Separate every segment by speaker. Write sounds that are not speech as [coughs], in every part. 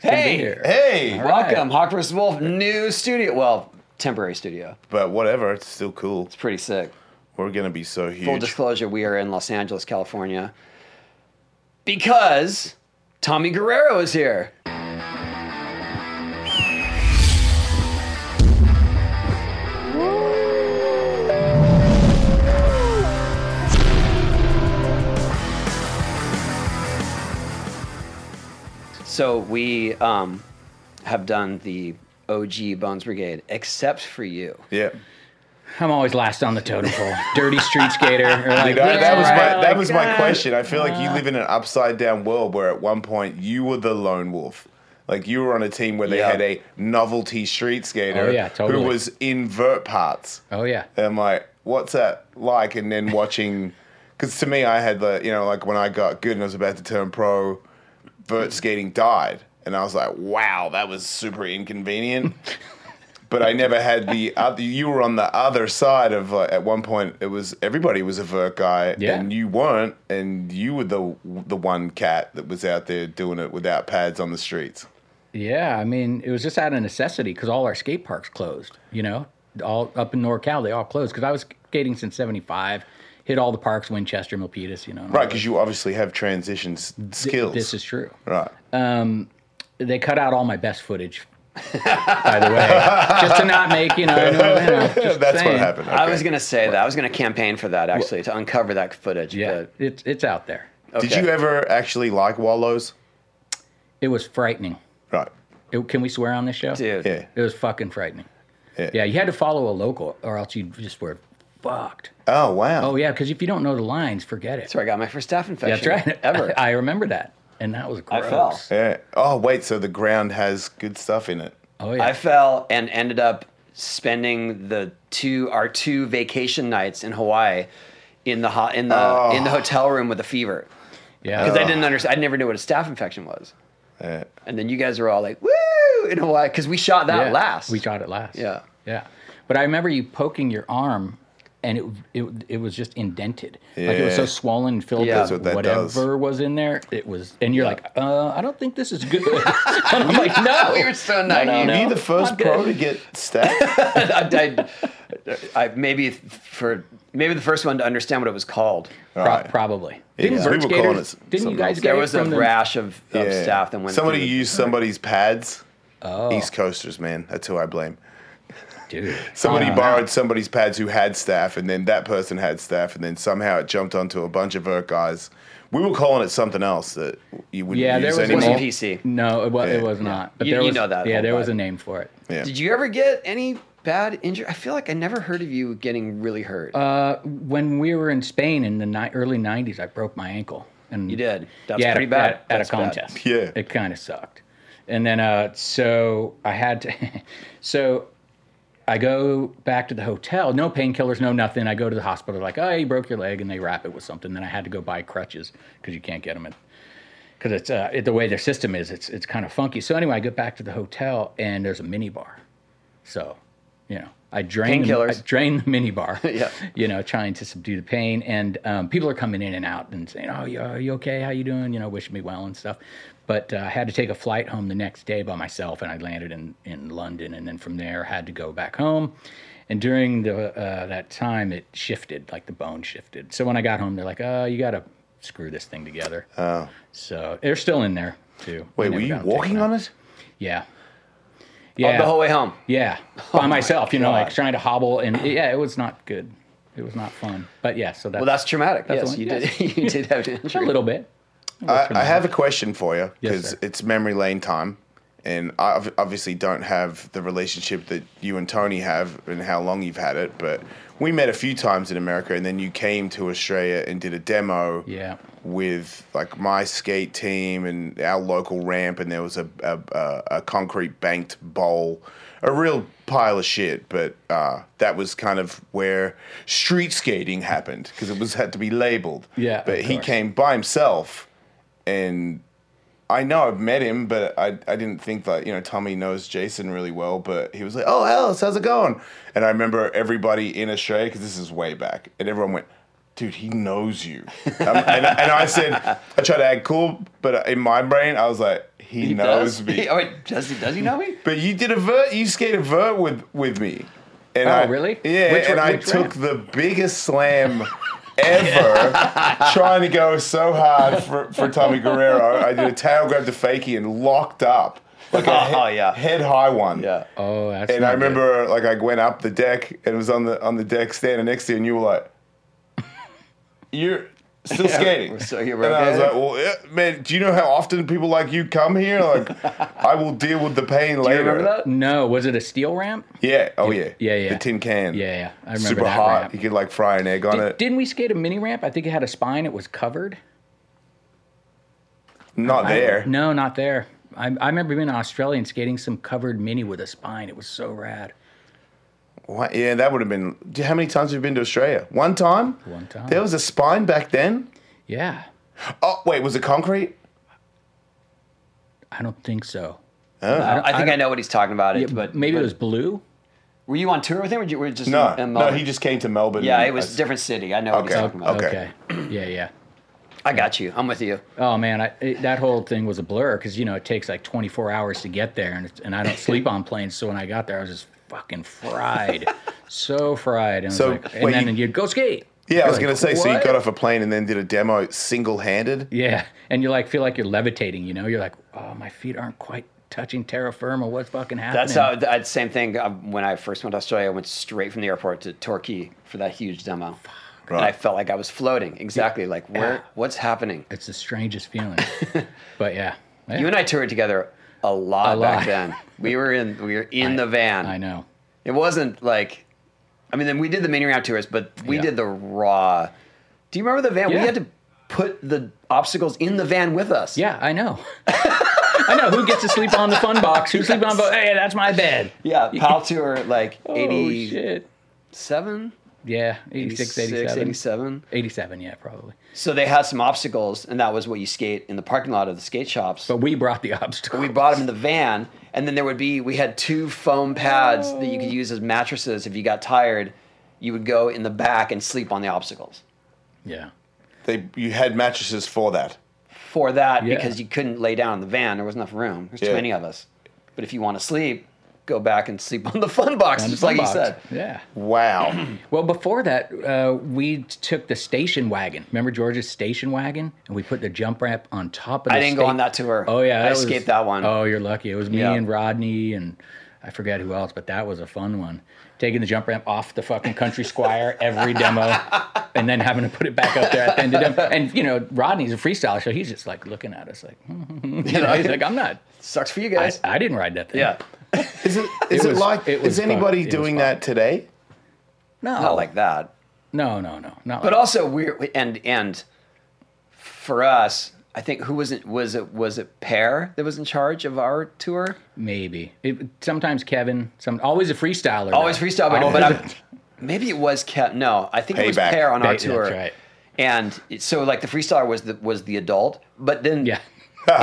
Speaker 1: Hey!
Speaker 2: here.
Speaker 3: Hey,
Speaker 2: All right.
Speaker 1: Welcome, Hawk vs. Wolf, new studio. Well, temporary studio.
Speaker 3: but whatever, it's still cool.
Speaker 1: It's pretty sick.
Speaker 3: We're gonna be so
Speaker 1: Full
Speaker 3: huge.
Speaker 1: disclosure, we are in Los Angeles, California, because Tommy Guerrero is here. So we um, have done the OG Bones Brigade, except for you.
Speaker 3: yeah,
Speaker 2: I'm always last on the totem pole. Dirty
Speaker 3: [laughs]
Speaker 2: street skater. or like,
Speaker 3: Dude, I- that was
Speaker 2: "Yeah,
Speaker 3: my that [laughs]
Speaker 2: like,
Speaker 3: was my
Speaker 2: uh,
Speaker 3: question. I feel like you live in an upside down world where at one point you were the lone wolf. Like you were on a team where they
Speaker 1: Yeah.
Speaker 3: had a novelty street skater
Speaker 2: Oh, yeah, totally.
Speaker 3: who was invert parts.
Speaker 2: Oh yeah.
Speaker 3: And I'm like, what's that like? And then watching, [laughs] because to me, I had the, you know, like when I got good and I was about to turn pro, vert skating died. And I was like, wow, that was super
Speaker 2: [laughs]
Speaker 3: inconvenient. but I never had the other, you were on the other side of, like, at one point, it was everybody was a vert guy
Speaker 2: Yeah.
Speaker 3: and you weren't. And you were the, the one cat that was out there doing it without pads on the streets.
Speaker 2: Yeah, I mean, it was just out of necessity because all our skate parks closed. You know, all up in NorCal, they all closed because I was skating since '75, hit all the parks, Winchester, Milpitas. You know,
Speaker 3: Right. Because you obviously have transition s- skills.
Speaker 2: This is true.
Speaker 3: right.
Speaker 2: They cut out all my best footage, by the way, just to not make you know. you know, you know, just
Speaker 3: [laughs] [laughs] That's
Speaker 2: saying.
Speaker 3: what happened.
Speaker 1: I was
Speaker 3: Okay.
Speaker 1: gonna say that. I was gonna campaign for that actually to uncover that footage.
Speaker 2: Yeah, it's it's out there.
Speaker 1: But,
Speaker 3: Did you
Speaker 1: okay.
Speaker 3: ever actually like Wallows?
Speaker 2: It was frightening.
Speaker 3: Right.
Speaker 2: It, can we swear on this show?
Speaker 1: dude?
Speaker 3: Yeah.
Speaker 2: It was fucking frightening.
Speaker 3: Yeah.
Speaker 2: Yeah, you had to follow a local, or else you just were fucked.
Speaker 3: Oh wow.
Speaker 2: Oh yeah, because if you don't know the lines, forget it.
Speaker 1: That's where I got my first staph
Speaker 2: That's
Speaker 1: infection.
Speaker 2: right. [laughs]
Speaker 1: Ever.
Speaker 2: I remember that, and that was gross.
Speaker 1: fell.
Speaker 3: Yeah. Oh wait, so the ground has good stuff in it.
Speaker 2: Oh
Speaker 1: I
Speaker 2: yeah.
Speaker 1: fell and ended up spending the two our two vacation nights in Hawaii in the hot in the
Speaker 3: Oh.
Speaker 1: in the hotel room with a fever
Speaker 2: yeah. Oh,
Speaker 1: because I didn't understand. I never knew what a staph infection was.
Speaker 3: Yeah.
Speaker 1: And then you guys were all like, "Woo!" in Hawaii because we shot that
Speaker 2: Yeah,
Speaker 1: last.
Speaker 2: We shot it last.
Speaker 1: Yeah.
Speaker 2: Yeah. But I remember you poking your arm, and it it, it was just indented. Like it was so
Speaker 3: Yeah.
Speaker 2: swollen, and filled
Speaker 1: Yeah.
Speaker 2: with
Speaker 1: That's
Speaker 3: what that
Speaker 2: whatever
Speaker 3: does.
Speaker 2: was in there. It was, and you're like, uh, I don't think this is good. [laughs] and I'm
Speaker 1: [laughs]
Speaker 2: like, no.
Speaker 1: You're so naive.
Speaker 2: no,
Speaker 3: You
Speaker 2: no.
Speaker 3: be the first
Speaker 2: Not good.
Speaker 3: pro to get stacked.
Speaker 1: [laughs] I, I, I maybe for maybe the first one to understand what it was called.
Speaker 2: Pro-
Speaker 3: Right.
Speaker 2: Probably.
Speaker 3: Yeah,
Speaker 2: Didn't
Speaker 3: we were
Speaker 2: bird
Speaker 3: calling
Speaker 2: skaters?
Speaker 3: it s-
Speaker 2: Didn't you
Speaker 3: something
Speaker 2: guys
Speaker 3: else.
Speaker 2: get
Speaker 1: There
Speaker 2: it
Speaker 1: was a
Speaker 2: from the-
Speaker 1: rash of, of
Speaker 3: Yeah.
Speaker 1: staff that went.
Speaker 3: Somebody
Speaker 1: through the-
Speaker 3: used somebody's pads. Oh. East Coasters, man. That's who I blame.
Speaker 2: Dude.
Speaker 3: Somebody
Speaker 2: Uh,
Speaker 3: borrowed somebody's pads who had staff, and then that person had staff, and then somehow it jumped onto a bunch of vert guys. We were calling it something else that you wouldn't
Speaker 2: Yeah,
Speaker 3: use
Speaker 2: there was a
Speaker 1: It wasn't
Speaker 3: anymore.
Speaker 2: name.
Speaker 1: PC.
Speaker 2: No, it was,
Speaker 3: Yeah.
Speaker 2: it was not. But
Speaker 1: You-
Speaker 2: there
Speaker 1: you
Speaker 2: was,
Speaker 1: know that
Speaker 2: Yeah,
Speaker 1: whole
Speaker 2: there was
Speaker 1: vibe.
Speaker 2: a name for it.
Speaker 3: Yeah.
Speaker 1: Did you ever get any bad injury? I feel like I never heard of you getting really hurt.
Speaker 2: Uh, when we were in Spain in the ni- early '90s, I broke my ankle, and
Speaker 1: you did. That's
Speaker 2: yeah, at a-
Speaker 1: pretty bad.
Speaker 2: at, at
Speaker 1: That's
Speaker 2: a
Speaker 1: bad.
Speaker 2: contest.
Speaker 3: Yeah.
Speaker 2: it kind of sucked. And then, uh, so I had to, [laughs] so I go back to the hotel, no painkillers, no nothing. I go to the hospital, like, oh, you broke your leg, and they wrap it with something. Then I had to go buy crutches because you can't get them at because it's uh, it, the way their system is. It's it's kind of funky. So anyway, I go back to the hotel and there's a mini bar. So, you know, I drain the, I
Speaker 1: Painkillers.
Speaker 2: drain the
Speaker 3: [laughs]
Speaker 2: mini bar.
Speaker 1: Yeah.
Speaker 2: You know, trying to subdue the pain, and um, people are coming in and out and saying, "Oh, you, are you okay? How you doing?" You know, wishing me well and stuff. But uh, I had to take a flight home the next day by myself, and I landed in in London, and then from there had to go back home. And during the uh, that time, it shifted, like the bone shifted. So when I got home, they're like, "Oh, you got to screw this thing together."
Speaker 3: Oh.
Speaker 2: So they're still in there too.
Speaker 3: Wait, were
Speaker 2: They never
Speaker 3: you
Speaker 2: got them
Speaker 3: walking
Speaker 2: taken out.
Speaker 3: on it?
Speaker 2: Yeah.
Speaker 1: Oh,
Speaker 2: Yeah.
Speaker 1: the whole way home.
Speaker 2: yeah.
Speaker 3: Oh
Speaker 2: By myself, you know,
Speaker 1: God.
Speaker 2: like trying to hobble and yeah, it was not good. It was not fun. But yeah, so that's,
Speaker 1: Well, that's traumatic.
Speaker 2: That's
Speaker 1: yes,
Speaker 2: one-
Speaker 1: you
Speaker 2: yes.
Speaker 1: did. [laughs] you did have an
Speaker 2: a
Speaker 1: injury.
Speaker 2: little bit.
Speaker 3: I, I have a question for you
Speaker 2: Yes,
Speaker 3: because
Speaker 2: sir.
Speaker 3: it's memory lane time, and I ob- obviously don't have the relationship that you and Tony have and how long you've had it. But we met a few times in America, and then you came to Australia and did a demo
Speaker 2: Yeah.
Speaker 3: with like my skate team and our local ramp, and there was a a, a, a concrete banked bowl, a real pile of shit. But uh, that was kind of where street skating happened because it was had to be labeled.
Speaker 2: Yeah,
Speaker 3: but
Speaker 2: of
Speaker 3: he
Speaker 2: course.
Speaker 3: came by himself, and I know I've met him, but I I didn't think that you know Tommy knows Jason really well. But he was like, "Oh, Alice, how's it going?" And I remember everybody in Australia because this is way back, and everyone went, dude, he knows you. Um, and, and I said, I tried to act cool, but in my brain, I was like, [laughs] he, knows
Speaker 1: does?
Speaker 3: me.
Speaker 1: [laughs] Oh, wait, does he? Does he know
Speaker 3: [laughs]
Speaker 1: me?
Speaker 3: But you did a vert. You skated a vert with with me. And
Speaker 2: Oh,
Speaker 3: I,
Speaker 2: really?
Speaker 3: Yeah.
Speaker 2: Which-
Speaker 3: and I
Speaker 2: which
Speaker 3: took the biggest slam ever,
Speaker 1: [laughs]
Speaker 3: trying to go so hard for, for Tommy Guerrero. I did a tail grab to fakie and locked up like a he-
Speaker 1: Oh, yeah.
Speaker 3: head high one.
Speaker 1: Yeah.
Speaker 2: Oh, that's.
Speaker 3: And
Speaker 2: not
Speaker 3: I
Speaker 2: good.
Speaker 3: remember like I went up the deck and it was on the on the deck standing next to you, and you were like, "You're."
Speaker 1: [laughs]
Speaker 3: Still skating.
Speaker 1: so you were
Speaker 3: and I was
Speaker 1: okay?
Speaker 3: like, well, yeah, man, do you know how often people like you come here?
Speaker 1: [laughs]
Speaker 3: Like, I will deal with the pain later.
Speaker 1: Remember that?
Speaker 2: No, was it a steel ramp?
Speaker 3: Yeah. Oh yeah.
Speaker 2: Yeah, yeah.
Speaker 3: The tin can.
Speaker 2: Yeah, yeah. I remember
Speaker 3: Super
Speaker 2: that
Speaker 3: hot.
Speaker 2: ramp.
Speaker 3: You could like fry an egg on it.
Speaker 2: Didn't we skate a mini ramp? I think it had a spine. It was covered.
Speaker 3: Not there.
Speaker 2: No, not there. I, I remember being in Australia and skating some covered mini with a spine. It was so rad.
Speaker 3: What? Yeah, that would have been. do you- How many times have you been to Australia? One time.
Speaker 2: One time.
Speaker 3: There was a spine back then.
Speaker 2: Yeah,
Speaker 3: Oh wait, was it concrete?
Speaker 2: I don't think so.
Speaker 1: I, I think I, know what he's talking about. It, but
Speaker 2: Maybe
Speaker 1: but-
Speaker 2: it was blue.
Speaker 1: Were you on tour with him, or you were just
Speaker 3: No.
Speaker 1: in- in
Speaker 3: no,
Speaker 1: Melbourne?
Speaker 3: he just came to Melbourne.
Speaker 1: Yeah,
Speaker 3: and-
Speaker 1: it was a different city. I know what he's
Speaker 3: Okay.
Speaker 1: talking about.
Speaker 3: Okay.
Speaker 2: [clears throat] yeah, yeah.
Speaker 1: I got you. I'm with you.
Speaker 2: Oh man, I, it, that whole thing was a blur because you know it takes like 24 hours to get there, and it's, and I don't sleep on planes. So when I got there, I was just fucking fried, so fried. And, I was
Speaker 3: So,
Speaker 2: like, and
Speaker 3: wait,
Speaker 2: then
Speaker 3: you-
Speaker 2: you, would go skate.
Speaker 3: Yeah, I was gonna
Speaker 2: You're like,
Speaker 3: say. So you
Speaker 2: "What?"
Speaker 3: got off a plane and then did a demo single-handed.
Speaker 2: Yeah, and you like feel like you're levitating. You know, you're like, oh, my feet aren't quite touching terra firma. What's fucking happening?
Speaker 1: That's how. That same thing. um, When I first went to Australia, I went straight from the airport to Torquay for that huge demo, and I
Speaker 3: Right.
Speaker 1: felt like I was floating. Exactly. Like where? What's happening?
Speaker 2: It's the strangest feeling. but yeah, Yeah,
Speaker 1: You and I toured together a lot,
Speaker 2: A lot.
Speaker 1: back then. We were in. We were in the van.
Speaker 2: I know.
Speaker 1: It wasn't like, I mean, then we did the mini ramp tours, but we
Speaker 2: Yeah.
Speaker 1: did the raw. Do you remember the van?
Speaker 2: Yeah.
Speaker 1: We had to put the obstacles in the van with us.
Speaker 2: Yeah, I know. [laughs] I know who gets to sleep on the fun box. Who sleeps on? Bo- hey, that's my bed.
Speaker 1: Yeah. Pal
Speaker 2: [laughs]
Speaker 1: tour like
Speaker 2: Oh
Speaker 1: 87,
Speaker 2: shit.
Speaker 1: 86,
Speaker 2: Yeah, 86, 87.
Speaker 1: 87.
Speaker 2: 87, yeah, probably.
Speaker 1: So they had some obstacles, and that was what you skate in the parking lot of the skate shops.
Speaker 2: But we brought the obstacle.
Speaker 1: we brought them in the van, and then there would be we had two foam pads that you could use as mattresses. If you got tired, you would go in the back and sleep on the obstacles.
Speaker 2: yeah.
Speaker 3: They you had mattresses for that.
Speaker 1: for that
Speaker 2: Yeah.
Speaker 1: because you couldn't lay down in the van. There was enough room. There's too
Speaker 3: Yeah.
Speaker 1: many of us. But if you want to sleep, go back and sleep on the fun box,
Speaker 2: On the
Speaker 1: just
Speaker 2: fun
Speaker 1: like
Speaker 2: box.
Speaker 1: you said.
Speaker 2: Yeah.
Speaker 3: Wow.
Speaker 2: [coughs] Well, before that, uh, we took the station wagon. Remember George's station wagon? And we put the jump ramp on top of the
Speaker 1: I didn't go
Speaker 2: sta-
Speaker 1: on that tour.
Speaker 2: Oh, yeah.
Speaker 1: I
Speaker 2: that was-
Speaker 1: escaped that one.
Speaker 2: Oh, you're lucky. It was me
Speaker 1: Yeah.
Speaker 2: and Rodney and I forget who else, but that was a fun one. Taking the jump ramp off the
Speaker 1: [laughs]
Speaker 2: fucking country squire every demo and then having to put it back up there at the end of demo. And, you know, Rodney's a freestyler, so he's just like looking at us like, [laughs] you know, he's like, I'm not,
Speaker 1: Sucks for you
Speaker 2: I,
Speaker 1: guys.
Speaker 2: I didn't ride that thing.
Speaker 1: yeah,
Speaker 3: Is it? Is it,
Speaker 2: was-
Speaker 3: like?
Speaker 2: it was
Speaker 3: is anybody
Speaker 2: fun. It was
Speaker 3: doing
Speaker 2: fun.
Speaker 3: that today?
Speaker 2: No.
Speaker 1: not like that.
Speaker 2: No, no, no, not.
Speaker 1: But
Speaker 2: like,
Speaker 1: also we're and and for us, I think who was it? Was it was it Pear that was in charge of our tour?
Speaker 2: maybe it, sometimes Kevin, some always a freestyler. though.
Speaker 1: Always freestyle, but,
Speaker 2: Always
Speaker 1: but
Speaker 3: [laughs]
Speaker 2: a-
Speaker 1: I'm, maybe it was Kev. No, I think it was
Speaker 3: Oh. Payback.
Speaker 1: Pear on our
Speaker 2: Pay- that's
Speaker 1: tour.
Speaker 2: right.
Speaker 1: And it- so, like the freestyler was the was the adult, but then
Speaker 3: [laughs]
Speaker 2: yeah,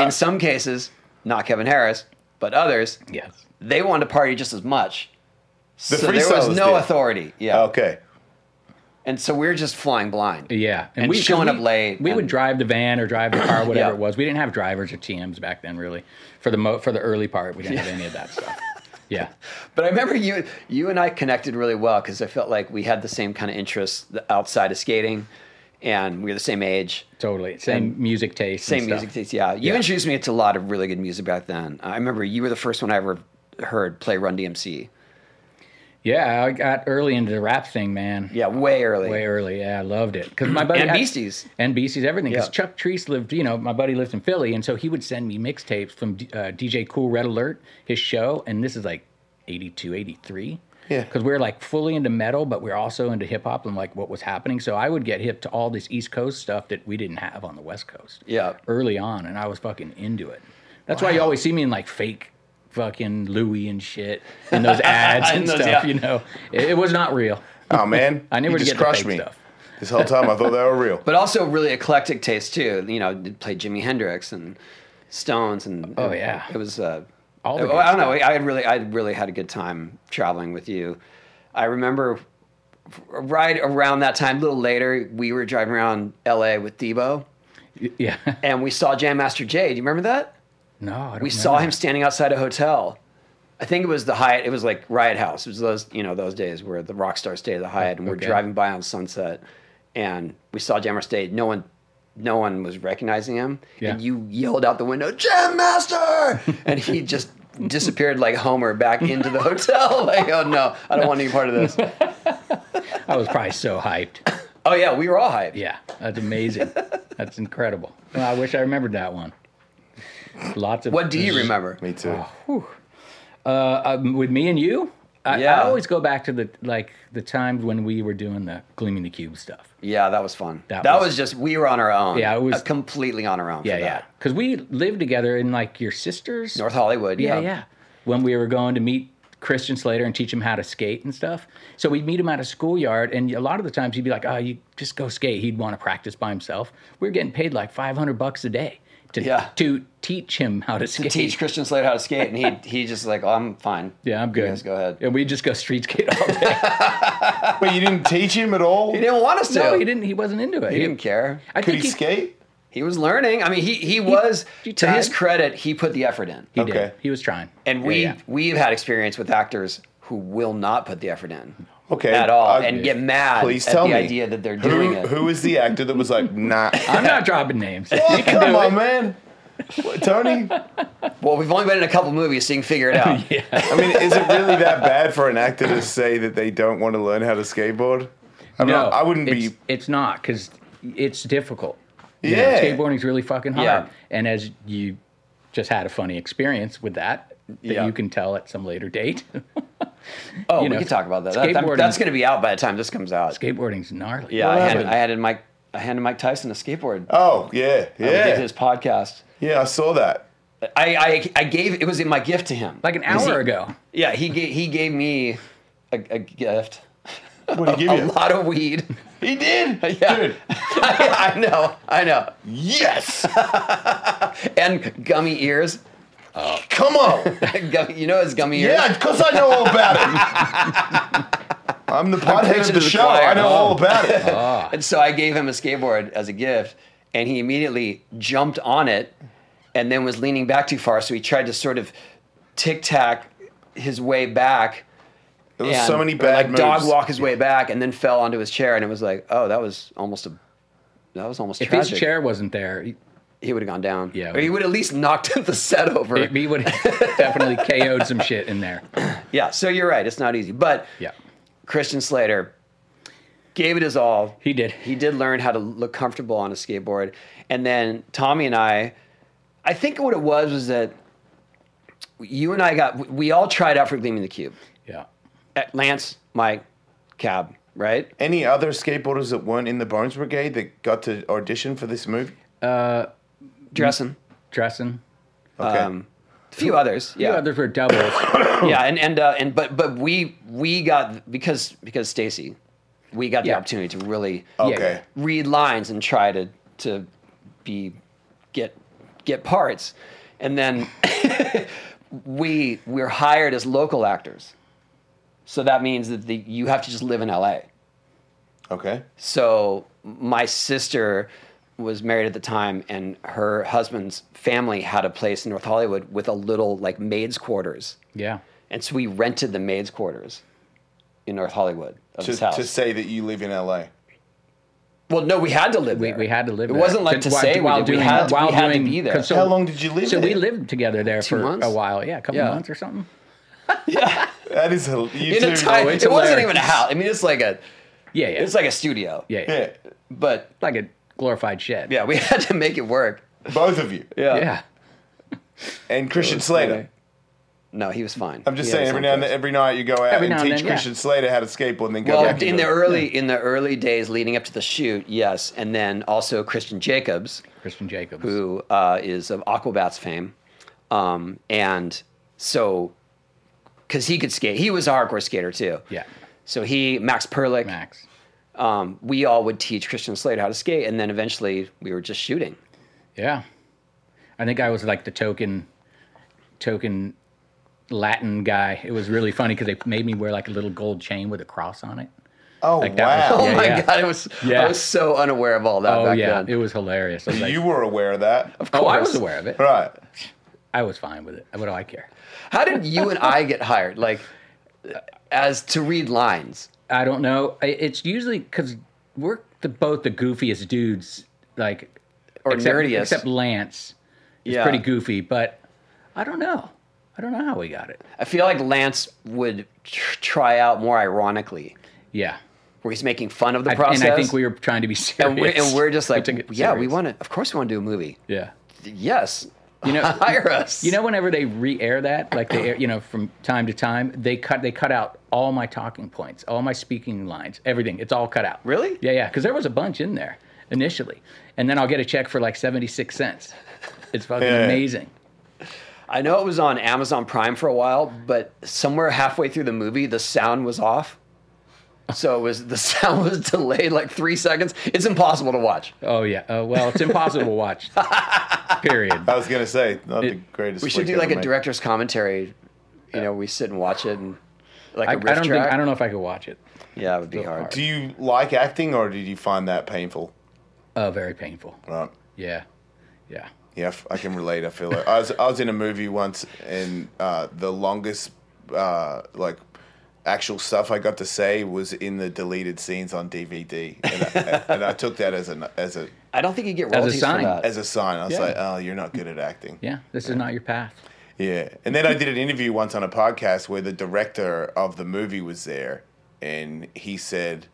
Speaker 1: in some cases, not Kevin Harris, but others,
Speaker 2: yes.
Speaker 1: they wanted to party just as much.
Speaker 3: The
Speaker 1: so there was
Speaker 3: freestylers
Speaker 1: no
Speaker 3: did.
Speaker 1: authority. Yeah.
Speaker 3: Okay.
Speaker 1: And so we were just flying blind.
Speaker 2: Yeah,
Speaker 1: And showing
Speaker 2: 'cause
Speaker 1: up late
Speaker 2: We would
Speaker 1: and-
Speaker 2: drive the van or drive
Speaker 1: [clears throat]
Speaker 2: the car, whatever
Speaker 1: Yeah.
Speaker 2: it was. We didn't have drivers or TMs back then, really. For the mo- for the early part, we didn't have any of that stuff. Yeah,
Speaker 1: But I remember you you and I connected really well because I felt like we had the same kind of interests th- outside of skating and we were the same age.
Speaker 2: totally. Same music taste. and
Speaker 1: Same
Speaker 2: stuff.
Speaker 1: music taste. Yeah. You
Speaker 2: Yeah.
Speaker 1: introduced me to a lot of really good music back then. I remember you were the first one I ever heard play Run DMC.
Speaker 2: Yeah, I got early into the rap thing, man.
Speaker 1: Yeah, way early.
Speaker 2: Way early, yeah, I loved it because my buddy
Speaker 1: And
Speaker 2: I-
Speaker 1: Beasties.
Speaker 2: and Beasties, everything. Because
Speaker 1: Yeah.
Speaker 2: Chuck Treese lived, you know, my buddy lived in Philly, and so he would send me mixtapes from D- uh, DJ Cool Red Alert, his show, and this is like 82, 83.
Speaker 3: Yeah.
Speaker 2: Because we are like fully into metal, but we are also into hip hop and like what was happening. So I would get hip to all this East Coast stuff that we didn't have on the West Coast.
Speaker 1: Yeah.
Speaker 2: Early on, and I was fucking into it. That's why you always see me in like fake fucking Louis and shit in
Speaker 1: [laughs]
Speaker 2: those ads and
Speaker 1: In those,
Speaker 2: stuff.
Speaker 1: yeah.
Speaker 2: You know, it, it was not real.
Speaker 3: Oh man.
Speaker 2: [laughs] I knew
Speaker 3: You
Speaker 2: where to
Speaker 3: just
Speaker 2: get the
Speaker 3: crushed
Speaker 2: fake
Speaker 3: me.
Speaker 2: stuff.
Speaker 3: This whole time I thought they were
Speaker 2: [laughs]
Speaker 3: real.
Speaker 1: but also really eclectic taste too. You know, did play Jimi Hendrix and Stones and
Speaker 2: Oh, yeah.
Speaker 1: it was uh,
Speaker 2: All the
Speaker 1: I,
Speaker 2: good
Speaker 1: I don't know. I had really, I really had a good time traveling with you. I remember right around that time, a little later, we were driving around LA with Debo
Speaker 2: Y- Yeah. [laughs]
Speaker 1: and we saw Jam Master Jay. Do you remember that?
Speaker 2: no, I don't
Speaker 1: We saw
Speaker 2: remember.
Speaker 1: him standing outside a hotel. I think it was the Hyatt. It was like Riot House. It was those you know those days where the rock star stayed at the Hyatt, and we're
Speaker 2: Okay.
Speaker 1: driving by on Sunset, and we saw Jam Master Jay. No one, no one was recognizing him,
Speaker 2: Yeah.
Speaker 1: and you yelled out the window, "Jam
Speaker 2: [laughs]
Speaker 1: Master!" and he just disappeared like Homer back into the hotel. [laughs] Like, oh no, I don't want any part of
Speaker 2: [laughs]
Speaker 1: this.
Speaker 2: [laughs] I was probably so hyped.
Speaker 1: Oh yeah, we were all hyped.
Speaker 2: Yeah, that's amazing. that's incredible. Well, I wish I remembered that one. Lots of.
Speaker 1: What do you remember?
Speaker 3: Me too.
Speaker 2: Uh, um, with me and you, I,
Speaker 1: Yeah.
Speaker 2: I always go back to the like the times when we were doing the gleaming the cube stuff.
Speaker 1: Yeah, that was fun. That,
Speaker 2: That
Speaker 1: was,
Speaker 2: was-
Speaker 1: just we were on our own.
Speaker 2: Yeah, it was-
Speaker 1: Uh, completely on our own.
Speaker 2: Yeah,
Speaker 1: for
Speaker 2: yeah.
Speaker 1: that.
Speaker 2: Because we lived together in like your sister's.
Speaker 1: North Hollywood.
Speaker 2: yeah, yeah. When we were going to meet Christian Slater and teach him how to skate and stuff. So we'd meet him at a schoolyard, and a lot of the times he'd be like, "Oh, you just go skate." He'd want to practice by himself. We were getting paid like five hundred bucks a day to
Speaker 1: Yeah.
Speaker 2: to teach him how to skate.
Speaker 1: teach Christian Slade how to skate, and he [laughs] he just like, oh, I'm fine.
Speaker 2: Yeah, I'm good.
Speaker 1: guys go ahead.
Speaker 2: And we just go street skate
Speaker 1: [laughs]
Speaker 2: all day.
Speaker 3: But you didn't teach him at all?
Speaker 1: He didn't want us to.
Speaker 2: no, he didn't. He wasn't into it.
Speaker 1: He didn't care.
Speaker 2: I
Speaker 3: Could
Speaker 2: think
Speaker 3: he,
Speaker 2: he,
Speaker 3: skate?
Speaker 1: He was learning. I mean, he he was
Speaker 2: he
Speaker 1: to his
Speaker 2: tried.
Speaker 1: credit, he put the effort in,
Speaker 2: He
Speaker 3: Okay.
Speaker 2: did. He was trying.
Speaker 1: and
Speaker 2: Yeah,
Speaker 1: we
Speaker 2: yeah.
Speaker 1: we've had experience with actors who will not put the effort in
Speaker 3: Okay.
Speaker 1: at all,
Speaker 3: I-
Speaker 1: and get mad
Speaker 3: Please
Speaker 1: at
Speaker 3: tell
Speaker 1: the
Speaker 3: me.
Speaker 1: idea that they're
Speaker 3: who,
Speaker 1: doing it.
Speaker 3: Who is the actor that
Speaker 1: [laughs]
Speaker 3: was like, nah? [laughs]
Speaker 2: I'm not dropping names.
Speaker 3: Oh, come on, man. What, Tony,
Speaker 1: Well, we've only been in a couple movies, so you can
Speaker 2: [laughs]
Speaker 1: figure it out.
Speaker 3: I mean, is it really that bad for an actor
Speaker 1: [laughs]
Speaker 3: to say that they don't want to learn how to skateboard? I'm
Speaker 2: no,
Speaker 3: not, I wouldn't
Speaker 2: it's,
Speaker 3: be.
Speaker 2: It's not because it's difficult. You know,
Speaker 3: Yeah.
Speaker 2: skateboarding's really fucking hard.
Speaker 1: Yeah.
Speaker 2: And as you just had a funny experience with that, that
Speaker 1: Yeah.
Speaker 2: you can tell at some later date. [laughs]
Speaker 1: Oh,
Speaker 2: You
Speaker 1: we
Speaker 2: know,
Speaker 1: can talk about that. that, that
Speaker 2: skateboarding-
Speaker 1: that's going to be out by the time this comes out.
Speaker 2: skateboarding's gnarly.
Speaker 1: yeah, I
Speaker 3: What
Speaker 1: handed,
Speaker 3: happened?
Speaker 1: I handed Mike I handed Mike Tyson a skateboard.
Speaker 3: Oh, yeah.
Speaker 1: when we did
Speaker 3: Yeah.
Speaker 1: his podcast.
Speaker 3: Yeah, I saw that.
Speaker 1: I, I I gave it was in my gift to him.
Speaker 2: Like an
Speaker 1: Is
Speaker 2: hour
Speaker 1: he-
Speaker 2: ago.
Speaker 1: Yeah, he gave he gave me a, a gift,
Speaker 3: What did he
Speaker 1: [laughs]
Speaker 3: give
Speaker 1: a
Speaker 3: you?
Speaker 1: lot of weed.
Speaker 3: He did.
Speaker 1: [laughs] Yeah.
Speaker 3: Dude.
Speaker 1: I know, I know,
Speaker 3: Yes.
Speaker 1: and gummy ears. [laughs]
Speaker 3: Come on.
Speaker 1: Gummy, you know his gummy ears.
Speaker 3: Yeah, because I know all about it.
Speaker 1: [laughs]
Speaker 3: I'm the pothead
Speaker 1: preaching
Speaker 3: of
Speaker 1: to
Speaker 3: the
Speaker 1: the
Speaker 3: show.
Speaker 1: choir. Oh.
Speaker 3: I know all about it.
Speaker 1: Ah. And so I gave him a skateboard as a gift, and he immediately jumped on it, and then was leaning back too far, so he tried to sort of tic tac his way back.
Speaker 3: There
Speaker 1: and-
Speaker 3: was so many
Speaker 1: or,
Speaker 3: bad
Speaker 1: like
Speaker 3: moves.
Speaker 1: dog walk his way back and then fell onto his chair and it was like oh that was almost a that was almost
Speaker 2: If
Speaker 1: tragic
Speaker 2: his chair wasn't there,
Speaker 1: he would have gone down
Speaker 2: Yeah, it
Speaker 1: or he
Speaker 2: would've-
Speaker 1: would at least knocked [laughs] the set over
Speaker 2: he would have [laughs] definitely KO'd some shit in there.
Speaker 1: yeah so you're right it's not easy but
Speaker 2: Yeah.
Speaker 1: Christian Slater gave it his all
Speaker 2: He did.
Speaker 1: he did learn how to look comfortable on a skateboard and then Tommy and I I think what it was was that you and I got we all tried out for gleaming the cube
Speaker 2: Yeah.
Speaker 1: At Lance Mike Cab right
Speaker 3: Any other skateboarders that weren't in the Bones Brigade that got to audition for this movie?
Speaker 2: Mm-hmm.
Speaker 1: Dressen
Speaker 2: Dressing.
Speaker 3: Okay.
Speaker 1: um, a few others.
Speaker 2: Yeah.
Speaker 1: Yeah,
Speaker 2: others were doubles.
Speaker 1: yeah, and and uh, and but but we we got because because Stacy, we got the
Speaker 2: Yeah.
Speaker 1: opportunity to really
Speaker 2: yeah.
Speaker 3: okay.
Speaker 1: read lines and try to to be get get parts, and then [laughs] we we're hired as local actors, so that means that the, you have to just live in L.A.
Speaker 3: Okay.
Speaker 1: So my sister was married at the time, and her husband's family had a place in North Hollywood with a little like maid's quarters,
Speaker 2: yeah.
Speaker 1: and so we rented the maid's quarters in North Hollywood of
Speaker 3: To,
Speaker 1: his house.
Speaker 3: to say that you live in LA.
Speaker 1: well, no, we had to live
Speaker 2: We,
Speaker 1: there.
Speaker 2: we had to live
Speaker 1: It
Speaker 2: there.
Speaker 1: wasn't like to
Speaker 2: while-
Speaker 1: say
Speaker 2: while
Speaker 1: we, did.
Speaker 2: doing
Speaker 1: we had to,
Speaker 2: while
Speaker 1: we had
Speaker 2: doing,
Speaker 1: to be there.
Speaker 2: 'cause so-
Speaker 3: How long did you live
Speaker 2: So
Speaker 3: there?
Speaker 2: we lived together there for
Speaker 1: months?
Speaker 2: a while. Yeah, a couple
Speaker 1: Yeah.
Speaker 2: months or something.
Speaker 3: That is hel- you
Speaker 1: in
Speaker 3: two
Speaker 1: a tiny,
Speaker 3: know
Speaker 1: it
Speaker 3: it.
Speaker 1: wasn't
Speaker 2: hilarious.
Speaker 1: even a house. I mean, it's like a
Speaker 2: Yeah, yeah.
Speaker 1: it's like a studio.
Speaker 2: yeah, yeah.
Speaker 3: Yeah.
Speaker 1: But
Speaker 2: Like a glorified shed.
Speaker 1: yeah, we [laughs] had to make it work.
Speaker 3: Both of you.
Speaker 2: Yeah.
Speaker 3: And Christian Slater.
Speaker 1: No, he was fine.
Speaker 3: I'm
Speaker 1: He
Speaker 3: just
Speaker 1: had
Speaker 3: saying
Speaker 1: his
Speaker 3: every
Speaker 1: own
Speaker 3: now and
Speaker 1: place.
Speaker 3: then, every night you go out
Speaker 2: Every
Speaker 3: and
Speaker 2: now and
Speaker 3: teach
Speaker 2: then, yeah.
Speaker 3: Christian Slater how to skateboard and then go
Speaker 1: Well,
Speaker 3: back
Speaker 1: in
Speaker 3: into
Speaker 1: the
Speaker 3: it.
Speaker 1: early in the early days leading up to the shoot, yes, and then also Christian Jacobs,
Speaker 2: Christian Jacobs.
Speaker 1: who uh, is of Aquabats fame, um, and so because he could skate, he was a hardcore skater too.
Speaker 2: Yeah.
Speaker 1: So he, Max Perlick,
Speaker 2: Max.
Speaker 1: Um, we all would teach Christian Slater how to skate, and then eventually we were just shooting.
Speaker 2: Yeah. I think I was like the token token Latin guy. It was really funny because they made me wear like a little gold chain with a cross on it.
Speaker 3: Oh
Speaker 2: Like, that was-
Speaker 3: wow!
Speaker 1: Oh
Speaker 3: [laughs]
Speaker 2: Yeah,
Speaker 1: my
Speaker 2: yeah.
Speaker 1: god, it was
Speaker 2: Yeah.
Speaker 1: I was so unaware of all that
Speaker 2: Oh
Speaker 1: back
Speaker 2: yeah,
Speaker 1: then.
Speaker 2: it was hilarious. I was like,
Speaker 3: you were aware of that,
Speaker 2: oh, I was
Speaker 1: course.
Speaker 2: aware of it.
Speaker 3: right?
Speaker 2: I was fine with it. What do I care?
Speaker 1: How did you and I get hired? Like as to read lines.
Speaker 2: I don't know. I- It's usually because we're the, both the goofiest dudes, like
Speaker 1: Or
Speaker 2: except,
Speaker 1: nerdiest.
Speaker 2: Except Lance, is
Speaker 1: Yeah.
Speaker 2: pretty goofy, but I don't know. I don't know how we got it.
Speaker 1: I feel like Lance would tr- try out more ironically,
Speaker 2: Yeah,
Speaker 1: where he's making fun of the
Speaker 2: I,
Speaker 1: process.
Speaker 2: and I think we were trying to be serious.
Speaker 1: and
Speaker 2: [laughs]
Speaker 1: we're, and we're just like,
Speaker 2: took it
Speaker 1: yeah, we
Speaker 2: serious.
Speaker 1: want to. Of course, we want to do a movie.
Speaker 2: Yeah.
Speaker 1: Yes,
Speaker 2: You
Speaker 1: [laughs]
Speaker 2: know- [laughs]
Speaker 1: hire us.
Speaker 2: You know, whenever they re-air that, like they, air, you know, from time to time, they cut they cut out all my talking points, all my speaking lines, everything. It's all cut out.
Speaker 1: Really?
Speaker 2: Yeah, yeah. Because there was a bunch in there initially, and then I'll get a check for like seventy six cents. It's fucking
Speaker 3: Yeah.
Speaker 2: amazing.
Speaker 1: I know it was on Amazon Prime for a while, but somewhere halfway through the movie, the sound was off. So it was the [laughs] sound was delayed like three seconds. It's impossible to watch.
Speaker 2: Oh yeah. Oh well, it's impossible
Speaker 1: [laughs]
Speaker 2: to watch. Period.
Speaker 3: I was gonna say not the greatest.
Speaker 1: We should do
Speaker 3: flick
Speaker 1: like
Speaker 3: ever
Speaker 1: a
Speaker 3: made.
Speaker 1: director's commentary. You know, we sit and watch it and like
Speaker 2: I,
Speaker 1: a
Speaker 2: I
Speaker 1: riff
Speaker 2: don't
Speaker 1: track.
Speaker 2: think I don't know if I could watch it.
Speaker 1: yeah, it would be hard.
Speaker 3: Do you like acting, or did you find that painful?
Speaker 2: Oh, very painful.
Speaker 3: Right.
Speaker 2: Yeah. Yeah.
Speaker 3: Yeah, f- I can relate. I feel like I was I was in a movie once, and uh, the longest uh, like actual stuff I got to say was in the deleted scenes on DVD, and I, and I took that as a as a
Speaker 1: I don't think you get royalties for
Speaker 2: sign.
Speaker 1: that. [laughs]
Speaker 3: as a sign. I was
Speaker 2: Yeah.
Speaker 3: like, oh, you're not good at acting.
Speaker 2: Yeah. This is not your path.
Speaker 3: Yeah. And then I did an interview once on a podcast where the director of the movie was there and he said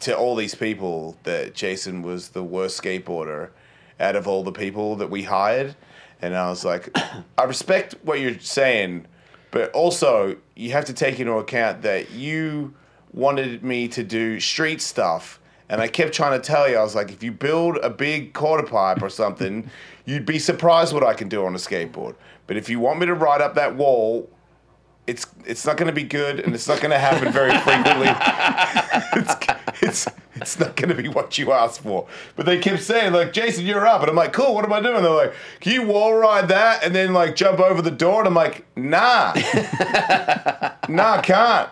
Speaker 3: to all these people that Jason was the worst skateboarder out of all the people that we hired. And I was like, [coughs] I respect what you're saying, but also you have to take into account that you wanted me to do street stuff. And I kept trying to tell you, I was like, if you build a big quarter pipe or something, [laughs] you'd be surprised what I can do on a skateboard. But if you want me to ride up that wall, it's it's not going to be good, and it's not going to happen very frequently. it's, it's it's not going to be what you asked for. But they kept saying like, Jason, you're up, and I'm like, cool. What am I doing? They're like, can you wall ride that, and then like jump over the door? And I'm like, nah, nah, I can't.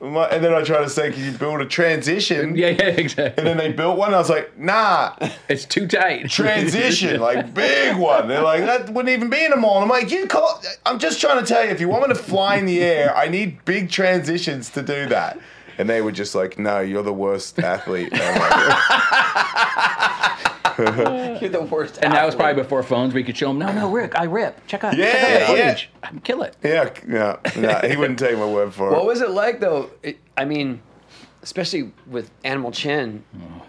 Speaker 3: I'm like- And then I try to say, can you build a transition?
Speaker 2: [laughs] Yeah. Yeah. Exactly.
Speaker 3: And then they built one. I was like, nah,
Speaker 2: It's too tight. [laughs]
Speaker 3: transition, like big one. They're like, that wouldn't even be in a mall. And I'm like, you call. I'm just trying to tell you, if you want me to fly in the air, I need big transitions to do that. And they were just like, no, you're the worst athlete. ever."
Speaker 1: You're the worst.
Speaker 2: And that was
Speaker 1: athlete.
Speaker 2: probably before phones. We could show them. No, no, Rick, I rip. Check out, check
Speaker 3: Yeah,
Speaker 2: out the
Speaker 3: yeah.
Speaker 2: footage. I'm kill it.
Speaker 3: [laughs] yeah, yeah, no, he wouldn't take my word for it.
Speaker 1: What was it like though? It, I mean, especially with Animal Chin,
Speaker 2: Mm.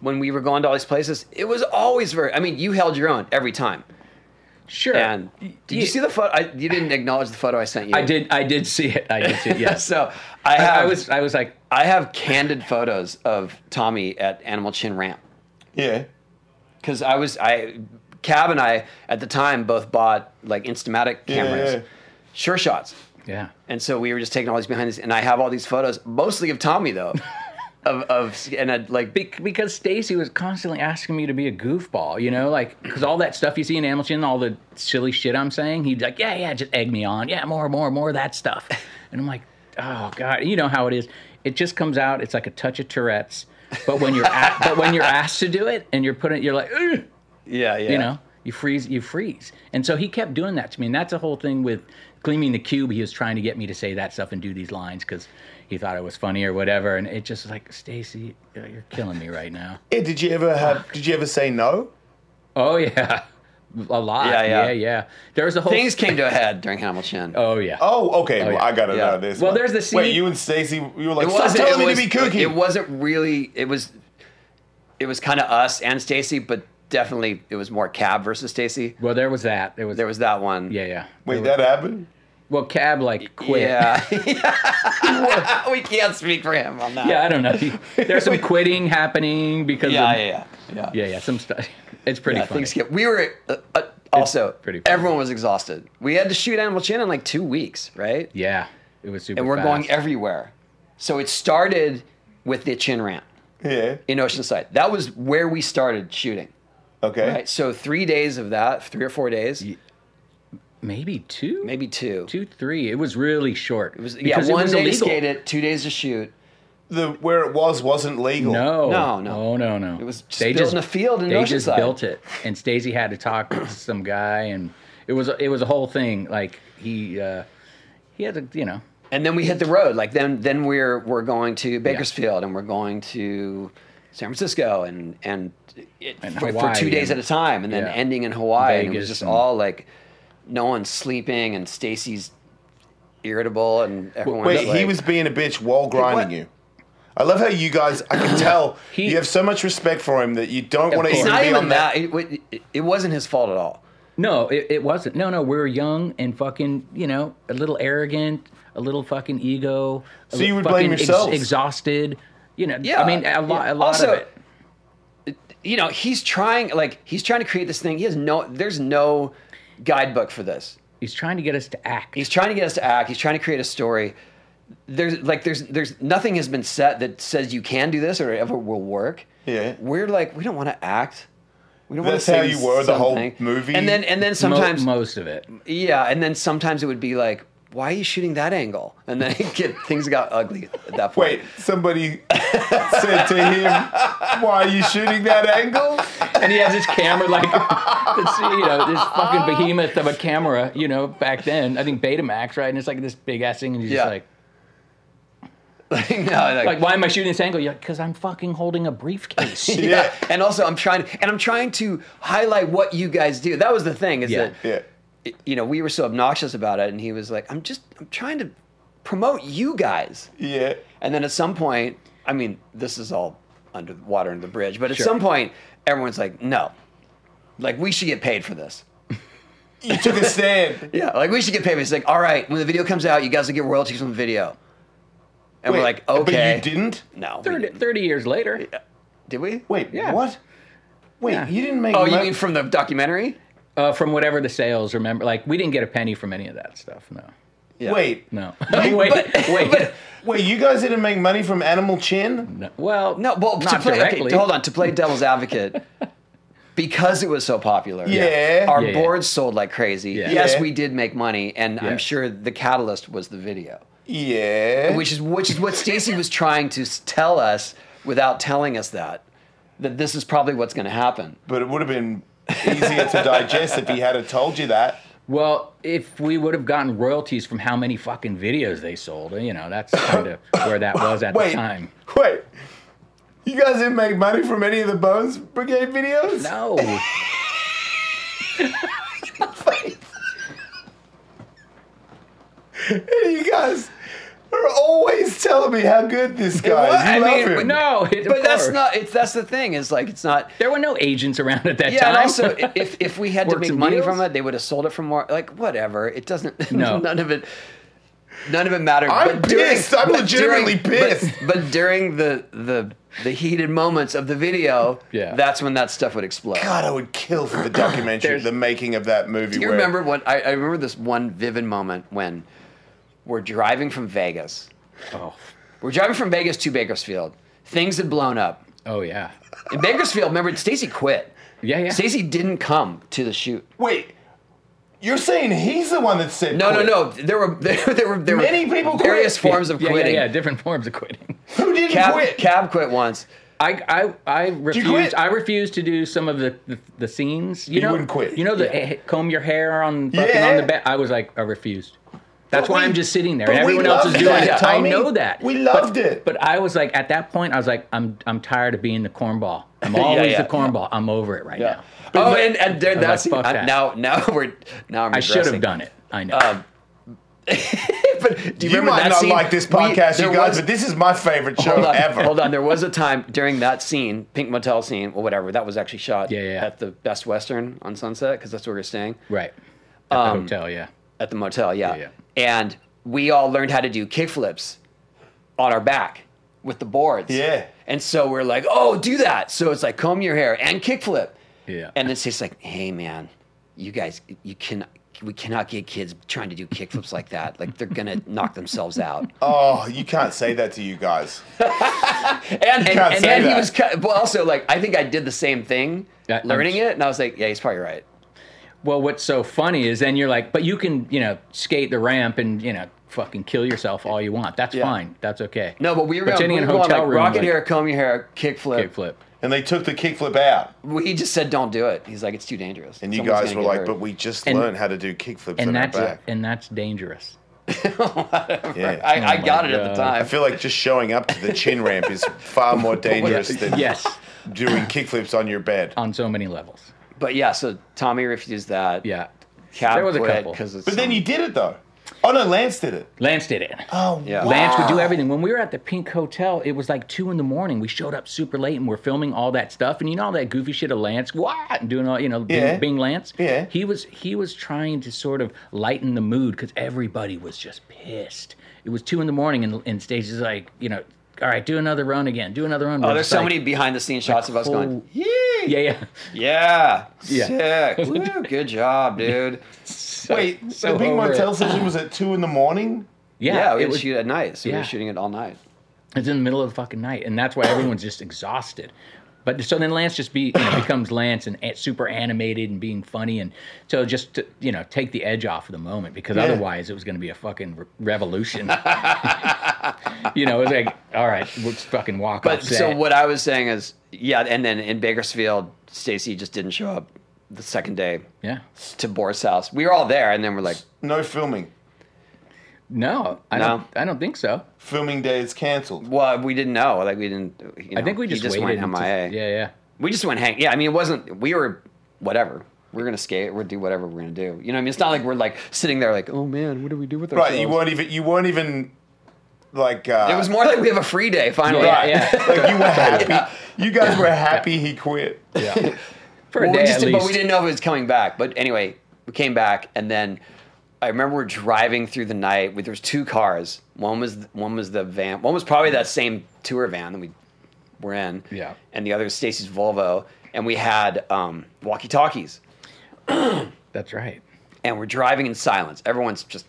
Speaker 1: when we were going to all these places, it was always very. I mean, you held your own every time.
Speaker 2: Sure.
Speaker 1: And did you
Speaker 2: Yeah.
Speaker 1: see the photo? I, you didn't acknowledge the photo I sent you. [laughs]
Speaker 2: I did. I did see it. I did see it. Yes.
Speaker 1: So I
Speaker 2: I,
Speaker 1: have.
Speaker 2: I was. I was like,
Speaker 1: I have candid photos of Tommy at Animal Chin Ramp
Speaker 3: yeah,
Speaker 1: because I was I. Cab and I at the time both bought like Instamatic
Speaker 3: Yeah,
Speaker 1: cameras,
Speaker 3: yeah.
Speaker 1: sure shots.
Speaker 2: yeah.
Speaker 1: And so we were just taking all these behind this, and I have all these photos, mostly of Tommy though, of of and I'd like
Speaker 2: Be- because Stacy was constantly asking me to be a goofball, you know, like because all that stuff you see in Hamilton, all the silly shit I'm saying, he'd be like, yeah, yeah, just egg me on, yeah, more, more, more of that stuff, and I'm like, oh god, you know how it is. It just comes out. It's like a touch of Tourette's, but when you're a- [laughs] but when you're asked to do it and you're putting, you're like, Ugh!
Speaker 1: yeah yeah
Speaker 2: you know you freeze you freeze and so he kept doing that to me and that's the whole thing with gleaming the cube he was trying to get me to say that stuff and do these lines because he thought it was funny or whatever and it just was like stacy you're you're killing me right now
Speaker 3: yeah. Did you ever have? Did you ever say no?
Speaker 2: oh yeah a lot
Speaker 1: Yeah,
Speaker 2: yeah
Speaker 1: yeah.
Speaker 2: yeah yeah, there was a whole
Speaker 1: things came to a head during Hamilton.
Speaker 2: oh yeah
Speaker 3: Oh, okay.
Speaker 2: yeah.
Speaker 3: Well, I gotta
Speaker 1: Yeah.
Speaker 3: know this.
Speaker 2: Well,
Speaker 3: one.
Speaker 2: there's the
Speaker 3: Wait,
Speaker 2: scene-
Speaker 3: you and Stacy, you were like, stop telling me to be kooky.
Speaker 1: It wasn't really. It was. It was kind of us and Stacy, but definitely it was more Cab versus Stacy.
Speaker 2: well there was that there was
Speaker 1: There was that one.
Speaker 2: yeah yeah
Speaker 3: Wait, that happened.
Speaker 2: well cab like quit
Speaker 1: Yeah. [laughs] we can't speak for him on that.
Speaker 2: [laughs] Yeah, I don't know. There's
Speaker 1: [laughs]
Speaker 2: some quitting happening because
Speaker 1: Yeah,
Speaker 2: of,
Speaker 1: yeah, yeah.
Speaker 2: yeah, yeah, some stuff. It's pretty
Speaker 1: Yeah,
Speaker 2: funny.
Speaker 1: things get. We were uh, uh, also.
Speaker 2: pretty funny.
Speaker 1: everyone was exhausted. We had to shoot Animal Chin in like two weeks, right?
Speaker 2: yeah, it was super.
Speaker 1: and we're
Speaker 2: fast.
Speaker 1: going everywhere. So it started with the Chin Ramp
Speaker 3: Yeah.
Speaker 1: in Oceanside. That was where we started shooting.
Speaker 3: Okay.
Speaker 1: Right. So three days of that, three or four days,
Speaker 2: maybe two,
Speaker 1: maybe two.
Speaker 2: two, three. It was really short. It
Speaker 1: was, yeah, one day to skate it, two days to shoot,
Speaker 3: the where it was wasn't legal.
Speaker 2: No,
Speaker 1: No, no.
Speaker 2: oh no, no.
Speaker 1: It was just built in a field in
Speaker 2: They just
Speaker 1: Oceanside.
Speaker 2: built it, and Stacey had to talk to some guy, and it was it was a whole thing. Like he uh, he had to, you know,
Speaker 1: and then we hit the road. Like then, then we're we're going to Bakersfield and we're going to San Francisco and and, it,
Speaker 2: And
Speaker 1: for, for
Speaker 2: Hawaii
Speaker 1: two days
Speaker 2: and-
Speaker 1: at a time, and then
Speaker 2: yeah.
Speaker 1: ending in Hawaii. and it
Speaker 2: Vegas
Speaker 1: was just
Speaker 2: and-
Speaker 1: all like no one's sleeping and Stacy's irritable and everyone's
Speaker 3: Wait, he
Speaker 1: like-
Speaker 3: was being a bitch while grinding
Speaker 1: what?
Speaker 3: you. I love how you guys.
Speaker 1: [gasps]
Speaker 3: I can tell
Speaker 2: He-
Speaker 3: you have so much respect for him that you don't want to
Speaker 2: course.
Speaker 1: It's
Speaker 3: even
Speaker 1: not
Speaker 3: be
Speaker 1: even
Speaker 3: on that.
Speaker 1: that. It, it, it wasn't his fault at all.
Speaker 2: No, it, it wasn't. No, no, we were young and fucking, you know, a little arrogant, a little fucking ego. a
Speaker 3: So you
Speaker 2: li-
Speaker 3: would blame
Speaker 2: fucking ex-
Speaker 3: yourselves?
Speaker 2: exhausted. You know,
Speaker 1: Yeah,
Speaker 2: I mean, a lot,
Speaker 1: yeah.
Speaker 2: a lot
Speaker 1: Also,
Speaker 2: of it.
Speaker 1: You know, he's trying like he's trying to create this thing. He has no. There's no guidebook for this.
Speaker 2: He's trying to get us to act.
Speaker 1: He's trying to get us to act. He's trying to create a story. There's like there's there's nothing has been set that says you can do this or it ever will work.
Speaker 3: Yeah.
Speaker 1: We're like we don't want to act. We don't want
Speaker 3: That's
Speaker 1: to say
Speaker 3: how you were the whole
Speaker 1: something.
Speaker 3: movie?
Speaker 1: And then and then
Speaker 2: Mo-
Speaker 1: sometimes
Speaker 2: most of it.
Speaker 1: yeah, and then sometimes it would be like why are you shooting that angle? And then [laughs] it get, things got ugly at that point.
Speaker 3: Wait,
Speaker 1: [laughs]
Speaker 3: somebody said to him, "Why are you shooting that angle?"
Speaker 2: And he has his camera, like, [laughs] this, you know, this fucking behemoth of a camera, you know, back then. I think Betamax, right? And it's like this big ass thing, and he's
Speaker 1: Yeah.
Speaker 2: just like,
Speaker 1: [laughs] Like, no, like,
Speaker 2: like, why am I shooting this angle? You're like, because I'm fucking holding a
Speaker 1: [laughs]
Speaker 2: briefcase.
Speaker 1: yeah.
Speaker 3: Yeah.
Speaker 1: And also I'm trying and I'm trying to highlight what you guys do. That was the thing is
Speaker 2: Yeah.
Speaker 1: that
Speaker 3: Yeah.
Speaker 1: it- you know, we were so obnoxious about it, and he was like, "I'm just, I'm trying to promote you guys."
Speaker 3: Yeah.
Speaker 1: And then at some point, I mean, this is all under the water under the bridge, but at some point, everyone's like, "No, like we should get paid for this."
Speaker 3: You took a stand.
Speaker 1: Yeah, like we should get paid. It's like, all right, when the video comes out, you guys will get royalties from the video. And
Speaker 3: Wait,
Speaker 1: we're like, okay,
Speaker 3: But you didn't.
Speaker 1: No, we
Speaker 2: 30,
Speaker 1: didn't.
Speaker 2: 30 years later.
Speaker 1: did we?
Speaker 3: Wait,
Speaker 2: Yeah.
Speaker 3: what? Wait,
Speaker 2: Yeah.
Speaker 3: you didn't make.
Speaker 1: Oh, you
Speaker 3: mo-
Speaker 1: mean from the documentary?
Speaker 2: Uh, from whatever the sales, remember, like we didn't get a penny from any of that stuff. No,
Speaker 1: Yeah.
Speaker 3: wait,
Speaker 2: no, [laughs]
Speaker 3: You-
Speaker 2: wait,
Speaker 1: but-
Speaker 2: wait.
Speaker 1: but-
Speaker 3: wait, you guys didn't make money from Animal Chin?
Speaker 2: No, well,
Speaker 1: No, well, to
Speaker 2: not
Speaker 1: play, okay,
Speaker 2: directly.
Speaker 1: to- hold on, to play devil's
Speaker 2: [laughs]
Speaker 1: advocate, because it was so popular,
Speaker 3: Yeah.
Speaker 1: our
Speaker 2: Yeah, yeah.
Speaker 1: boards sold like crazy.
Speaker 2: Yeah.
Speaker 1: Yes,
Speaker 3: Yeah.
Speaker 1: we did make money, and
Speaker 2: Yeah.
Speaker 1: I'm sure the catalyst was the video,
Speaker 3: Yeah.
Speaker 1: which is which is what Stacy was trying to s- tell us without telling us that that this is probably what's going to happen.
Speaker 3: but it would have been easier to digest if he had have told you that.
Speaker 2: Well, if we would have gotten royalties from how many fucking videos they sold, you know, that's kind of where that was at
Speaker 3: Wait,
Speaker 2: the time.
Speaker 3: wait. You guys didn't make money from any of the Bones Brigade videos?
Speaker 2: No,
Speaker 3: And [laughs] you guys are always telling me how good this guy
Speaker 1: was-
Speaker 3: is. You
Speaker 1: I
Speaker 3: love
Speaker 1: mean,
Speaker 3: him.
Speaker 1: but
Speaker 2: no, it- of
Speaker 1: But that's
Speaker 2: course.
Speaker 1: not it's that's the thing is like it's not.
Speaker 2: There were no agents around at that
Speaker 1: Yeah,
Speaker 2: time.
Speaker 1: and
Speaker 2: [laughs]
Speaker 1: also i- if if we had to
Speaker 2: Works
Speaker 1: make
Speaker 2: and
Speaker 1: money
Speaker 2: deals?
Speaker 1: from it, they would have sold it for more. Like whatever, it doesn't. [laughs]
Speaker 2: No.
Speaker 1: none of it. None of it mattered.
Speaker 3: I'm
Speaker 1: during-
Speaker 3: pissed. I'm
Speaker 1: but
Speaker 3: legitimately
Speaker 1: during- but-
Speaker 3: pissed.
Speaker 1: [laughs] But, during the the the heated moments of the video,
Speaker 2: Yeah.
Speaker 1: that's when that stuff would explode.
Speaker 3: God, I would kill
Speaker 2: [coughs]
Speaker 3: for the documentary,
Speaker 2: There's-
Speaker 3: the making of that movie.
Speaker 1: Do you
Speaker 3: where-
Speaker 1: remember what I, I remember this one vivid moment when we're driving from Vegas.
Speaker 2: oh,
Speaker 1: We're driving from Vegas to Bakersfield. Things had blown up.
Speaker 2: oh yeah,
Speaker 1: In Bakersfield, remember Stacy quit.
Speaker 2: yeah, yeah.
Speaker 1: Stacy didn't come to the shoot.
Speaker 3: Wait, you're saying he's the one that said
Speaker 1: No, no,
Speaker 3: quit.
Speaker 1: no. There were [laughs] there, there were there
Speaker 3: Many
Speaker 1: were
Speaker 3: people quit.
Speaker 1: various forms of
Speaker 2: yeah, yeah,
Speaker 1: quitting.
Speaker 2: Yeah, different forms of quitting.
Speaker 3: Who didn't
Speaker 1: Cab,
Speaker 3: quit?
Speaker 1: Cab quit once.
Speaker 2: I I I refused.
Speaker 3: quit?
Speaker 2: I refused to do some of the the, the scenes. You,
Speaker 3: You
Speaker 2: know,
Speaker 3: wouldn't quit.
Speaker 2: You know, the eh, comb your hair on fucking
Speaker 3: Yeah.
Speaker 2: on the bed. I was like, I refused. That's
Speaker 3: But
Speaker 2: why
Speaker 3: we-
Speaker 2: I'm just sitting there.
Speaker 3: but
Speaker 2: and
Speaker 3: we
Speaker 2: Everyone else is
Speaker 3: loved
Speaker 2: doing
Speaker 3: that,
Speaker 2: it. I
Speaker 3: Tommy.
Speaker 2: know that.
Speaker 3: We
Speaker 2: But-
Speaker 3: loved it.
Speaker 2: But I was like, at that point, I was like, I'm I'm tired of being the cornball. I'm always
Speaker 1: yeah.
Speaker 2: the cornball. I'm over it right now.
Speaker 1: oh, and, and there,
Speaker 2: I was
Speaker 1: that's
Speaker 2: like, fuck
Speaker 1: I-
Speaker 2: that.
Speaker 1: now now [laughs] we're now I'm
Speaker 2: I should
Speaker 1: regressing.
Speaker 2: have done it. I know.
Speaker 1: but do you,
Speaker 3: You
Speaker 1: remember
Speaker 3: might
Speaker 1: that
Speaker 3: not
Speaker 1: scene?
Speaker 3: like this
Speaker 1: We-
Speaker 3: podcast,
Speaker 1: there
Speaker 3: you guys,
Speaker 1: was-
Speaker 3: but this is my favorite show
Speaker 1: [laughs] hold on,
Speaker 3: ever.
Speaker 1: Hold on, there was a time during that scene, Pink Motel scene or whatever, that was actually shot
Speaker 2: Yeah, yeah.
Speaker 1: at the Best Western on Sunset because that's where we are staying
Speaker 2: right. At the
Speaker 1: Um,
Speaker 2: hotel. Yeah.
Speaker 1: at the motel. Yeah.
Speaker 2: Yeah,
Speaker 1: and we all learned how to do kickflips on our back with the boards.
Speaker 3: Yeah.
Speaker 1: and so we're like, oh, do that. So it's like comb your hair and kickflip.
Speaker 2: Yeah.
Speaker 1: And then she's like, "Hey, man, you guys, you can, we cannot get kids trying to do kickflips like that. Like they're gonna [laughs] knock themselves out."
Speaker 3: Oh, you can't say that to you guys.
Speaker 1: And and,
Speaker 3: can't
Speaker 1: and
Speaker 3: say
Speaker 1: then he
Speaker 3: that.
Speaker 1: was, cut, but also like, I think I did the same thing,
Speaker 2: That- I'm
Speaker 1: learning
Speaker 2: s-
Speaker 1: it, and I was like, "Yeah, he's probably right."
Speaker 2: Well, what's so funny is then you're like, but you can, you know, skate the ramp and, you know, fucking kill yourself all you want. That's
Speaker 1: Yeah.
Speaker 2: fine. That's okay.
Speaker 1: No, but we were going,
Speaker 2: Pretending
Speaker 1: we
Speaker 2: in
Speaker 1: were going
Speaker 2: hotel
Speaker 1: like
Speaker 2: room,
Speaker 1: rocket
Speaker 2: like-
Speaker 1: hair, comb your hair, kickflip.
Speaker 2: Kick flip.
Speaker 3: And they took the kickflip out,
Speaker 1: Well, He just said, "Don't do it." He's like, "It's too dangerous."
Speaker 3: and you
Speaker 1: Someone's
Speaker 3: guys
Speaker 1: gonna
Speaker 3: were
Speaker 1: get
Speaker 3: like,
Speaker 1: hurt."
Speaker 3: "But we just
Speaker 2: And-
Speaker 3: learned how to do kickflips
Speaker 2: And
Speaker 3: on our
Speaker 2: that's [laughs]
Speaker 3: back."
Speaker 2: and that's dangerous.
Speaker 3: yeah. I,
Speaker 1: I, I
Speaker 2: Oh my
Speaker 1: got it at
Speaker 2: God.
Speaker 1: the time.
Speaker 3: feel like just showing up to the chin ramp is far
Speaker 2: [laughs]
Speaker 3: more dangerous than
Speaker 2: yes,
Speaker 3: doing kickflips on your bed.
Speaker 2: on so many levels.
Speaker 1: But yeah, so Tommy refused that.
Speaker 2: Yeah.
Speaker 1: Cap
Speaker 2: There was a
Speaker 1: quit
Speaker 2: couple.
Speaker 1: 'cause it's
Speaker 3: But then
Speaker 1: some-
Speaker 3: you did it though. Oh no, Lance did it.
Speaker 2: Lance did it.
Speaker 3: Oh
Speaker 1: Yeah.
Speaker 3: wow.
Speaker 2: Lance would do everything. When we were at the Pink Hotel, it was like two in the morning. We showed up super late and we're filming all that stuff. And you know all that goofy shit of Lance, what? And doing all you know, being,
Speaker 3: Yeah.
Speaker 2: being Lance.
Speaker 3: Yeah.
Speaker 2: He was he was trying to sort of lighten the mood because everybody was just pissed. It was two in the morning and and Stacey's like, you know, all right, do another run again. Do another run.
Speaker 1: Oh,
Speaker 2: We're
Speaker 1: there's
Speaker 2: just
Speaker 1: so
Speaker 2: like,
Speaker 1: many behind the scenes shots of us going,
Speaker 2: whole- Yeah, yeah. [laughs]
Speaker 1: yeah,
Speaker 2: Yeah. [laughs]
Speaker 1: sick, Woo, good job, dude.
Speaker 2: So-
Speaker 3: Wait,
Speaker 2: so
Speaker 3: the big
Speaker 2: over it.
Speaker 3: Montel session was at two in the morning.
Speaker 2: Yeah,
Speaker 1: Yeah, we
Speaker 2: it
Speaker 1: would
Speaker 2: was
Speaker 1: shoot at night, so we
Speaker 2: yeah.
Speaker 1: were shooting it all night.
Speaker 2: It's in the middle of the fucking night, and that's why everyone's just exhausted. But so then Lance just be you know, becomes Lance and a- super animated and being funny, and so just to, you know take the edge off of the moment because
Speaker 3: Yeah.
Speaker 2: otherwise it was going to be a fucking re- revolution. [laughs] you know, it was like all right, we'll just fucking walk
Speaker 1: But
Speaker 2: off
Speaker 1: so
Speaker 2: set.
Speaker 1: what I was saying is, yeah, and then in Bakersfield, Stacy just didn't show up the second day
Speaker 2: Yeah,
Speaker 1: to Boris' house. We were all there, and then we're like,
Speaker 3: No filming.
Speaker 2: no, I
Speaker 1: No.
Speaker 2: don't. I don't think so.
Speaker 3: Filming day is cancelled.
Speaker 1: well, we didn't know, like we didn't. You know,
Speaker 2: I think we
Speaker 1: he
Speaker 2: just,
Speaker 1: went
Speaker 2: waited. until-
Speaker 1: MIA.
Speaker 2: yeah, yeah.
Speaker 1: We just went hang. Yeah, I mean, it wasn't. We were whatever. We are gonna skate. We're do whatever we're gonna do. You know, what I mean, it's not like we're like sitting there like, oh man, what do we do with ourselves?
Speaker 3: Right, you weren't even. You weren't even like. Uh,
Speaker 1: It was more like we have a free day finally.
Speaker 2: Yeah,
Speaker 3: Right.
Speaker 2: yeah.
Speaker 3: [laughs] like you were happy. You guys were happy he quit.
Speaker 1: [laughs]
Speaker 2: Yeah. For
Speaker 1: Well,
Speaker 2: a
Speaker 1: we
Speaker 2: day
Speaker 1: just
Speaker 2: at
Speaker 1: didn't-
Speaker 2: least.
Speaker 1: but we didn't know if it was coming back. But anyway, we came back, and then I remember we're driving through the night. With there was two cars. One was one was the van. One was probably that same tour van that we were in.
Speaker 2: Yeah.
Speaker 1: And the other was Stacy's Volvo, and we had um, walkie talkies,
Speaker 2: That's right.
Speaker 1: and we're driving in silence. Everyone's just.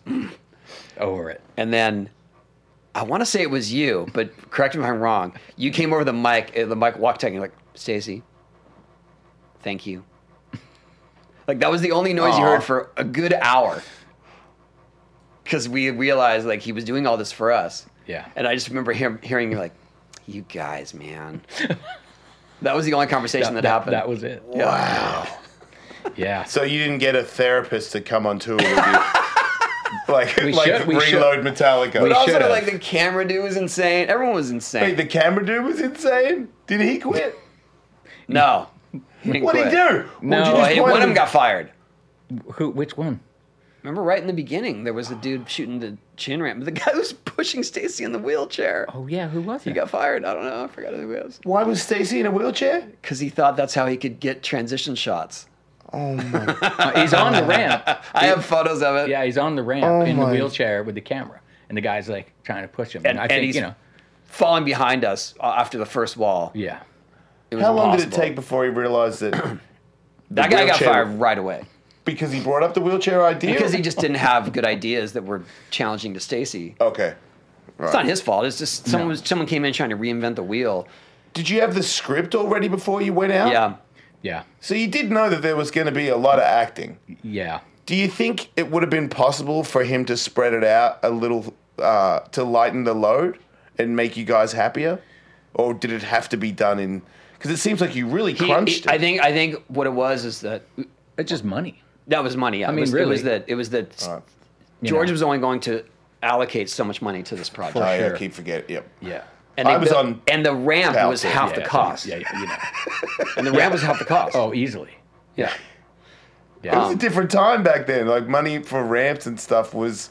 Speaker 2: Over it.
Speaker 1: and then I want to say it was you, but correct me if I'm wrong. You came over the mic, uh, the mic walk tech, and you're like, Stacy, thank you. Like that was the only noise you
Speaker 3: Aw.
Speaker 1: heard for a good hour, because we realized like he was doing all this for us,
Speaker 2: Yeah.
Speaker 1: and I just remember hear- hearing you like, you guys, man.
Speaker 3: [laughs]
Speaker 1: that was the only conversation that, happened.
Speaker 2: That was it.
Speaker 3: Wow.
Speaker 2: Yeah.
Speaker 3: So you didn't get a therapist to come on tour with
Speaker 2: [laughs]
Speaker 3: you, like
Speaker 2: We
Speaker 3: like
Speaker 2: should- we should.
Speaker 3: reload Metallica.
Speaker 1: but also
Speaker 2: should've.
Speaker 1: like the camera dude was insane. Everyone was insane.
Speaker 3: Wait, the camera dude was insane. Did he quit?
Speaker 1: no, he didn't
Speaker 3: What did he
Speaker 1: quit.
Speaker 3: do?
Speaker 2: No,
Speaker 3: Would you
Speaker 1: Well,
Speaker 3: just
Speaker 1: hey, one
Speaker 3: point
Speaker 1: of
Speaker 3: him-
Speaker 1: them got fired.
Speaker 2: Who? Which one?
Speaker 1: Remember right in the beginning, there was a dude shooting the chin ramp. The guy [laughs] was pushing Stacy in the wheelchair.
Speaker 2: Oh yeah, who was
Speaker 1: He
Speaker 2: it?
Speaker 1: got fired. I don't know. I forgot who it was.
Speaker 3: Why was Stacy in a wheelchair?
Speaker 1: Because he thought that's how he could get transition shots.
Speaker 3: [laughs]
Speaker 2: Uh, he's
Speaker 1: [laughs]
Speaker 2: on the ramp.
Speaker 1: I have photos of it.
Speaker 2: Yeah, he's on the ramp
Speaker 3: Oh
Speaker 2: in the
Speaker 3: my-
Speaker 2: wheelchair with the camera, and the guy's like trying to push him. And,
Speaker 1: And-
Speaker 2: I
Speaker 1: and
Speaker 2: think
Speaker 1: he's-
Speaker 2: you know,
Speaker 1: Falling behind us uh, after the first wall.
Speaker 2: yeah,
Speaker 1: It was
Speaker 3: How long did it
Speaker 1: impossible.
Speaker 3: take before he realized that?
Speaker 1: That guy got
Speaker 3: wheelchair?
Speaker 1: fired right
Speaker 3: [laughs]
Speaker 1: away.
Speaker 3: Because he brought up the wheelchair idea.
Speaker 1: Because he just didn't have good ideas that were challenging to Stacy.
Speaker 3: okay.
Speaker 1: It's not his fault. It's just someone, was- someone came in trying to reinvent the wheel.
Speaker 3: Did you have the script already before you went out?
Speaker 1: Yeah.
Speaker 2: yeah,
Speaker 3: So you did know that there was going to be a lot of acting.
Speaker 2: yeah.
Speaker 3: Do you think it would have been possible for him to spread it out a little uh, to lighten the load and make you guys happier, or did it have to be done in? Because it seems like you really
Speaker 1: He-
Speaker 3: crunched.
Speaker 1: he- I think, I think what it was is that
Speaker 2: It's just money.
Speaker 1: That was money. Yeah. I
Speaker 2: mean,
Speaker 1: it was,
Speaker 2: really.
Speaker 1: it was that it was that
Speaker 3: Right.
Speaker 1: George
Speaker 2: know.
Speaker 1: was only going to allocate so much money to this
Speaker 3: it.
Speaker 1: project,
Speaker 3: I
Speaker 2: sure.
Speaker 3: Oh, keep forgetting. Yep.
Speaker 2: Yeah,
Speaker 1: and
Speaker 3: I
Speaker 1: they
Speaker 3: was
Speaker 1: built-
Speaker 3: on
Speaker 1: and the ramp
Speaker 3: Pal
Speaker 1: was
Speaker 3: Fit,
Speaker 1: half
Speaker 2: yeah,
Speaker 1: the
Speaker 2: yeah,
Speaker 1: cost,
Speaker 2: Yeah, yeah, you know.
Speaker 1: and the ramp was half the cost.
Speaker 2: [laughs] Oh, easily.
Speaker 1: yeah,
Speaker 3: It
Speaker 2: Yeah,
Speaker 1: Um,
Speaker 3: was a different time back then. Like money for ramps and stuff was,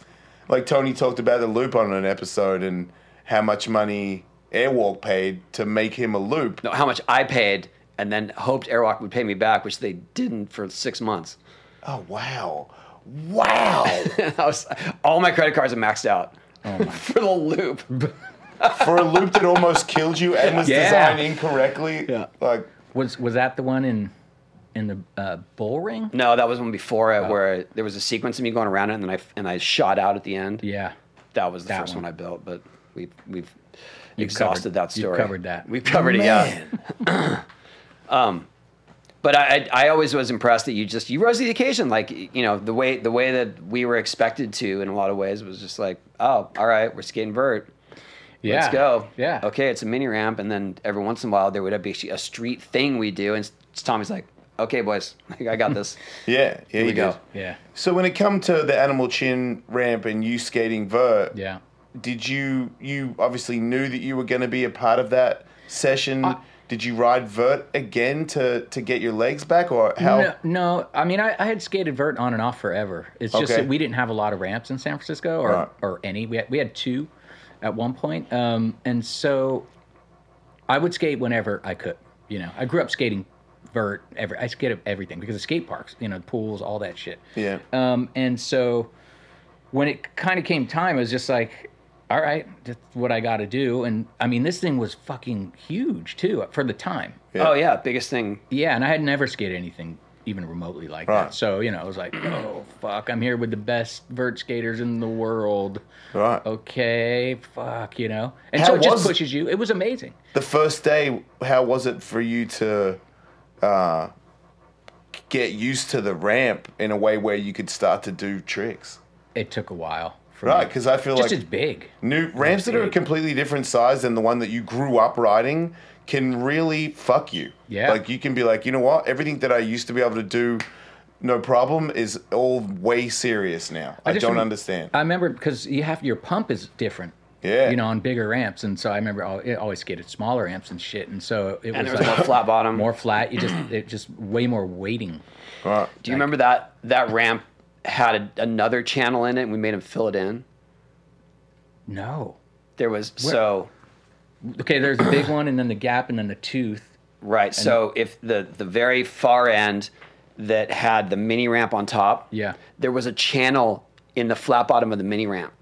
Speaker 3: like Tony talked about the loop on an episode and how much money Airwalk paid to make him a loop.
Speaker 1: no, how much I paid, and then hoped Airwalk would pay me back, which they didn't for six months. [laughs]
Speaker 3: Oh wow, wow!
Speaker 1: I was, all my credit cards are maxed out
Speaker 2: Oh
Speaker 1: [laughs] for the loop.
Speaker 3: for a loop that almost killed you and was
Speaker 2: Yeah.
Speaker 3: designed incorrectly.
Speaker 1: Yeah.
Speaker 3: Like
Speaker 2: was was that the one in in the uh, bull ring?
Speaker 1: No, that was one before
Speaker 2: Oh.
Speaker 1: it, where there was a sequence of me going around it, and then I and I shot out at the end.
Speaker 2: Yeah,
Speaker 1: That was the
Speaker 2: That
Speaker 1: first one.
Speaker 2: one.
Speaker 1: I built, but we we've
Speaker 2: You've
Speaker 1: exhausted
Speaker 2: covered-
Speaker 1: that
Speaker 2: you've
Speaker 1: story.
Speaker 2: covered that.
Speaker 1: We covered it. Yeah. um, But I, I I always was impressed that you just you rose to the occasion. Like you know the way the way that we were expected to in a lot of ways was just like oh all right we're skating vert
Speaker 2: Yeah.
Speaker 1: let's go
Speaker 2: Yeah.
Speaker 1: okay it's a mini ramp and then every once in a while there would be a street thing we do and Tommy's like okay boys [laughs] like, I got this
Speaker 3: Yeah, yeah,
Speaker 1: here
Speaker 3: you
Speaker 1: we go
Speaker 3: did.
Speaker 2: Yeah.
Speaker 3: So when it come to the animal chin ramp and you skating vert,
Speaker 2: Yeah.
Speaker 3: did you you obviously knew that you were going to be a part of that session? did you ride vert again to to get your legs back, or how?
Speaker 2: No, no, I mean, I, I had skated vert on and off forever. It's just
Speaker 3: Okay.
Speaker 2: that we didn't have a lot of ramps in San Francisco or,
Speaker 3: Right.
Speaker 2: or any. We had, we had two at one point. Um, and so I would skate whenever I could. You know, I grew up skating vert. Every, I skated everything because of skate parks, you know, pools, all that shit.
Speaker 3: Yeah.
Speaker 2: Um, and so when it kind of came time, I was just like, all right, that's what I got to do. And I mean, this thing was fucking huge too for the time.
Speaker 3: Yeah.
Speaker 1: oh yeah biggest thing
Speaker 2: Yeah, and I had never skated anything even remotely like
Speaker 3: Right.
Speaker 2: that. So, you know, I was like, [clears throat] oh, fuck, I'm here with the best vert skaters in the world.
Speaker 3: Right.
Speaker 2: Okay, fuck, you know? And
Speaker 3: How
Speaker 2: so it just
Speaker 3: was-
Speaker 2: pushes you. It was amazing.
Speaker 3: The first day, how was it for you to uh, get used to the ramp in a way where you could start to do tricks?
Speaker 2: It took a while. For
Speaker 3: Right,
Speaker 2: me.
Speaker 3: because I feel
Speaker 2: Just
Speaker 3: like
Speaker 2: as big.
Speaker 3: New ramps that are a completely different size than the one that you grew up riding can really fuck you.
Speaker 2: Yeah.
Speaker 3: Like you can be like, you know what? Everything that I used to be able to do, no problem, is all way serious now. I,
Speaker 2: just
Speaker 3: don't
Speaker 2: rem-
Speaker 3: understand.
Speaker 2: I remember because you have your pump is different.
Speaker 3: Yeah.
Speaker 2: You know, on bigger ramps. And so I remember al- it always skated smaller ramps and shit. And so it
Speaker 1: and
Speaker 2: was,
Speaker 1: there was
Speaker 2: like
Speaker 1: more flat bottom
Speaker 2: [clears throat] more flat. You just, it just way more weighting.
Speaker 3: right.
Speaker 1: Do you remember that that ramp had a, another channel in it, and we made him fill it in?
Speaker 2: No.
Speaker 1: There was so
Speaker 2: Okay, there's a big one and then the gap and then the tooth.
Speaker 1: right. so if the the very far end that had the mini ramp on top,
Speaker 2: Yeah.
Speaker 1: there was a channel in the flat bottom of the mini ramp.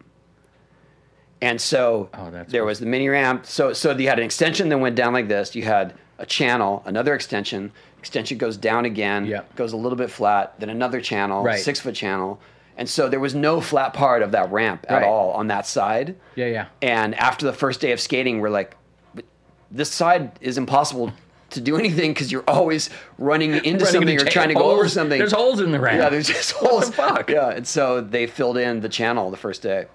Speaker 1: And so
Speaker 2: Oh, that's
Speaker 1: there
Speaker 2: cool.
Speaker 1: was the mini ramp. So so you had an extension that went down like this. You had a channel, another extension. Extension goes down again.
Speaker 2: Yeah.
Speaker 1: Goes a little bit flat. Then another channel,
Speaker 2: Right.
Speaker 1: six foot channel. And so there was no flat part of that ramp at
Speaker 2: Right.
Speaker 1: all on that side.
Speaker 2: Yeah, yeah.
Speaker 1: And after the first day of skating, we're like, "But this side is impossible to do anything because you're always running into something or trying to go over something.
Speaker 2: There's holes in the ramp.
Speaker 1: Yeah, there's just holes.
Speaker 2: the fuck?
Speaker 1: Yeah, and so they filled in the channel the first day.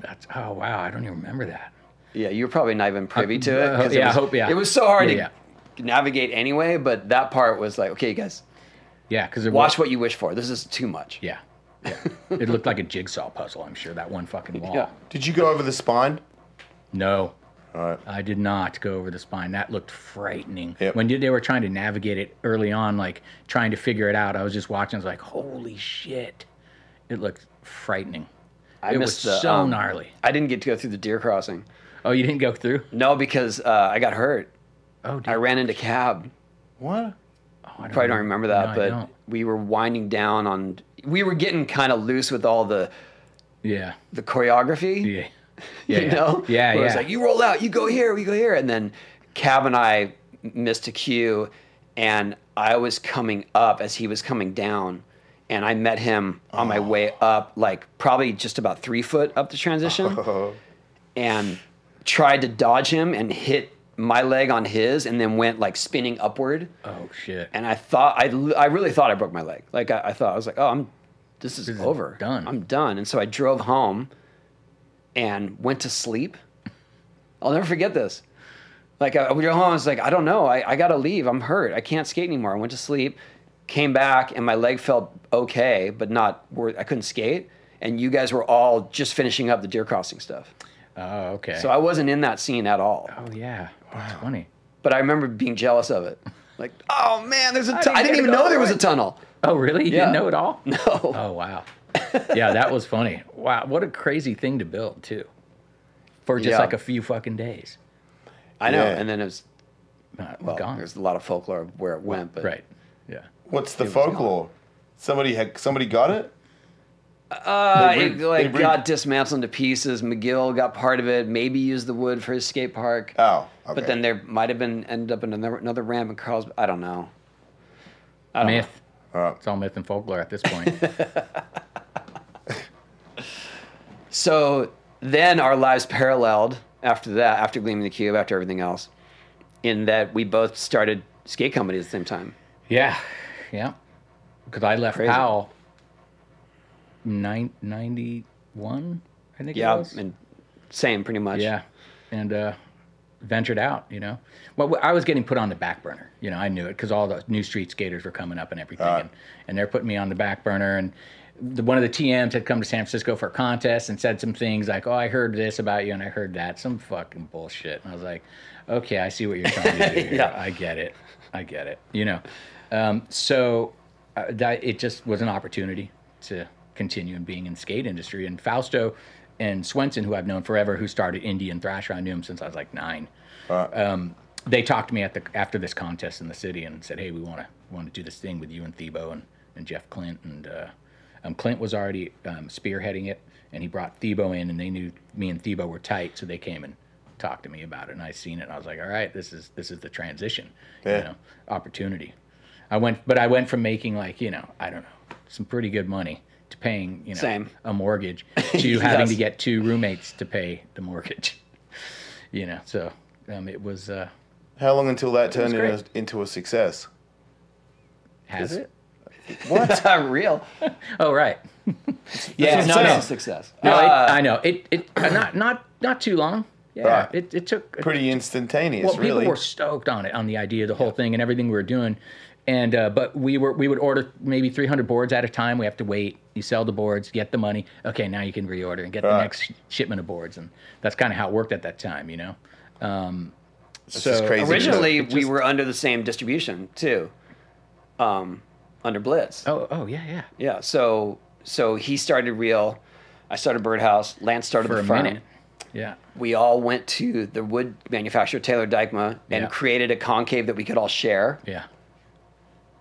Speaker 2: That's, oh wow, I don't even remember that.
Speaker 1: Yeah, you were probably not even privy to it.
Speaker 2: Uh,
Speaker 1: 'cause it
Speaker 2: yeah, I
Speaker 1: was,
Speaker 2: hope, yeah.
Speaker 1: It was so hard
Speaker 2: Yeah,
Speaker 1: to navigate anyway, but that part was like, okay, you guys,
Speaker 2: Yeah, because
Speaker 1: watch what you wish for. This is too much.
Speaker 2: Yeah, yeah. it looked like a jigsaw puzzle. I'm sure that one fucking wall.
Speaker 1: Yeah.
Speaker 3: Did you go over the spine?
Speaker 2: No,
Speaker 3: All right.
Speaker 2: I did not go over the spine. That looked frightening.
Speaker 3: Yep.
Speaker 2: When they were trying to navigate it early on, like trying to figure it out, I was just watching. I was like, holy shit, it looked frightening.
Speaker 1: I
Speaker 2: it
Speaker 1: missed
Speaker 2: was
Speaker 1: the,
Speaker 2: so
Speaker 1: um,
Speaker 2: gnarly.
Speaker 1: I didn't get to go through the deer crossing.
Speaker 2: Oh, you didn't go through?
Speaker 1: No, because uh, I got hurt.
Speaker 2: Oh,
Speaker 1: I
Speaker 2: dear.
Speaker 1: ran into cab.
Speaker 3: What?
Speaker 2: I
Speaker 1: probably don't remember
Speaker 2: No, I
Speaker 1: that, but
Speaker 2: don't.
Speaker 1: we were winding down on. We were getting kind of loose with all the
Speaker 2: Yeah,
Speaker 1: the [laughs] choreography.
Speaker 2: yeah, yeah.
Speaker 1: you
Speaker 2: yeah.
Speaker 1: know?
Speaker 2: yeah,
Speaker 1: Where
Speaker 2: yeah.
Speaker 1: It's like you roll out, you go here, we go here, and then Cab and I missed a cue, and I was coming up as he was coming down, and I met him on my way
Speaker 2: Oh.
Speaker 1: up, like probably just about three foot up the
Speaker 2: [laughs]
Speaker 1: transition,
Speaker 2: Oh.
Speaker 3: Uh-huh.
Speaker 1: and tried to dodge him and hit my leg on his, and then went like spinning upward
Speaker 2: oh shit.
Speaker 1: and I thought I, l- I really thought I broke my leg. Like I, I thought I was like, oh, I'm this is
Speaker 2: is
Speaker 1: over.
Speaker 2: done.
Speaker 1: I'm done. And so I drove home and went to sleep. I'll never forget this. Like I, I drove home, I was like, I don't know. I, I gotta leave. I'm hurt. I can't skate anymore. I went to sleep, came back, and my leg felt okay, but not. wor- I couldn't skate. And you guys were all just finishing up the deer crossing stuff.
Speaker 2: Oh, okay.
Speaker 1: So I wasn't in that scene at all
Speaker 2: oh yeah, that's funny.
Speaker 1: but I remember being jealous of it. Like, oh man, there's a. Tu- I
Speaker 2: didn't
Speaker 1: didn't,
Speaker 2: get
Speaker 1: even
Speaker 2: it all
Speaker 1: know
Speaker 2: the
Speaker 1: there was
Speaker 2: way."
Speaker 1: a tunnel.
Speaker 2: Oh, really? You
Speaker 1: Yeah.
Speaker 2: didn't know it all?
Speaker 1: No.
Speaker 2: Oh, wow. yeah, that was funny. Wow, what a crazy thing to build, too. For just
Speaker 1: Yeah.
Speaker 2: like a few fucking days.
Speaker 1: I know.
Speaker 3: Yeah.
Speaker 1: And then it was
Speaker 2: Uh,
Speaker 1: well, Oh,
Speaker 2: gone.
Speaker 1: there's a lot of folklore of where it went, but
Speaker 2: Right. Yeah.
Speaker 3: What's the folklore? Somebody had somebody got it.
Speaker 1: Uh,
Speaker 3: They
Speaker 1: it
Speaker 3: rigged-
Speaker 1: like
Speaker 3: they rigged-
Speaker 1: got dismantled to pieces. McGill got part of it. Maybe used the wood for his skate park.
Speaker 3: Oh, okay.
Speaker 1: But then there might have been ended up in another, another ramp in Carlsbad. I don't know. I don't Uh,
Speaker 2: Myth.
Speaker 3: All right.
Speaker 2: It's all myth and folklore at this
Speaker 1: [laughs]
Speaker 2: point.
Speaker 1: So then our lives paralleled after that, after Gleaming the Cube, after everything else, in that we both started skate company at the same time.
Speaker 2: Yeah, yeah. Because I left
Speaker 1: Crazy.
Speaker 2: Powell nine ninety one, I think.
Speaker 1: Yeah,
Speaker 2: it was.
Speaker 1: and same pretty much. [laughs]
Speaker 2: yeah, and uh, ventured out. You know, well, I was getting put on the back burner. You know, I knew it because all the new street skaters were coming up and everything, and, and they're putting me on the back burner. And the, one of the TMs had come to San Francisco for a contest and said some things like, "Oh, I heard this about you, and I heard that," some fucking bullshit. And I was like, "Okay, I see what you're trying to do. here.
Speaker 1: Yeah.
Speaker 2: I get it. I get it. You know, um, so uh, that it just was an opportunity to continue in being in the skate industry. And Fausto and Swenson, who I've known forever, who started Indian Thrasher, I knew him since I was like nine. Um, they talked to me at the after this contest in the city and said, "Hey, we want to want to do this thing with you and Thebo and, and Jeff Clint and uh, um, Clint was already um, spearheading it, and he brought Thebo in, and they knew me and Thebo were tight, so they came and talked to me about it, and I seen it, and I was like, all right, this is this is the transition,
Speaker 3: Yeah.
Speaker 2: you know, opportunity. I went, but I went from making like you know, I don't know, some pretty good money to paying you know
Speaker 1: Same. [laughs]
Speaker 2: a mortgage to having
Speaker 1: Yes.
Speaker 2: to get two roommates to pay the mortgage, [laughs] you know. So um, it was. Uh,
Speaker 3: How long until that turned
Speaker 1: great.
Speaker 3: into, into a success?
Speaker 2: has
Speaker 3: Is-
Speaker 2: it?
Speaker 3: What?
Speaker 1: real.
Speaker 2: Oh right.
Speaker 1: Yeah,
Speaker 3: what
Speaker 1: no,
Speaker 3: I'm
Speaker 1: no,
Speaker 3: saying.
Speaker 1: success.
Speaker 2: No,
Speaker 1: Uh,
Speaker 2: it, I know it. It uh, not not not too long. Yeah,
Speaker 3: Right.
Speaker 2: it, it took
Speaker 3: Pretty instantaneous,
Speaker 2: well,
Speaker 3: really.
Speaker 2: people were stoked on it, on the idea, the whole thing, and everything we were doing. And uh, but we were we would order maybe 300 boards at a time. We have to wait. You sell the boards, get the money. Okay, now you can reorder and get the
Speaker 3: Right.
Speaker 2: next sh- shipment of boards, and that's kind of how it worked at that time, you know. Um, so
Speaker 3: is crazy.
Speaker 1: originally,
Speaker 2: It
Speaker 1: we
Speaker 2: just-
Speaker 1: were under the same distribution too, um, under Blitz.
Speaker 2: Oh, oh yeah, yeah.
Speaker 1: Yeah. So so he started real. I started Birdhouse. Lance started
Speaker 2: For
Speaker 1: the
Speaker 2: a
Speaker 1: firm.
Speaker 2: minute. Yeah.
Speaker 1: We all went to the wood manufacturer Taylor Dykma and
Speaker 2: Yeah.
Speaker 1: created a concave that we could all share.
Speaker 2: Yeah.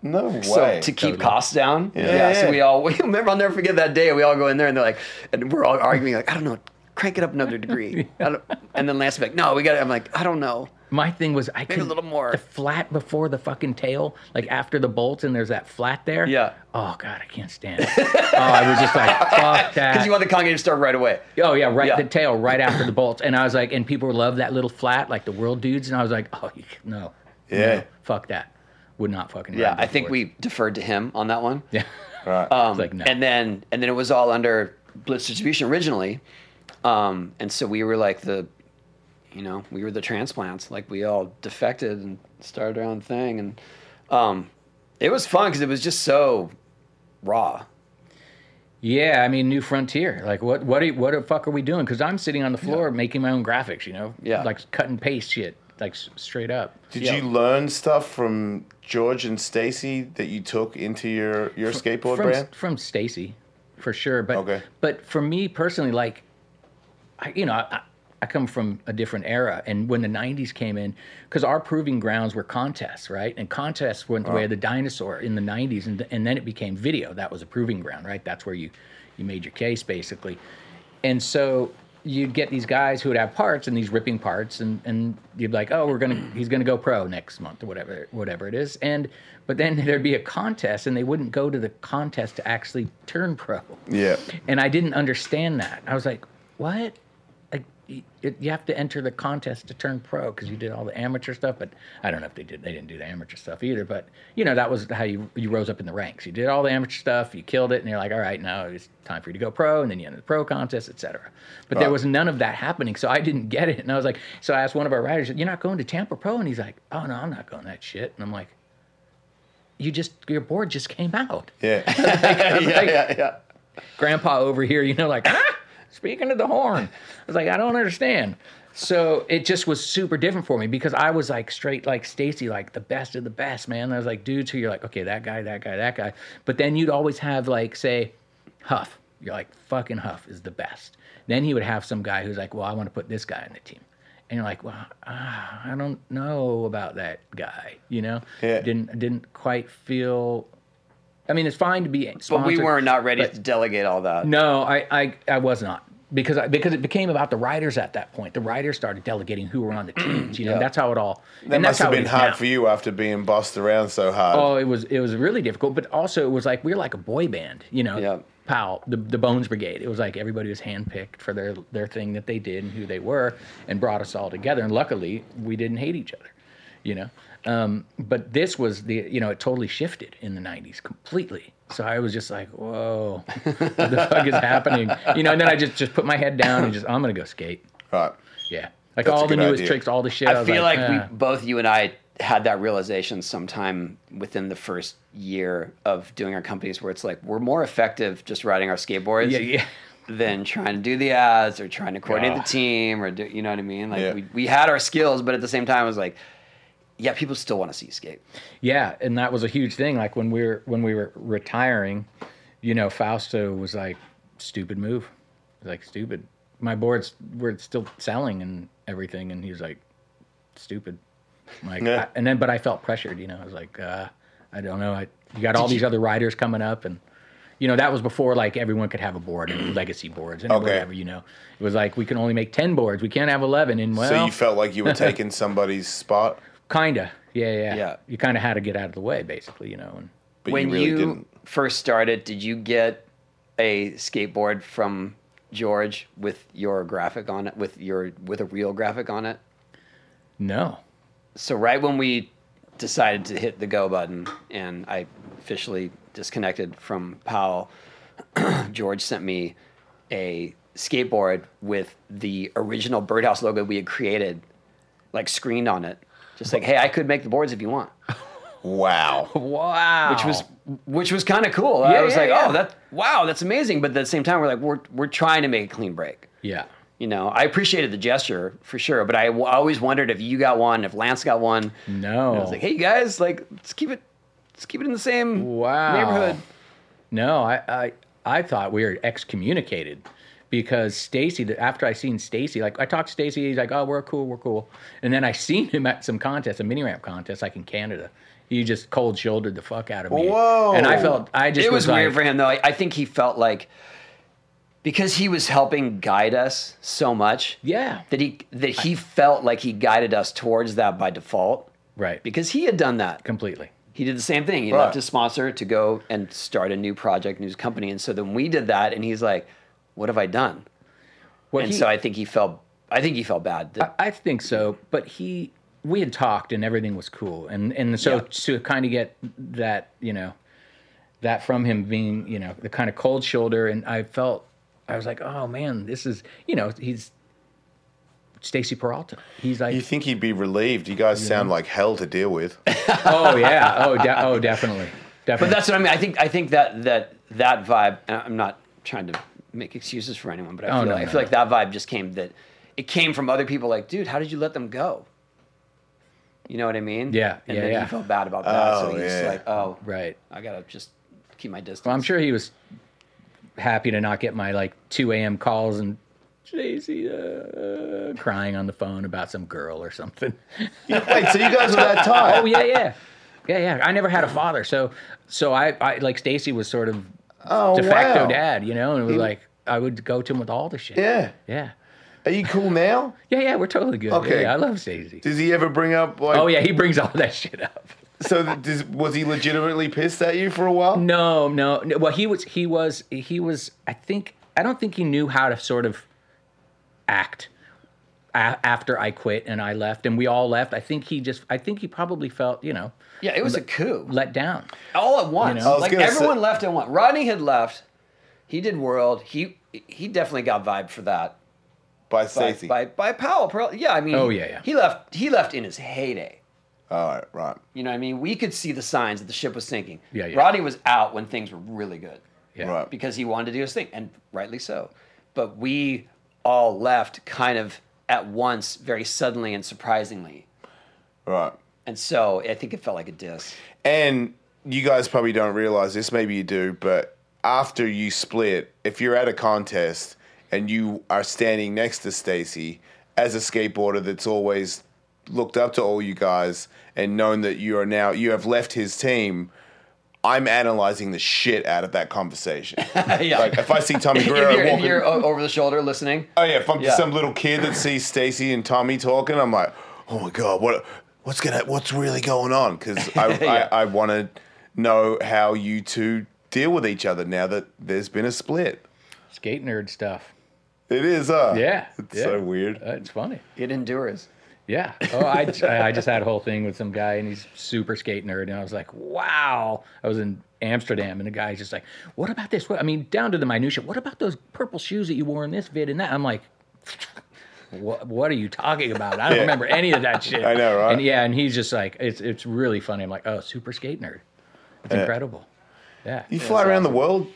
Speaker 3: no way.
Speaker 1: So to keep
Speaker 2: Totally.
Speaker 1: costs down, yeah.
Speaker 3: Yeah.
Speaker 1: So we all [laughs] we remember. I'll never forget that day. We all go in there and they're like, and we're all arguing like, I don't know, crank it up another
Speaker 2: [laughs]
Speaker 1: degree. I don't, and then Lance is like, No, we got. I'm like, I don't know.
Speaker 2: My thing was I could
Speaker 1: a little more.
Speaker 2: the flat before the fucking tail, like after the bolt, and there's that flat there.
Speaker 1: Yeah.
Speaker 2: Oh god, I can't stand it. [laughs] oh, I was just like,
Speaker 1: [laughs]
Speaker 2: fuck that.
Speaker 1: Because you want the concave to start right away.
Speaker 2: Oh yeah, right
Speaker 1: Yeah.
Speaker 2: the tail right after the bolts, and I was like, and people love that little flat, like the world dudes, and I was like, oh you- no,
Speaker 3: Yeah.
Speaker 2: no, fuck that, would not fucking.
Speaker 1: Yeah,
Speaker 2: ride
Speaker 1: I
Speaker 2: those
Speaker 1: think
Speaker 2: boards.
Speaker 1: we deferred to him on that one.
Speaker 2: [laughs] Yeah,
Speaker 3: Right.
Speaker 1: Um,
Speaker 2: like, no.
Speaker 1: And then and then it was all under Blitz distribution originally, um, and so we were like the, you know, we were the transplants. Like we all defected and started our own thing, and um, it was fun because it was just so raw.
Speaker 2: yeah. I mean, new frontier. Like, what, what, are, what the fuck are we doing? Because I'm sitting on the floor making my own graphics, you know,
Speaker 1: Yeah.
Speaker 2: like cut and paste shit, like s- straight up.
Speaker 3: Did
Speaker 1: Yeah.
Speaker 3: you learn stuff from George and Stacy that you took into your, your skateboard
Speaker 2: from,
Speaker 3: brand?
Speaker 2: From Stacy, for sure. But
Speaker 3: Okay.
Speaker 2: but for me personally, like, I, you know, I, I come from a different era, and when the '90s came in, because our proving grounds were contests, right? And contests went the way of the dinosaur in the '90s, and and then it became video. That was a proving ground, right? That's where you you made your case basically, and so. You'd get these guys who would have parts and these ripping parts, and, and you'd be like, oh, we're gonna he's gonna go pro next month or whatever whatever it is, and but then [laughs] there'd be a contest, and they wouldn't go to the contest to actually turn pro
Speaker 3: Yeah.
Speaker 2: and I didn't understand that. I was like, "What? Like, y- it, you have to enter the contest to turn pro because you did all the amateur stuff." But I don't know if they did. They didn't do the amateur stuff either. But you know, that was how you you rose up in the ranks. You did all the amateur stuff, you killed it, and you're like, "All right, now it's time for you to go pro." And then you enter the pro contest, etc. But there
Speaker 3: Right.
Speaker 2: was none of that happening, so I didn't get it. And I was like, so I asked one of our writers, "You're not going to Tampa Pro?" And he's like, "Oh no, I'm not going to that shit." And I'm like. You just your board just came out. [laughs]
Speaker 3: Yeah.
Speaker 2: I was like,
Speaker 3: yeah, yeah.
Speaker 2: grandpa over here, you know, like, ah, speaking to the horn. I was like, I don't understand. So it just was super different for me because I was like straight like Stacy, like the best of the best, man. I was like, dudes who you're like, okay, that guy, that guy, that guy. But then you'd always have like, say, Huff. You're like, fucking Huff is the best. Then he would have some guy who's like, well, I want to put this guy on the team. And you're like, well, ah, I don't know about that guy, you know?
Speaker 3: Yeah.
Speaker 2: Didn't didn't quite feel. I mean, it's fine to be.
Speaker 1: But we
Speaker 2: sponsored.
Speaker 1: were not ready to delegate all that.
Speaker 2: No, I, I, I was not because I, because it became about the writers at that point. The writers started delegating who were on the teams. You know,
Speaker 1: Yeah.
Speaker 2: that's how it all.
Speaker 3: That must have been hard
Speaker 2: for you.
Speaker 3: for you after being bossed around so hard.
Speaker 2: Oh, it was it was really difficult, but also it was like we were like a boy band, you know.
Speaker 1: Yeah.
Speaker 2: Powell, the, the Bones Brigade. It was like everybody was handpicked for their their thing that they did and who they were, and brought us all together. And luckily, we didn't hate each other, you know. Um, but this was the you know it totally shifted in the '90s completely. So I was just like, whoa, what the fuck is happening? You know, and then I just just put my head down and just I'm gonna go skate.
Speaker 3: Right.
Speaker 2: Yeah,
Speaker 3: That's
Speaker 2: like
Speaker 3: a
Speaker 2: all the
Speaker 3: good
Speaker 2: newest
Speaker 3: idea.
Speaker 2: tricks, all the shit.
Speaker 1: I
Speaker 2: was
Speaker 1: feel like,
Speaker 2: "Ah."
Speaker 1: we both, you and I, had that realization sometime within the first year of doing our companies, where it's like we're more effective just riding our skateboards
Speaker 2: yeah yeah.
Speaker 1: than trying to do the ads or trying to coordinate
Speaker 2: Yeah.
Speaker 1: the team or do you know what I mean? Like
Speaker 3: Yeah.
Speaker 1: we, we had our skills, but at the same time, it was like, yeah, people still want to see you skate.
Speaker 2: Yeah, and that was a huge thing. Like when we were when we were retiring, you know, Fausto was like, "Stupid move," like stupid. My boards were still selling and everything, and he was like, "Stupid." Like,
Speaker 3: Yeah.
Speaker 2: I- and then but I felt pressured. You know, I was like, uh, "I don't know." I you got all these other riders coming up, and you know that was before like everyone could have a board and legacy boards and
Speaker 3: Okay.
Speaker 2: whatever. You know, it was like we can only make ten boards. We can't have eleven. And well,
Speaker 3: so you felt like you
Speaker 2: [laughs]
Speaker 3: were taking somebody's spot,
Speaker 2: kinda, yeah, yeah,
Speaker 1: Yeah.
Speaker 2: You kind of had to get out of the way, basically. You know, and.
Speaker 3: but
Speaker 1: when
Speaker 3: you
Speaker 1: you,
Speaker 3: really didn't.
Speaker 1: first started, did you get a skateboard from George with your graphic on it, with your with a real graphic on it?
Speaker 2: No.
Speaker 1: So right when we decided to hit the go button and I officially disconnected from Powell, [clears throat] George sent me a skateboard with the original birdhouse logo we had created, like screened on it. Just like, hey, I could make the boards if you want.
Speaker 3: Wow.
Speaker 2: Wow.
Speaker 1: Which was which was kind of cool. I
Speaker 2: Oh. Yeah,
Speaker 1: was
Speaker 2: yeah,
Speaker 1: like,
Speaker 2: yeah.
Speaker 1: oh that wow, that's amazing. But at the same time we're like, we're we're trying to make a clean break.
Speaker 2: yeah.
Speaker 1: You know, I appreciated the gesture for sure, but I w- always wondered if you got one, if Lance got one.
Speaker 2: No.
Speaker 1: I was like, hey, you guys, like, let's keep it, let's keep it in the same
Speaker 2: wow.
Speaker 1: neighborhood.
Speaker 2: No, I, I I thought we were excommunicated because Stacy. After I seen Stacy, like I talked to Stacy, he's like, "Oh, we're cool, we're cool." And then I [laughs] seen him at some contest, a mini ramp contest, like in Canada. He just cold shouldered the fuck out of me.
Speaker 3: Whoa.
Speaker 2: And I felt I just
Speaker 1: It was, weird
Speaker 2: like,
Speaker 1: for him though. I, I think he felt like because he was helping guide us so much,
Speaker 2: Yeah.
Speaker 1: that he that he felt like he guided us towards that by default
Speaker 2: Right.
Speaker 1: because he had done that.
Speaker 2: Completely.
Speaker 1: He did the same thing. He
Speaker 3: Right.
Speaker 1: left his sponsor to go and start a new project, new company, and so then we did that, and he's like, "What have I done?"
Speaker 2: What
Speaker 1: And
Speaker 2: he-
Speaker 1: so I think he felt, I think he felt bad. that-
Speaker 2: I think so, but he we had talked and everything was cool, and and so
Speaker 1: Yeah.
Speaker 2: to kind of get that you know that from him being you know the kind of cold shoulder, and I felt I was like, oh man, this is you know he's Stacy Peralta. He's like,
Speaker 3: You think he'd be relieved? You guys sound like hell to deal
Speaker 2: [laughs]
Speaker 3: with.
Speaker 2: oh
Speaker 1: [laughs]
Speaker 2: yeah, oh de- oh definitely, definitely.
Speaker 1: But that's what I mean. I think I think that that that vibe. And I'm not trying to make excuses for anyone, but I
Speaker 2: Oh,
Speaker 1: feel,
Speaker 2: no,
Speaker 1: like, I
Speaker 2: no,
Speaker 1: feel like that vibe just came that it came from other people. Like, dude, how did you let them go? You know what I mean?
Speaker 2: Yeah,
Speaker 1: And
Speaker 2: yeah,
Speaker 1: then
Speaker 2: yeah.
Speaker 1: he felt bad about that,
Speaker 3: Oh,
Speaker 1: so he's
Speaker 3: yeah.
Speaker 1: like, oh,
Speaker 2: right.
Speaker 1: I gotta just keep my distance.
Speaker 2: Well, I'm sure he was happy to not get my like 2 a.m. calls and Stacy uh, uh, crying on the phone about some girl or something.
Speaker 3: Wait, so you guys were that tight?
Speaker 2: Oh yeah, yeah, yeah, yeah. I never had a father, so so I, I like Stacy was sort of
Speaker 3: Oh,
Speaker 2: de facto
Speaker 3: wow.
Speaker 2: dad, you know, and it was like I would go to him with all the shit.
Speaker 3: Yeah.
Speaker 2: yeah,
Speaker 3: Are you cool now?
Speaker 2: yeah, yeah. We're totally good.
Speaker 3: Okay.
Speaker 2: Okay, I love Stacy.
Speaker 3: Does he ever bring up like?
Speaker 2: Oh yeah, he brings all that shit up.
Speaker 3: So th- does, was he legitimately pissed at you for a while?
Speaker 2: No, no, no. Well, he was, he was, he was. I think I don't think he knew how to sort of act a- after I quit and I left and we all left. I think he just, I think he probably felt, you know,
Speaker 1: yeah, it was a coup.
Speaker 2: let down.
Speaker 1: all at once.
Speaker 2: know? I
Speaker 3: was
Speaker 1: Like
Speaker 3: gonna say-
Speaker 1: everyone left at once. Rodney had left. He did world. He he definitely got vibe for that.
Speaker 3: By
Speaker 1: By,
Speaker 3: Stacey.
Speaker 1: by by Powell. Pearl- Yeah, I mean
Speaker 2: Oh, yeah, yeah.
Speaker 1: he left he left in his heyday.
Speaker 3: All right, right.
Speaker 1: You know what I mean? We could see the signs that the ship was sinking.
Speaker 2: Yeah, yeah.
Speaker 1: Rodney was out when things were really good
Speaker 2: Yeah.
Speaker 3: Right.
Speaker 1: because he wanted to do his thing, and rightly so. But we all left kind of at once, very suddenly and surprisingly.
Speaker 3: Right.
Speaker 1: And so I think it felt like a diss.
Speaker 3: And you guys probably don't realize this, maybe you do, but after you split, if you're at a contest and you are standing next to Stacy as a skateboarder that's always looked up to all you guys and known that you are now you have left his team, I'm analyzing the shit out of
Speaker 1: [laughs]
Speaker 3: that conversation.
Speaker 1: [laughs] yeah.
Speaker 3: like if I see Tommy
Speaker 1: if you're,
Speaker 3: Guerrero
Speaker 1: if
Speaker 3: walking
Speaker 1: you're o- over the shoulder listening,
Speaker 3: Oh yeah, if I'm
Speaker 1: Yeah.
Speaker 3: some little kid that sees Stacy and Tommy talking, I'm like, oh my god, what what's gonna what's really going on?
Speaker 2: [laughs]
Speaker 3: Because I,
Speaker 1: Yeah.
Speaker 3: I I want to know how you two deal with each other now that there's been a split.
Speaker 2: Skate nerd stuff.
Speaker 3: It is, uh,
Speaker 2: Yeah,
Speaker 3: it's
Speaker 2: yeah.
Speaker 3: so weird.
Speaker 2: Uh, it's funny.
Speaker 1: it endures.
Speaker 2: Yeah. Oh, I, I just had a whole thing with some guy, and he's super skate nerd, and I was like, wow. I was in Amsterdam, and the guy's just like, what about this? What, I mean, down to the minutia. What about those purple shoes that you wore in this vid and that? I'm like, what, what are you talking about? I don't
Speaker 3: Yeah.
Speaker 2: remember any of that
Speaker 3: [laughs]
Speaker 2: shit.
Speaker 3: I know, right?
Speaker 2: And yeah, and he's just like, it's it's really funny. I'm like, oh, super skate nerd. It's incredible. Yeah.
Speaker 3: You fly around the world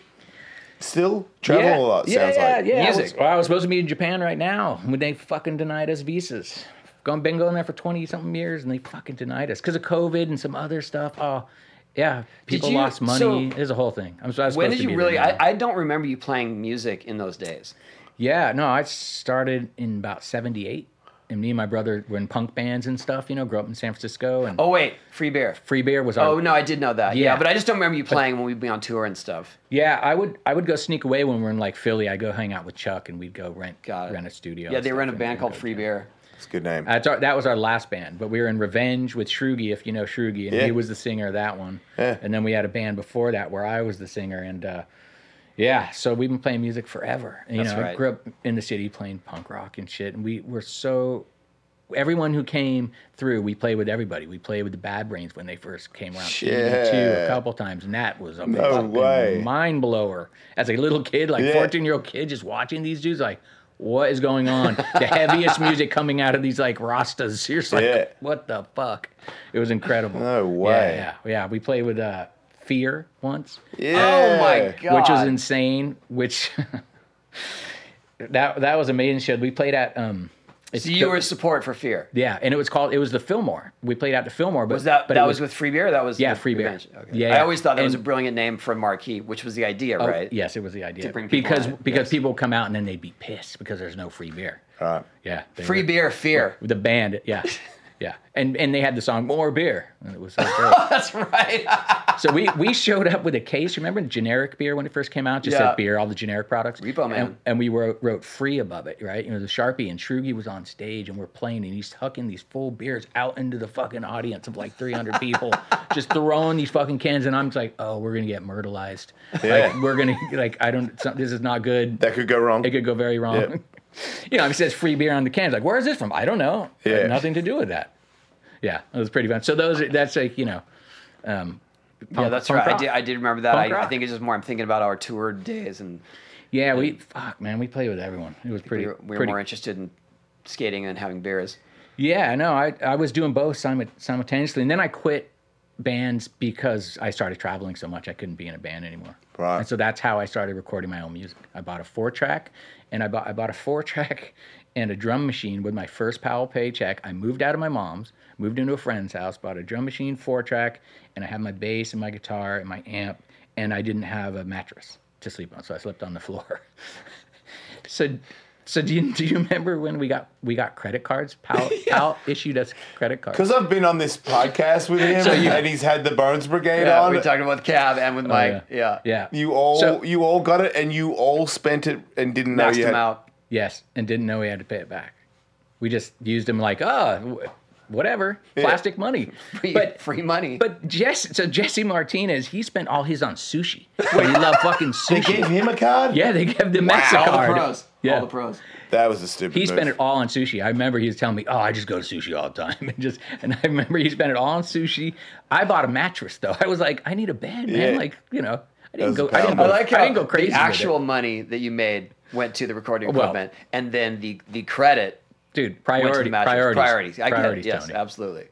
Speaker 3: still? Travel a lot,
Speaker 2: yeah,
Speaker 3: uh, sounds
Speaker 2: yeah,
Speaker 3: like.
Speaker 2: Yeah, I was,
Speaker 1: Music.
Speaker 2: well, I was supposed to be in Japan right now when they fucking denied us visas. Gone been going there for twenty something years and they fucking denied us because of COVID and some other stuff. Oh, yeah, people
Speaker 1: you-
Speaker 2: lost money.
Speaker 1: so-
Speaker 2: It was a whole thing. I'm so I was
Speaker 1: When
Speaker 2: supposed
Speaker 1: did
Speaker 2: to be
Speaker 1: you
Speaker 2: there
Speaker 1: really?
Speaker 2: now.
Speaker 1: I, I don't remember you playing music in those days.
Speaker 2: Yeah, no, I started in about '78, and me and my brother were in punk bands and stuff. You know, grew up in San Francisco, and
Speaker 1: Oh wait, Free Beer.
Speaker 2: Free Bear was our
Speaker 1: Oh no, I did know that. Yeah,
Speaker 2: Yeah.
Speaker 1: but I just don't remember you playing when we'd be on tour and stuff.
Speaker 2: Yeah, I would I would go sneak away when we are in like Philly. I would go hang out with Chuck and we'd go rent
Speaker 1: Got it.
Speaker 2: rent a studio.
Speaker 1: Yeah,
Speaker 2: and
Speaker 1: they were in a
Speaker 2: stuff and-
Speaker 1: band
Speaker 2: and
Speaker 1: called
Speaker 2: go
Speaker 1: Free
Speaker 2: jam.
Speaker 1: Beer.
Speaker 3: It's a good name.
Speaker 2: That's Uh, our, that was our last band, but we were in Revenge with Shrugi, if you know Shrugi, and
Speaker 3: Yeah.
Speaker 2: he was the singer of that one.
Speaker 3: Yeah.
Speaker 2: And then we had a band before that where I was the singer, and uh, yeah, so we've been playing music forever. And, you
Speaker 1: That's
Speaker 2: know, I
Speaker 1: right.
Speaker 2: grew up in the city playing punk rock and shit, and we were so. Everyone who came through, we played with everybody. We played with the Bad Brains when they first came around.
Speaker 3: Shit.
Speaker 2: Two, a couple times, and that was a fucking
Speaker 3: way.
Speaker 2: mind blower. As a little kid, like
Speaker 3: Yeah.
Speaker 2: 14 year old kid, just watching these dudes, like, what is going on?
Speaker 3: [laughs]
Speaker 2: The heaviest music coming out of these like Rastas. [laughs] You're just like,
Speaker 3: Yeah.
Speaker 2: what the fuck? It was incredible.
Speaker 3: No
Speaker 2: Yeah,
Speaker 3: way.
Speaker 2: yeah, yeah. We played with uh, Fear once,
Speaker 3: Yeah.
Speaker 1: Oh my god.
Speaker 2: which was insane. Which [laughs] that that was amazing. Show we played at um, it's
Speaker 1: So you
Speaker 2: the-
Speaker 1: were support for Fear.
Speaker 2: yeah, and it was called it was the Fillmore. We played out the Fillmore, but
Speaker 1: Was that
Speaker 2: but it
Speaker 1: that was, with Free Beer? or That was
Speaker 2: Yeah,
Speaker 1: with
Speaker 2: Free Beer.
Speaker 1: Revenge? Okay.
Speaker 2: Yeah,
Speaker 1: I
Speaker 2: yeah.
Speaker 1: always thought that was a
Speaker 2: And-
Speaker 1: brilliant name for Marquee, which was the idea,
Speaker 2: Oh,
Speaker 1: right?
Speaker 2: Yes, it was the idea.
Speaker 1: bring people
Speaker 2: because
Speaker 1: out,
Speaker 2: because
Speaker 1: yes.
Speaker 2: people come out and then they'd be pissed because there's no free beer.
Speaker 3: Right.
Speaker 2: Yeah, they
Speaker 1: Free
Speaker 2: were-
Speaker 1: Beer, Fear.
Speaker 2: The band,
Speaker 1: [laughs]
Speaker 2: yeah, yeah, and and they had the song "More Beer," and it was so
Speaker 1: [laughs]
Speaker 2: great.
Speaker 1: That's right.
Speaker 2: so we we showed up with a case. Remember generic beer when it first came out? Just
Speaker 1: Yeah.
Speaker 2: said beer, all the generic products.
Speaker 1: Repo Man.
Speaker 2: And, and we wrote wrote free above it, right? You know, the sharpie and Shrugi was on stage and we're playing and he's hucking these full beers out into the fucking audience of like
Speaker 1: [laughs]
Speaker 2: 300 people, just throwing these fucking cans. And I'm just like, oh, we're gonna get myrtleized.
Speaker 3: Yeah.
Speaker 2: Like we're gonna like I don't. some- This is not good
Speaker 3: That could go wrong.
Speaker 2: it could go very wrong.
Speaker 3: Yep.
Speaker 2: [laughs] you know, it says free beer on the can. It's like, where is this from? I don't know. It had
Speaker 3: Yeah.
Speaker 2: nothing to do with that. Yeah, it was pretty fun. So those, are, that's like you know, um,
Speaker 1: yeah,
Speaker 2: punk-
Speaker 1: Oh, that's
Speaker 2: punk
Speaker 1: right. I
Speaker 2: rock.
Speaker 1: did, I did remember that.
Speaker 2: Punk
Speaker 1: I, I
Speaker 2: rock.
Speaker 1: think it's just more I'm thinking about our tour days and
Speaker 2: Yeah, we fuck man, we played with everyone. It was pretty.
Speaker 1: we were, we were
Speaker 2: pretty,
Speaker 1: more interested in skating and having beers.
Speaker 2: Yeah, no, I I was doing both simu- simultaneously, and then I quit bands because I started traveling so much I couldn't be in a band anymore.
Speaker 3: Right.
Speaker 2: And so that's how I started recording my own music. I bought a four track, and I bought I bought a four track [laughs] and a drum machine with my first Powell paycheck. I moved out of my mom's, moved into a friend's house, bought a drum machine, four track, and I had my bass and my guitar and my amp, and I didn't have a mattress to sleep on, so I slept on the floor. [laughs] So, so do you do you remember when we got we got credit cards?
Speaker 1: [laughs]
Speaker 2: Powell, Powell issued us credit cards.
Speaker 3: Because I've been on this podcast
Speaker 2: [laughs]
Speaker 3: with him,
Speaker 2: So you-
Speaker 3: and he's had the Bones Brigade
Speaker 1: Yeah,
Speaker 3: on.
Speaker 1: we talked about Cab and with Mike. yeah.
Speaker 2: Oh, yeah.
Speaker 3: You all,
Speaker 2: So-
Speaker 3: you all got it, and you all spent it and didn't know
Speaker 1: Maxed
Speaker 3: you
Speaker 1: him
Speaker 3: had.
Speaker 1: out. [laughs]
Speaker 2: Yes, and didn't know we had to pay it back. We just used them like, oh, wh- whatever, plastic money.
Speaker 1: [laughs] Free,
Speaker 2: But
Speaker 1: free money.
Speaker 2: but Jess, so Jesse Martinez, he spent all his
Speaker 1: [laughs]
Speaker 2: on sushi. He loved fucking
Speaker 3: They
Speaker 2: sushi.
Speaker 3: gave him a card.
Speaker 2: Yeah, they gave the Mexican
Speaker 1: all the
Speaker 2: card.
Speaker 1: pros.
Speaker 2: Yeah.
Speaker 1: All the pros.
Speaker 3: that was a stupid.
Speaker 2: He
Speaker 3: move.
Speaker 2: spent it all on sushi. I remember he was telling me, "Oh, I just go to sushi all the time," [laughs] and just and I remember he spent it all on sushi. I bought a mattress though. [laughs] I was like, "I need a bed, man."
Speaker 3: Yeah.
Speaker 2: Like you know, I didn't
Speaker 3: was
Speaker 2: go.
Speaker 3: a
Speaker 2: I didn't go.
Speaker 3: pound.
Speaker 2: I,
Speaker 3: I
Speaker 1: like how
Speaker 2: didn't go crazy.
Speaker 1: the actual money that you made went to the recording
Speaker 2: Well-
Speaker 1: equipment, and then the the credit
Speaker 2: dude
Speaker 1: went to
Speaker 2: priority
Speaker 1: the matches.
Speaker 2: priorities
Speaker 1: priorities. I
Speaker 2: priorities,
Speaker 1: get it. Yes,
Speaker 2: Tony.
Speaker 1: absolutely.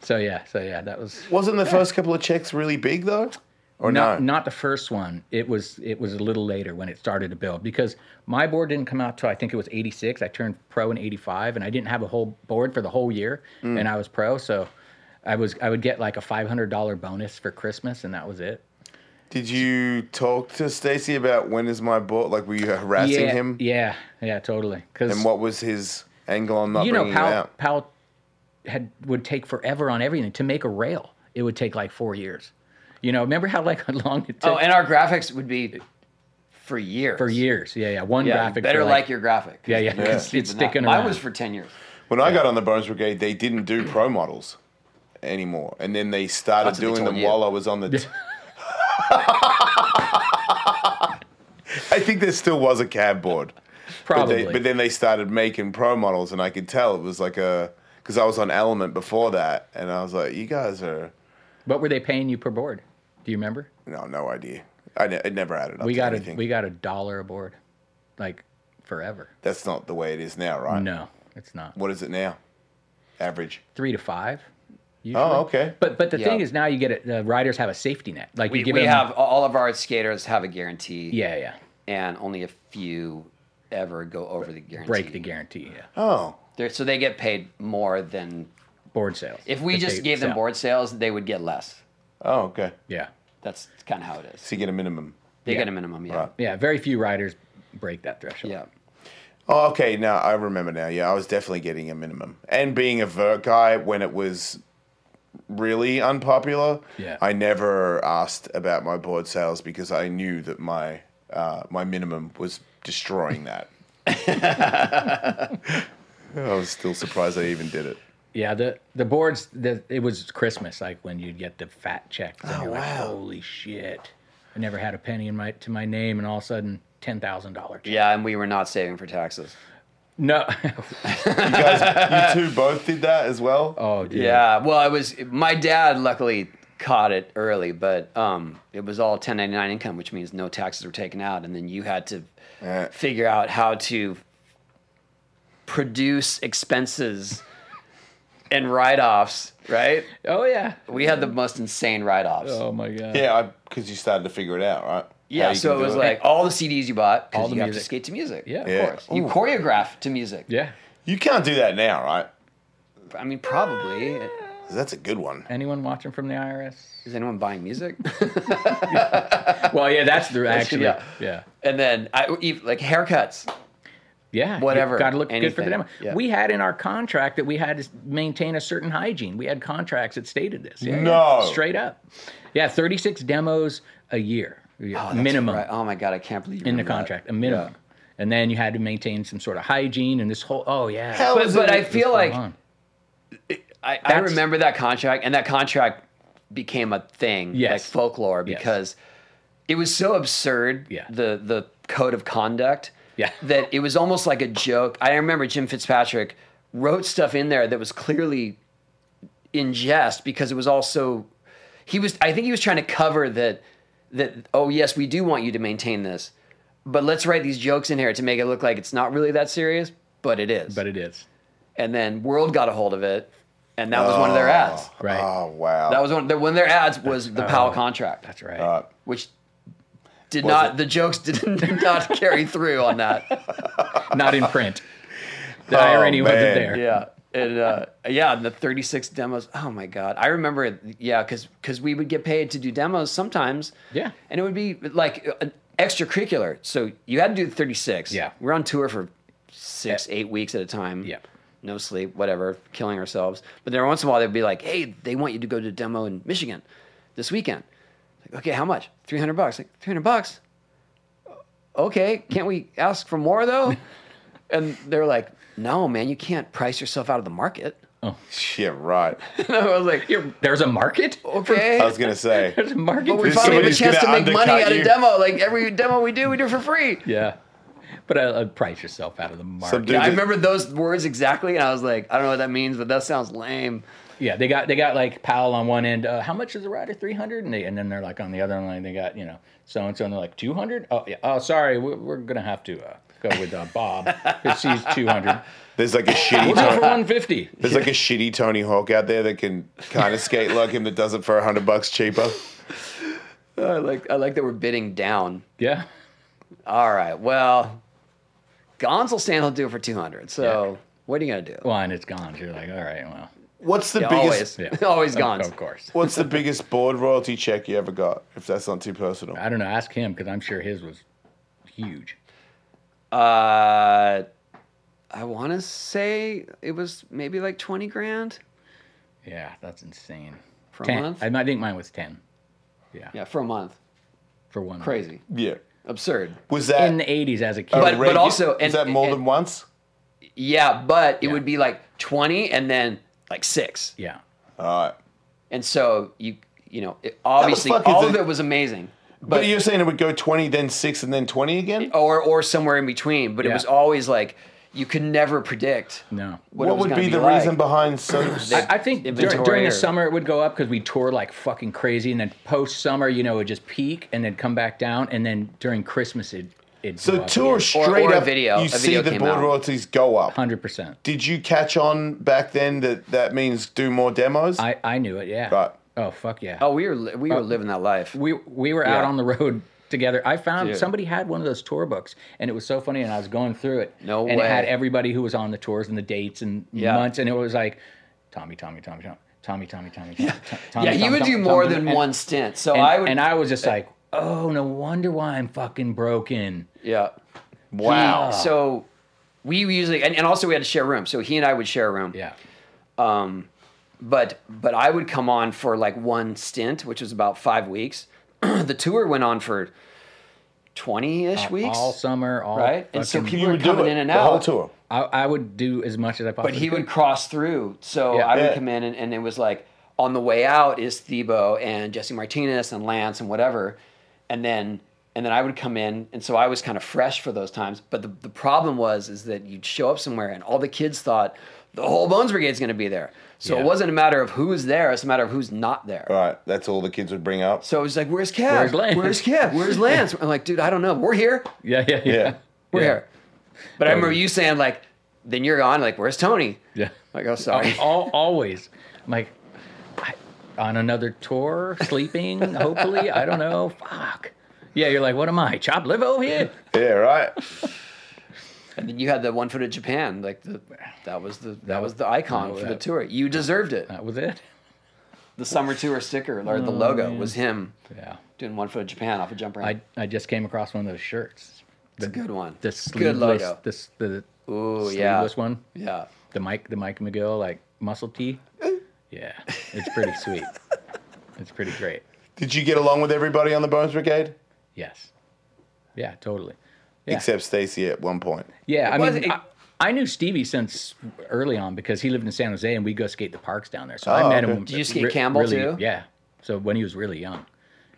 Speaker 2: So yeah, so yeah, that was
Speaker 3: Wasn't the first couple of checks really big though? Or
Speaker 2: not
Speaker 3: no?
Speaker 2: not the first one. It was it was a little later when it started to build because my board didn't come out till I think it was '86. I turned pro in '85, and I didn't have a whole board for the whole year,
Speaker 3: Mm.
Speaker 2: and I was pro. So I was I would get like a $500 bonus for Christmas, and that was it.
Speaker 3: Did you talk to Stacy about when is my board? Like, were you harassing
Speaker 2: yeah,
Speaker 3: him?
Speaker 2: Yeah, yeah, totally. Because
Speaker 3: And what was his angle on not
Speaker 2: you know,
Speaker 3: bringing it
Speaker 2: Powell,
Speaker 3: out?
Speaker 2: Powell had would take forever on everything to make a rail. It would take like four years. You know, remember how like [laughs] long it took
Speaker 1: Oh, and our graphics would be for years.
Speaker 2: for years? Yeah, yeah. One
Speaker 1: Yeah,
Speaker 2: graphic.
Speaker 1: better
Speaker 2: for,
Speaker 1: like, your graphic.
Speaker 2: Yeah, yeah. It's, it's sticking
Speaker 1: Mine
Speaker 2: around.
Speaker 1: was for ten years.
Speaker 3: When I got on the Bones Brigade, they didn't do pro models anymore, and then they started
Speaker 1: That's what they
Speaker 3: doing
Speaker 1: told
Speaker 3: them
Speaker 1: you.
Speaker 3: while I was
Speaker 2: [laughs]
Speaker 3: on the. t- [laughs] I think there still was a cab board,
Speaker 2: Probably.
Speaker 3: But, they, but then they started making pro models, and I could tell it was like a because I was on Element before that, and I was like, you guys are
Speaker 2: What were they paying you per board? Do you remember?
Speaker 3: no, no idea. I, ne- it never added up.
Speaker 2: We
Speaker 3: to
Speaker 2: got a
Speaker 3: anything.
Speaker 2: we got a dollar a board, like forever.
Speaker 3: That's not the way it is now, right?
Speaker 2: No, it's not
Speaker 3: What is it now? Average.
Speaker 2: three to five. Usually.
Speaker 3: Oh, okay.
Speaker 2: But but the
Speaker 1: Yeah.
Speaker 2: thing is now you get it. The riders have a safety net. Like
Speaker 1: We,
Speaker 2: you give
Speaker 1: we
Speaker 2: them,
Speaker 1: have all of our skaters have a guarantee,
Speaker 2: yeah yeah
Speaker 1: and only a few ever go over the guarantee.
Speaker 2: break the guarantee yeah
Speaker 3: Oh,
Speaker 1: They're, so they get paid more than
Speaker 2: board sales.
Speaker 1: if we
Speaker 2: that
Speaker 1: just
Speaker 2: they
Speaker 1: gave them
Speaker 2: sell.
Speaker 1: board sales, they would get less.
Speaker 3: oh, okay.
Speaker 2: yeah
Speaker 1: That's kind of how it is.
Speaker 3: So you get a minimum.
Speaker 1: They
Speaker 2: Yeah.
Speaker 1: get a minimum, yeah,
Speaker 3: Right.
Speaker 2: yeah very few riders break that threshold.
Speaker 1: yeah.
Speaker 3: Oh, okay. Now I remember now. Yeah, I was definitely getting a minimum. And being a vert guy when it was really unpopular,
Speaker 2: Yeah.
Speaker 3: I never asked about my board sales because I knew that my uh, my minimum was destroying
Speaker 1: [laughs]
Speaker 3: that. I was still surprised I even did it.
Speaker 2: Yeah, the the boards. The, it was Christmas, like when you'd get the fat checks. And
Speaker 3: Oh,
Speaker 2: you're like,
Speaker 3: wow.
Speaker 2: Holy shit! I never had a penny in my to my name, and all of a sudden, ten thousand dollars.
Speaker 1: Yeah, and we were not saving for taxes.
Speaker 2: No. [laughs]
Speaker 3: You guys, you two both did that as well.
Speaker 2: oh, dude.
Speaker 1: Yeah. Well, it was my dad. Luckily, caught it early, but um, it was all 1099 income, which means no taxes were taken out, and then you had to
Speaker 3: Yeah.
Speaker 1: figure out how to produce expenses and write-offs. Right?
Speaker 2: Oh yeah.
Speaker 1: We had the most insane write-offs.
Speaker 2: Oh my god.
Speaker 3: Yeah, because you started to figure it out, right? How
Speaker 1: Yeah,
Speaker 3: you
Speaker 1: so
Speaker 3: can
Speaker 1: it
Speaker 3: do
Speaker 1: was like all the CDs you bought
Speaker 2: All
Speaker 1: because
Speaker 2: the
Speaker 1: you have to
Speaker 2: music.
Speaker 1: skate to music.
Speaker 2: Yeah, of
Speaker 3: Yeah.
Speaker 1: You
Speaker 3: Ooh.
Speaker 1: choreograph to music.
Speaker 2: Yeah.
Speaker 3: you can't do that now, right?
Speaker 1: I mean, probably.
Speaker 3: 'Cause That's a good one.
Speaker 2: Anyone watching from the IRS?
Speaker 1: Is anyone buying music? [laughs]
Speaker 2: Well, yeah, that's the actually.
Speaker 1: yeah.
Speaker 2: Yeah. Yeah.
Speaker 1: and then I ev- like haircuts.
Speaker 2: Yeah,
Speaker 1: Whatever,
Speaker 2: Got to look good for the
Speaker 1: anything.
Speaker 2: demo.
Speaker 1: Yeah.
Speaker 2: We had in our contract that we had to s- maintain a certain hygiene. We had contracts that stated this. Yeah, yeah.
Speaker 3: No.
Speaker 2: straight up. Yeah, thirty-six demos a year,
Speaker 1: Oh, that's
Speaker 2: minimum.
Speaker 1: right. Oh my god, I can't believe you
Speaker 2: in the
Speaker 1: remember that.
Speaker 2: contract, a minimum. And then you had to maintain some sort of hygiene and this whole. Oh yeah,
Speaker 3: Hell
Speaker 1: But,
Speaker 3: is
Speaker 1: but
Speaker 3: it-
Speaker 1: I
Speaker 3: it's
Speaker 1: feel like
Speaker 2: Hold on.
Speaker 1: I, I
Speaker 2: That's-
Speaker 1: remember that contract, and that contract became a thing, like
Speaker 2: Yes.
Speaker 1: folklore,
Speaker 2: Yes.
Speaker 1: because it was so absurd.
Speaker 2: Yeah.
Speaker 1: The the code of conduct.
Speaker 2: Yeah. [laughs]
Speaker 1: That it was almost like a joke. I remember Jim Fitzpatrick wrote stuff in there that was clearly in jest because it was also he was I think he was trying to cover that that oh yes we do want you to maintain this but let's write these jokes in here to make it look like it's not really that serious but it is
Speaker 2: but it is
Speaker 1: and then World got a hold of it, and that was one of their ads.
Speaker 2: right.
Speaker 3: Oh wow.
Speaker 1: That was one. Their, one of their ads was the Powell contract,
Speaker 2: That's right.
Speaker 3: Uh,
Speaker 1: which did
Speaker 3: Was
Speaker 1: not.
Speaker 3: it?
Speaker 1: The jokes did, [laughs] did not carry through on that.
Speaker 2: Not in print. The
Speaker 3: Oh,
Speaker 2: irony wasn't
Speaker 3: man.
Speaker 2: there.
Speaker 1: Yeah, and uh, yeah, and the thirty six demos. Oh my god, I remember. Yeah, because we would get paid to do demos sometimes.
Speaker 2: Yeah.
Speaker 1: and it would be like an extracurricular. So you had to do thirty six.
Speaker 2: Yeah.
Speaker 1: we're on tour for six, eight weeks at a time.
Speaker 2: Yeah.
Speaker 1: no sleep, whatever, killing ourselves. But then once in a while, they'd be like, "Hey, they want you to go to a demo in Michigan this weekend." Like, okay, how much? Three hundred bucks. Like, three hundred bucks. Okay, can't we ask for more though? and they're like, "No, man, you can't price yourself out of the market." [laughs]
Speaker 3: shit, right.
Speaker 1: And I was like,
Speaker 2: You're- there's a market.
Speaker 1: "Okay."
Speaker 3: I was gonna say.
Speaker 2: There's a market.
Speaker 1: but we
Speaker 2: for-
Speaker 3: This-
Speaker 1: finally have a
Speaker 3: somebody's
Speaker 1: chance to
Speaker 3: gonna
Speaker 1: make money
Speaker 3: undercut
Speaker 1: at a
Speaker 3: you.
Speaker 1: demo. Like every demo we do, we do for free.
Speaker 2: yeah, but I, I price yourself out of the market.
Speaker 3: Some dude
Speaker 1: Yeah, I
Speaker 3: that-
Speaker 1: remember those words exactly, and I was like, I don't know what that means, but that sounds lame.
Speaker 2: Yeah, they got they got like Powell on one end. Uh, how much is a rider? Three hundred, and they and then they're like on the other end. They got you know so and so, and they're like two hundred. Oh yeah. Oh sorry, we're, we're gonna have to uh, go with uh, Bob because he's
Speaker 1: [laughs]
Speaker 2: two hundred.
Speaker 3: There's like a shitty.
Speaker 2: We'll go
Speaker 3: Tony,
Speaker 2: for one fifty.
Speaker 3: there's like a shitty Tony Hawk out there that can kind of skate like him that does it for hundred bucks cheaper.
Speaker 1: Oh, I like I like that we're bidding down.
Speaker 2: Yeah.
Speaker 1: All right. Well, Gonzal Stan will do it for 200. So
Speaker 2: Yeah.
Speaker 1: what are you going to do?
Speaker 2: Well, and it's gone. So You're like, all right, well,
Speaker 3: What's the
Speaker 1: Yeah,
Speaker 3: biggest?
Speaker 1: always. [laughs]
Speaker 2: yeah,
Speaker 1: Always
Speaker 2: Of-
Speaker 1: Gons.
Speaker 2: Of, course.
Speaker 3: What's the biggest board royalty check you ever got? If that's not too personal.
Speaker 2: I don't know. Ask him because I'm sure his was huge.
Speaker 1: Uh, I want to say it was maybe like 20 grand
Speaker 2: Yeah, that's insane.
Speaker 1: for a
Speaker 2: Ten.
Speaker 1: month.
Speaker 2: I, I think mine was ten
Speaker 1: yeah, for a month.
Speaker 2: for one. month.
Speaker 1: Crazy.
Speaker 3: Yeah.
Speaker 1: Absurd.
Speaker 3: Was that?
Speaker 2: In the '80s, as a kid,
Speaker 1: But-
Speaker 3: regu-
Speaker 1: also- and-
Speaker 3: is that more
Speaker 1: and-
Speaker 3: than once?
Speaker 1: Yeah, but it would be like 20 and then like six.
Speaker 2: yeah,
Speaker 3: All right.
Speaker 1: And so you, you know, it, obviously
Speaker 3: fucking
Speaker 1: all
Speaker 3: the-
Speaker 1: of it was amazing.
Speaker 3: But, you're saying it would go twenty, then six, and then twenty again?
Speaker 1: or or somewhere in between. But it
Speaker 2: Yeah.
Speaker 1: was always like you can never predict.
Speaker 2: No.
Speaker 1: it
Speaker 3: What
Speaker 1: was
Speaker 3: would
Speaker 1: gonna
Speaker 3: be the
Speaker 1: like.
Speaker 3: reason behind
Speaker 1: [clears throat]
Speaker 3: so?
Speaker 2: I, I think during,
Speaker 1: Inventory
Speaker 2: during the
Speaker 1: or-
Speaker 2: summer it would go up because we tour like fucking crazy, and then post summer, you know, it would just peak and then come back down, and then during Christmas it it
Speaker 3: so tour straight
Speaker 1: or a
Speaker 3: up.
Speaker 1: video.
Speaker 3: You
Speaker 1: A
Speaker 3: see
Speaker 1: video
Speaker 3: the
Speaker 1: came
Speaker 3: board
Speaker 1: out.
Speaker 3: royalties go up.
Speaker 2: hundred percent.
Speaker 3: Did you catch on back then that that means do more demos?
Speaker 2: I I knew it. Yeah.
Speaker 3: Right.
Speaker 2: Oh fuck yeah.
Speaker 1: Oh, we were li- we were living that life.
Speaker 2: Uh, we we were out
Speaker 1: Yeah.
Speaker 2: on the road together. I found
Speaker 1: Dude.
Speaker 2: somebody had one of those tour books, and it was so funny. And I was going through it,
Speaker 1: No
Speaker 2: and it had
Speaker 1: way.
Speaker 2: everybody who was on the tours and the dates and
Speaker 1: Yeah.
Speaker 2: months, and it was like Tommy, Tommy, Tommy, Tommy, Tommy, Tommy, Tommy, Tommy. Tommy
Speaker 1: yeah, he
Speaker 2: Tommy,
Speaker 1: would
Speaker 2: Tommy,
Speaker 1: do more
Speaker 2: Tommy,
Speaker 1: than
Speaker 2: and-
Speaker 1: one stint. So
Speaker 2: And,
Speaker 1: I would.
Speaker 2: and I was just like, oh, no wonder why I'm fucking broken.
Speaker 1: yeah.
Speaker 3: wow.
Speaker 1: So we usually and, and also we had to share a room. So he and I would share a room.
Speaker 2: Yeah,
Speaker 1: but but I would come on for like one stint, which was about five weeks. [clears throat] the tour went on for twenty ish weeks,
Speaker 2: Uh, all summer, all
Speaker 1: right? And so
Speaker 2: fucking-
Speaker 1: people were coming in and out.
Speaker 3: the whole tour.
Speaker 2: I, I would do as much as I possibly.
Speaker 1: But he
Speaker 2: could.
Speaker 1: would cross through, so
Speaker 2: Yeah.
Speaker 1: I would
Speaker 3: Yeah.
Speaker 1: come in, and, and it was like on the way out is Thebo and Jesse Martinez and Lance and whatever, and then and then I would come in, and so I was kind of fresh for those times. But the, the problem was is that you'd show up somewhere, and all the kids thought the whole Bones Brigade's going to be there. So
Speaker 2: Yeah.
Speaker 1: it wasn't a matter of who's there; it's a matter of who's not there.
Speaker 3: Right. That's all the kids would bring up.
Speaker 1: So it was like, "Where's Kev?
Speaker 2: Where's Lance?"
Speaker 1: Where's Kev? Where's Lance?" I'm like, "Dude, I don't know. We're here.
Speaker 2: Yeah, yeah, yeah.
Speaker 3: Yeah.
Speaker 1: We're
Speaker 2: Yeah. Um,
Speaker 1: here." But I remember you saying like, "Then you're on." Like, "Where's Tony?"
Speaker 2: Yeah.
Speaker 1: Like, "Oh, sorry."
Speaker 2: All, always. I'm like, I, on another tour, sleeping, hopefully. I don't know. Fuck. Yeah, you're like, what am I? Chop liver
Speaker 1: [laughs]
Speaker 2: over here?
Speaker 3: Yeah. Right.
Speaker 1: And then you had the one foot of Japan. Like, the, that was the that was the icon for the
Speaker 2: that-
Speaker 1: tour. You deserved it.
Speaker 2: That was it.
Speaker 1: The summer tour sticker or the logo was him
Speaker 2: Yeah.
Speaker 1: doing one foot of Japan off a jump ramp.
Speaker 2: I, I just came across one of those shirts.
Speaker 1: it's a good one.
Speaker 2: The
Speaker 1: good
Speaker 2: sleeveless,
Speaker 1: logo.
Speaker 2: this the
Speaker 1: Ooh, yeah.
Speaker 2: sleeveless one.
Speaker 1: Yeah.
Speaker 2: The Mike, the Mike McGill, like muscle tee. Yeah, it's pretty sweet. It's pretty great.
Speaker 3: Did you get along with everybody on the Bones Brigade?
Speaker 2: Yes. Yeah, totally. Yeah.
Speaker 3: Except Stacy at one point.
Speaker 2: Yeah, I
Speaker 1: was-
Speaker 2: mean,
Speaker 1: it-
Speaker 2: I, I knew Stevie since early on because he lived in San Jose and we go skate the parks down there. So I
Speaker 3: Oh,
Speaker 2: met
Speaker 3: okay.
Speaker 2: him.
Speaker 1: Did you skate Campbell,
Speaker 2: really-
Speaker 1: too? Hmm.
Speaker 2: Yeah. So when he was really young,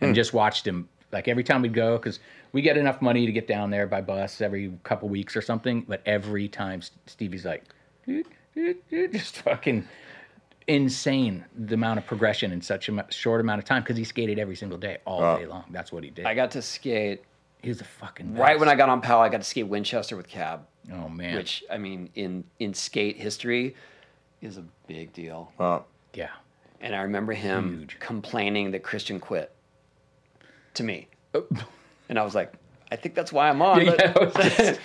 Speaker 2: and just watched him like every time we'd go because we get enough money to get down there by bus every couple weeks or something. But every time S- Stevie's like, "Doot, doot, doot," [laughs] just fucking insane the amount of progression in such a mu- short amount of time because he skated every single day all
Speaker 3: Wow.
Speaker 2: day long. That's what he did.
Speaker 1: I got to skate
Speaker 2: he was a fucking
Speaker 1: right when I got on PAL. I got to skate Winchester with Cab,
Speaker 2: oh man
Speaker 1: which I mean, in in skate history, is a big deal.
Speaker 3: Right.
Speaker 2: yeah
Speaker 1: And I remember him
Speaker 2: Huge.
Speaker 1: complaining that Christian quit to me. And I was like, I think that's why I'm on.
Speaker 2: Oh. [laughs] yeah,
Speaker 1: but- [laughs]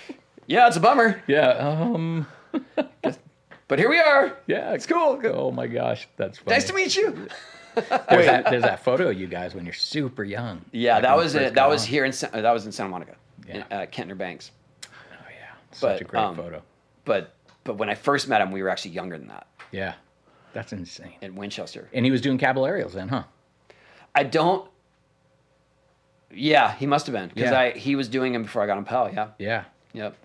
Speaker 1: yeah, it's a bummer,
Speaker 2: yeah um.
Speaker 1: but here we are.
Speaker 2: Yeah, it's
Speaker 1: cool.
Speaker 2: Oh my gosh, that's funny.
Speaker 1: Nice to meet you. [laughs]
Speaker 2: There's that, there's that photo of you guys when you're super young.
Speaker 1: Yeah,
Speaker 2: Like
Speaker 1: that
Speaker 2: when you
Speaker 1: was
Speaker 2: first
Speaker 1: it. That
Speaker 2: got
Speaker 1: was
Speaker 2: on.
Speaker 1: here in Sa- uh, that was in Santa Monica, in,
Speaker 2: Yeah.
Speaker 1: uh, Kentner Banks.
Speaker 2: Oh yeah, such
Speaker 1: But,
Speaker 2: a great
Speaker 1: um,
Speaker 2: photo.
Speaker 1: But but when I first met him, we were actually younger than that
Speaker 2: Yeah, that's insane.
Speaker 1: in Winchester.
Speaker 2: And he was doing caballerials then, huh?
Speaker 1: I don't. Yeah, he must have been because
Speaker 2: Yeah.
Speaker 1: I he was doing him before I got on Pal. Yeah,
Speaker 2: Yeah.
Speaker 1: yep.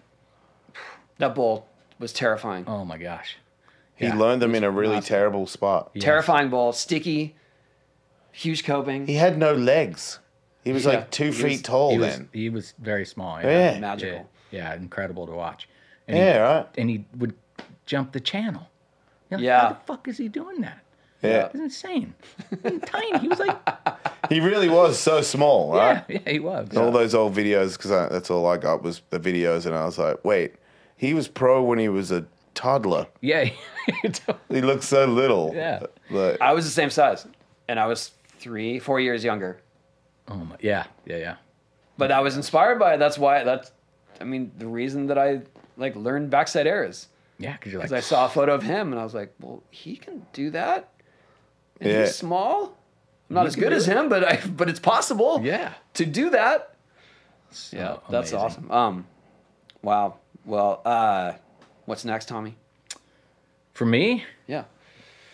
Speaker 1: That bull was terrifying.
Speaker 2: Oh my gosh.
Speaker 3: He
Speaker 2: Yeah.
Speaker 3: learned them in a really terrible spot.
Speaker 1: Terrifying bull, sticky, huge coping.
Speaker 3: He had no legs. He was
Speaker 1: Yeah.
Speaker 3: like two
Speaker 1: He
Speaker 3: feet
Speaker 1: was-
Speaker 3: tall
Speaker 2: He was
Speaker 3: then.
Speaker 2: he was very small.
Speaker 3: Yeah.
Speaker 2: yeah.
Speaker 1: magical.
Speaker 2: Yeah, incredible to watch. And
Speaker 3: Yeah,
Speaker 2: He,
Speaker 3: right.
Speaker 2: And he would jump the channel. You're like,
Speaker 1: Yeah.
Speaker 2: How the fuck is he doing that?
Speaker 3: Yeah.
Speaker 2: It's insane. Tiny. He was like,
Speaker 1: [laughs]
Speaker 3: He really was so small, right?
Speaker 2: yeah, yeah, he was.
Speaker 3: all those old videos because that's all I got was the videos, and I was like, wait, he was pro when he was a toddler.
Speaker 2: Yeah. [laughs]
Speaker 3: He looked so little.
Speaker 2: Yeah.
Speaker 3: Like,
Speaker 1: I was the same size, and I was three, four years younger.
Speaker 2: oh my. Yeah. Yeah. Yeah.
Speaker 1: But I was inspired by it. That's why. That's, I mean, the reason that I like learned backside airs
Speaker 2: Yeah, because you're like,
Speaker 1: because I saw a photo of him and I was like, well, he can do that. And
Speaker 3: Yeah.
Speaker 1: he's small. I'm not as
Speaker 2: can
Speaker 1: good
Speaker 2: do
Speaker 1: as him, but I, but it's possible.
Speaker 2: Yeah.
Speaker 1: To do that.
Speaker 2: So
Speaker 1: Yeah, that's
Speaker 2: amazing.
Speaker 1: awesome. Um, wow. Well, uh, what's next, Tommy?
Speaker 2: For me,
Speaker 1: Yeah.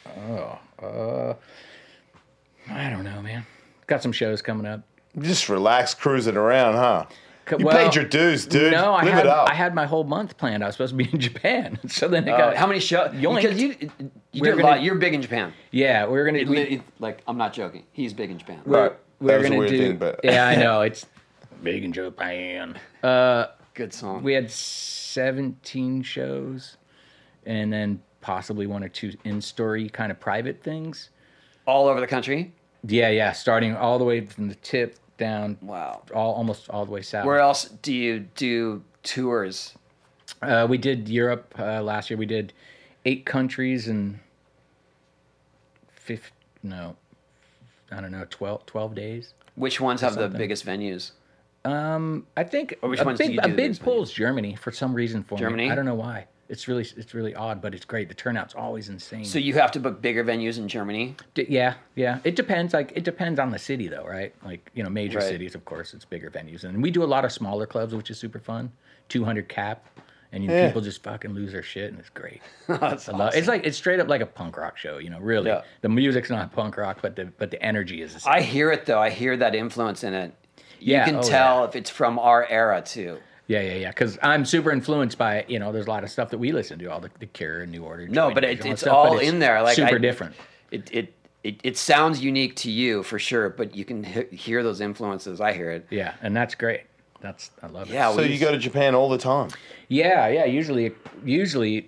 Speaker 2: I don't know, man. Got some shows coming up.
Speaker 3: just relax, cruising around, huh?
Speaker 2: Co-
Speaker 3: You
Speaker 2: well,
Speaker 3: paid your dues, dude.
Speaker 2: No, I
Speaker 3: Live
Speaker 2: had
Speaker 3: it up.
Speaker 2: I had my whole month planned. I was supposed to be in [laughs] Japan, so then it
Speaker 3: Oh.
Speaker 1: Uh,
Speaker 2: got
Speaker 1: how many shows?
Speaker 2: Yoinked.
Speaker 1: Because you, you
Speaker 2: We're
Speaker 1: did a
Speaker 2: gonna-
Speaker 1: lot. You're big in Japan.
Speaker 2: Yeah, we were gonna we,
Speaker 1: Li- like I'm not joking. He's big in Japan.
Speaker 3: Right.
Speaker 2: we were
Speaker 3: That was a [laughs]
Speaker 2: gonna
Speaker 3: weird
Speaker 2: do.
Speaker 3: thing, but-
Speaker 2: Yeah, I know it's big in Japan. Uh,
Speaker 1: Good song.
Speaker 2: we had 17 shows and then possibly one or two in-story kind of private things
Speaker 1: All over the country.
Speaker 2: yeah yeah starting all the way from the tip down
Speaker 1: Wow.
Speaker 2: all almost all the way south
Speaker 1: Where else do you do tours?
Speaker 2: uh, we did europe uh, last year we did eight countries and fifth no i don't know 12, 12 days
Speaker 1: Which ones have the biggest venues?
Speaker 2: um i think
Speaker 1: which
Speaker 2: a
Speaker 1: ones do
Speaker 2: big,
Speaker 1: you
Speaker 2: a
Speaker 1: do
Speaker 2: big
Speaker 1: this
Speaker 2: pull is germany for some reason for
Speaker 1: Germany?
Speaker 2: me i don't know why it's really it's really odd but it's great the turnout's always insane
Speaker 1: So you have to book bigger venues in Germany.
Speaker 2: D- yeah, yeah. It depends. Like it depends on the city, though, right? Like you know, major
Speaker 1: Right.
Speaker 2: cities, of course, it's bigger venues, and we do a lot of smaller clubs, which is super fun. Two hundred cap, and you,
Speaker 3: Yeah.
Speaker 2: people just fucking lose their shit, and it's great.
Speaker 1: [laughs] That's
Speaker 2: I love- It's like it's straight up like a punk rock show, you know. Really,
Speaker 1: Yeah.
Speaker 2: the music's not punk rock, but the but the energy is. The same.
Speaker 1: I hear it though. I hear that influence in it. You
Speaker 2: Yeah,
Speaker 1: can
Speaker 2: oh,
Speaker 1: tell if it's from our era too.
Speaker 2: yeah, yeah, yeah. Because I'm super influenced by you know. There's a lot of stuff that we listen to, all the, the Cure and New Order.
Speaker 1: No,
Speaker 2: Joy
Speaker 1: but it-
Speaker 2: Division, all that
Speaker 1: it's
Speaker 2: stuff,
Speaker 1: all in there, like,
Speaker 2: super
Speaker 1: I-
Speaker 2: different.
Speaker 1: It it it, it sounds unique to you for sure, but you can he- hear those influences. I hear it.
Speaker 2: Yeah, and that's great. That's I love it.
Speaker 1: Yeah.
Speaker 3: So
Speaker 1: we
Speaker 3: you
Speaker 1: used-
Speaker 3: go to Japan all the time.
Speaker 2: Yeah, yeah. Usually, usually e-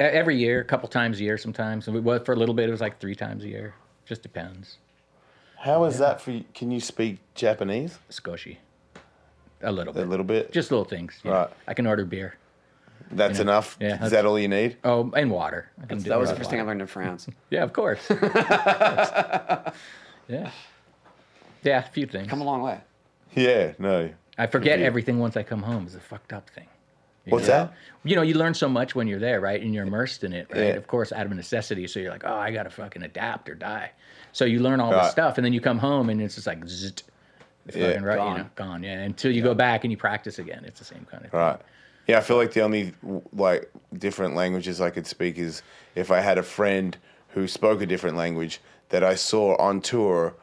Speaker 2: every year, a couple times a year, sometimes. And we- well, for a little bit, it was like three times a year. Just depends.
Speaker 3: How is that for? you? Can you speak Japanese
Speaker 2: Skoshi, a little
Speaker 3: a
Speaker 2: bit,
Speaker 3: little bit?
Speaker 2: just little things. you know.
Speaker 3: Right.
Speaker 2: I can order beer.
Speaker 3: that's enough.
Speaker 2: Yeah,
Speaker 3: is
Speaker 2: that's-
Speaker 3: that all you need?
Speaker 2: Oh, and water. I can do
Speaker 1: that was the
Speaker 2: without
Speaker 1: first thing I
Speaker 2: water.
Speaker 1: learned in France.
Speaker 2: Yeah,
Speaker 1: [laughs]
Speaker 2: of course. yeah, yeah. A few things.
Speaker 1: Come a long way.
Speaker 3: Yeah. No.
Speaker 2: I forget
Speaker 3: Review.
Speaker 2: everything once I come home. Is a fucked up thing. You
Speaker 3: What's
Speaker 2: know?
Speaker 3: that?
Speaker 2: You know, you learn so much when you're there, right? And you're immersed in it, right?
Speaker 3: Yeah.
Speaker 2: Of course, out of necessity. So you're like, oh, I gotta fucking adapt or die. So you learn all
Speaker 3: Right.
Speaker 2: this stuff, and then you come home, and it's just like, zzzt, It's
Speaker 3: Yeah.
Speaker 2: fucking right,
Speaker 1: Gone.
Speaker 2: you know, gone. Yeah, until you go back and you practice again. It's the same kind of thing.
Speaker 3: Right. Yeah, I feel like the only like different languages I could speak is if I had a friend who spoke a different language that I saw on tour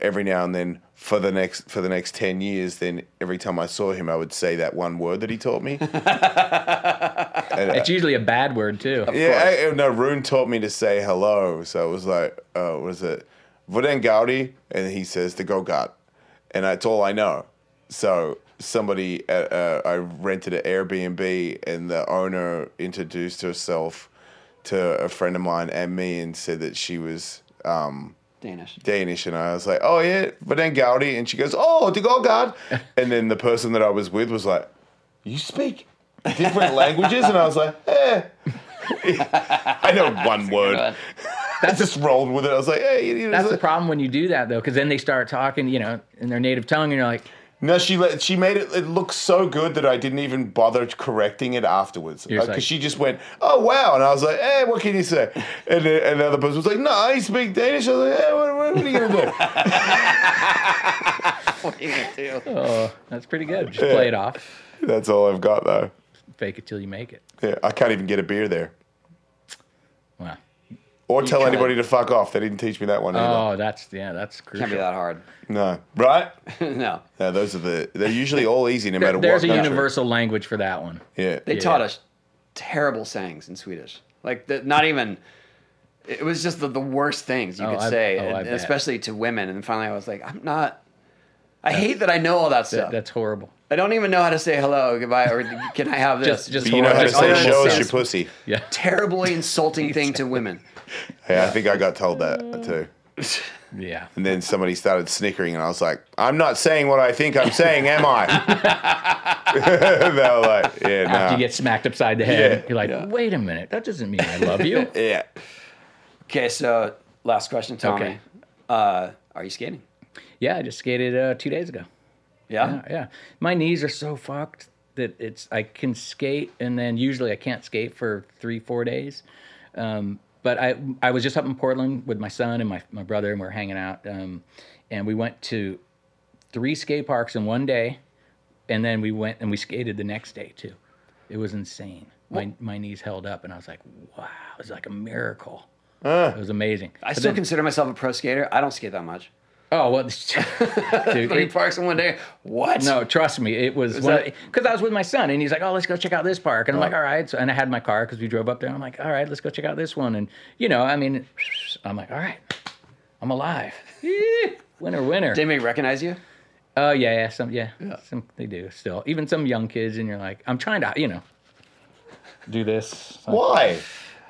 Speaker 3: every now and then for the next for the next 10 years then every time I saw him I would say that one word that he taught me.
Speaker 2: It's usually a bad word too.
Speaker 3: yeah, I, no Rune taught me to say hello, so it was like uh, what is it? Voden Gaudi and he says the go god. And that's all I know. So somebody, at, uh, I rented an Airbnb, and the owner introduced herself to a friend of mine and me, and said that she was um,
Speaker 1: Danish.
Speaker 3: Danish. And I was like, "Oh yeah," but then Gaudi, and she goes, "Oh, to go
Speaker 2: [laughs]
Speaker 3: God." And then the person that I was with was like, "You speak different languages," and I was like, "Eh." [laughs] I
Speaker 2: [laughs]
Speaker 3: know one word. [laughs] I just rolled with it. I was like, "Hey, you know,
Speaker 2: That's the problem when you do that though, because then they start talking, you know, in their native tongue, and you're like,
Speaker 3: No, she let, she made it. It looked so good that I didn't even bother correcting it afterwards
Speaker 2: You're
Speaker 3: because
Speaker 2: just like-
Speaker 3: she just went, "Oh wow!" and I was like, "Hey, what can you say?" [laughs] And then another person was like, "No, I speak Danish." I was like, "Hey, what, what are you gonna
Speaker 2: [laughs]
Speaker 3: do?"
Speaker 1: [laughs] What are you gonna do?
Speaker 2: oh, that's pretty good. Just play it off,
Speaker 3: That's all I've got though.
Speaker 2: fake it till you make it.
Speaker 3: Yeah, I can't even get a beer there
Speaker 2: Wow.
Speaker 3: or tell
Speaker 1: can't.
Speaker 3: anybody to fuck off. They didn't teach me that one either.
Speaker 2: Oh, that's yeah, that's crucial.
Speaker 1: Can't be that hard. [laughs]
Speaker 3: No, right?
Speaker 1: no.
Speaker 3: No, those are the. They're usually all easy, no matter
Speaker 2: There's
Speaker 3: what.
Speaker 2: a
Speaker 3: country.
Speaker 2: universal language for that one.
Speaker 3: Yeah.
Speaker 1: They
Speaker 2: Yeah.
Speaker 1: taught us terrible sayings in Swedish. Like the, not even. It was just the, the worst things you
Speaker 2: Oh,
Speaker 1: could
Speaker 2: I-
Speaker 1: say,
Speaker 2: oh, I
Speaker 1: and,
Speaker 2: bet.
Speaker 1: especially to women. And finally, I was like, I'm not. I hate that I know all that
Speaker 2: That,
Speaker 1: stuff.
Speaker 2: that's horrible.
Speaker 1: I don't even know how to say hello, goodbye,
Speaker 2: [laughs]
Speaker 1: or can I have this?
Speaker 2: Just, just
Speaker 3: But you know how to
Speaker 2: horrible.
Speaker 1: Like,
Speaker 3: say
Speaker 1: all
Speaker 3: "show us
Speaker 1: sense.
Speaker 3: your pussy."
Speaker 2: Yeah. [laughs]
Speaker 1: terribly insulting thing to women.
Speaker 3: Yeah, I think I got told that too.
Speaker 2: Yeah.
Speaker 3: And then somebody started snickering, and I was like, "I'm not saying what I think I'm saying, am
Speaker 2: [laughs]
Speaker 3: I?" [laughs] they were like, "Yeah,
Speaker 2: After
Speaker 3: nah.
Speaker 2: you get smacked upside the head,
Speaker 3: Uh, Yeah.
Speaker 2: you're like, wait a minute, that doesn't mean I love
Speaker 3: [laughs]
Speaker 2: you.
Speaker 3: yeah."
Speaker 1: Okay, so last question, Tommy.
Speaker 2: Okay.
Speaker 1: Uh, are you skating?
Speaker 2: yeah, I just skated uh, two days ago.
Speaker 1: Yeah.
Speaker 2: Yeah, Uh, yeah. My knees are so fucked that it's I can skate, and then usually I can't skate for three, four days. Um, but I I was just up in Portland with my son and my my brother, and we are hanging out. Um, and we went to three skate parks in one day, and then we went and we skated the next day too. It was insane. My my knees held up, and I was like, wow, it was like a miracle. it was amazing.
Speaker 1: I
Speaker 2: But
Speaker 1: still
Speaker 2: then-
Speaker 1: consider myself a pro skater. I don't skate that much.
Speaker 2: Oh well, [laughs]
Speaker 1: [laughs]
Speaker 2: dude,
Speaker 1: Three
Speaker 2: it-
Speaker 1: parks in one day. What?
Speaker 2: [laughs] No, trust me, it was because
Speaker 1: that- Oh.
Speaker 2: I was with my son, and he's like, "Oh, let's go check out this park," and I'm like, "All right." So, and I had my car because we drove up there. I'm like, "All right, let's go check out this one," and you know, I mean, I'm like, "All right, I'm alive, winner, winner."
Speaker 1: Did anybody recognize you?
Speaker 2: Oh yeah, yeah, some yeah, some they do still. Even some young kids, and you're like, I'm trying to, you know, do this
Speaker 3: Why?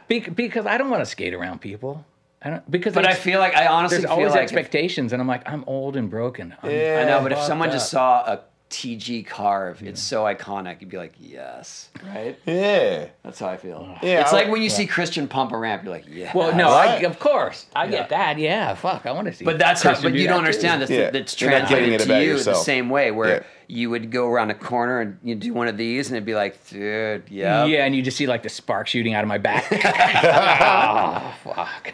Speaker 2: Be- because I don't want to skate around people. I don't because
Speaker 1: But I
Speaker 2: it's-
Speaker 1: feel like I honestly
Speaker 2: there's
Speaker 1: feel
Speaker 2: always
Speaker 1: like if-
Speaker 2: expectations, and I'm like, I'm old and broken. I'm-
Speaker 3: Yeah.
Speaker 1: I know, but if
Speaker 2: fucked
Speaker 1: someone just
Speaker 2: up.
Speaker 1: saw a TG carve, it's so iconic. You'd be like, yes, right?
Speaker 3: Yeah.
Speaker 1: That's how I feel.
Speaker 3: Yeah,
Speaker 1: it's
Speaker 3: I-
Speaker 1: like when you see Christian pump a ramp, you're like, yeah.
Speaker 2: Well, no, I,
Speaker 3: Right.
Speaker 2: of course I get that. Yeah, fuck, I want to see.
Speaker 1: But that's how,
Speaker 2: Christian
Speaker 1: but
Speaker 2: do
Speaker 1: you
Speaker 2: that
Speaker 1: don't
Speaker 2: too.
Speaker 1: understand that's,
Speaker 3: Yeah.
Speaker 1: that's
Speaker 3: You're not getting
Speaker 1: translated
Speaker 3: it
Speaker 1: to
Speaker 3: about
Speaker 1: you the
Speaker 3: yourself.
Speaker 1: same way where
Speaker 3: Yeah.
Speaker 1: you would go around a corner and you do one of these and it'd be like, dude, yeah.
Speaker 2: Yeah, and you just see like the spark shooting out of
Speaker 1: [laughs]
Speaker 2: my back. [laughs] oh, fuck.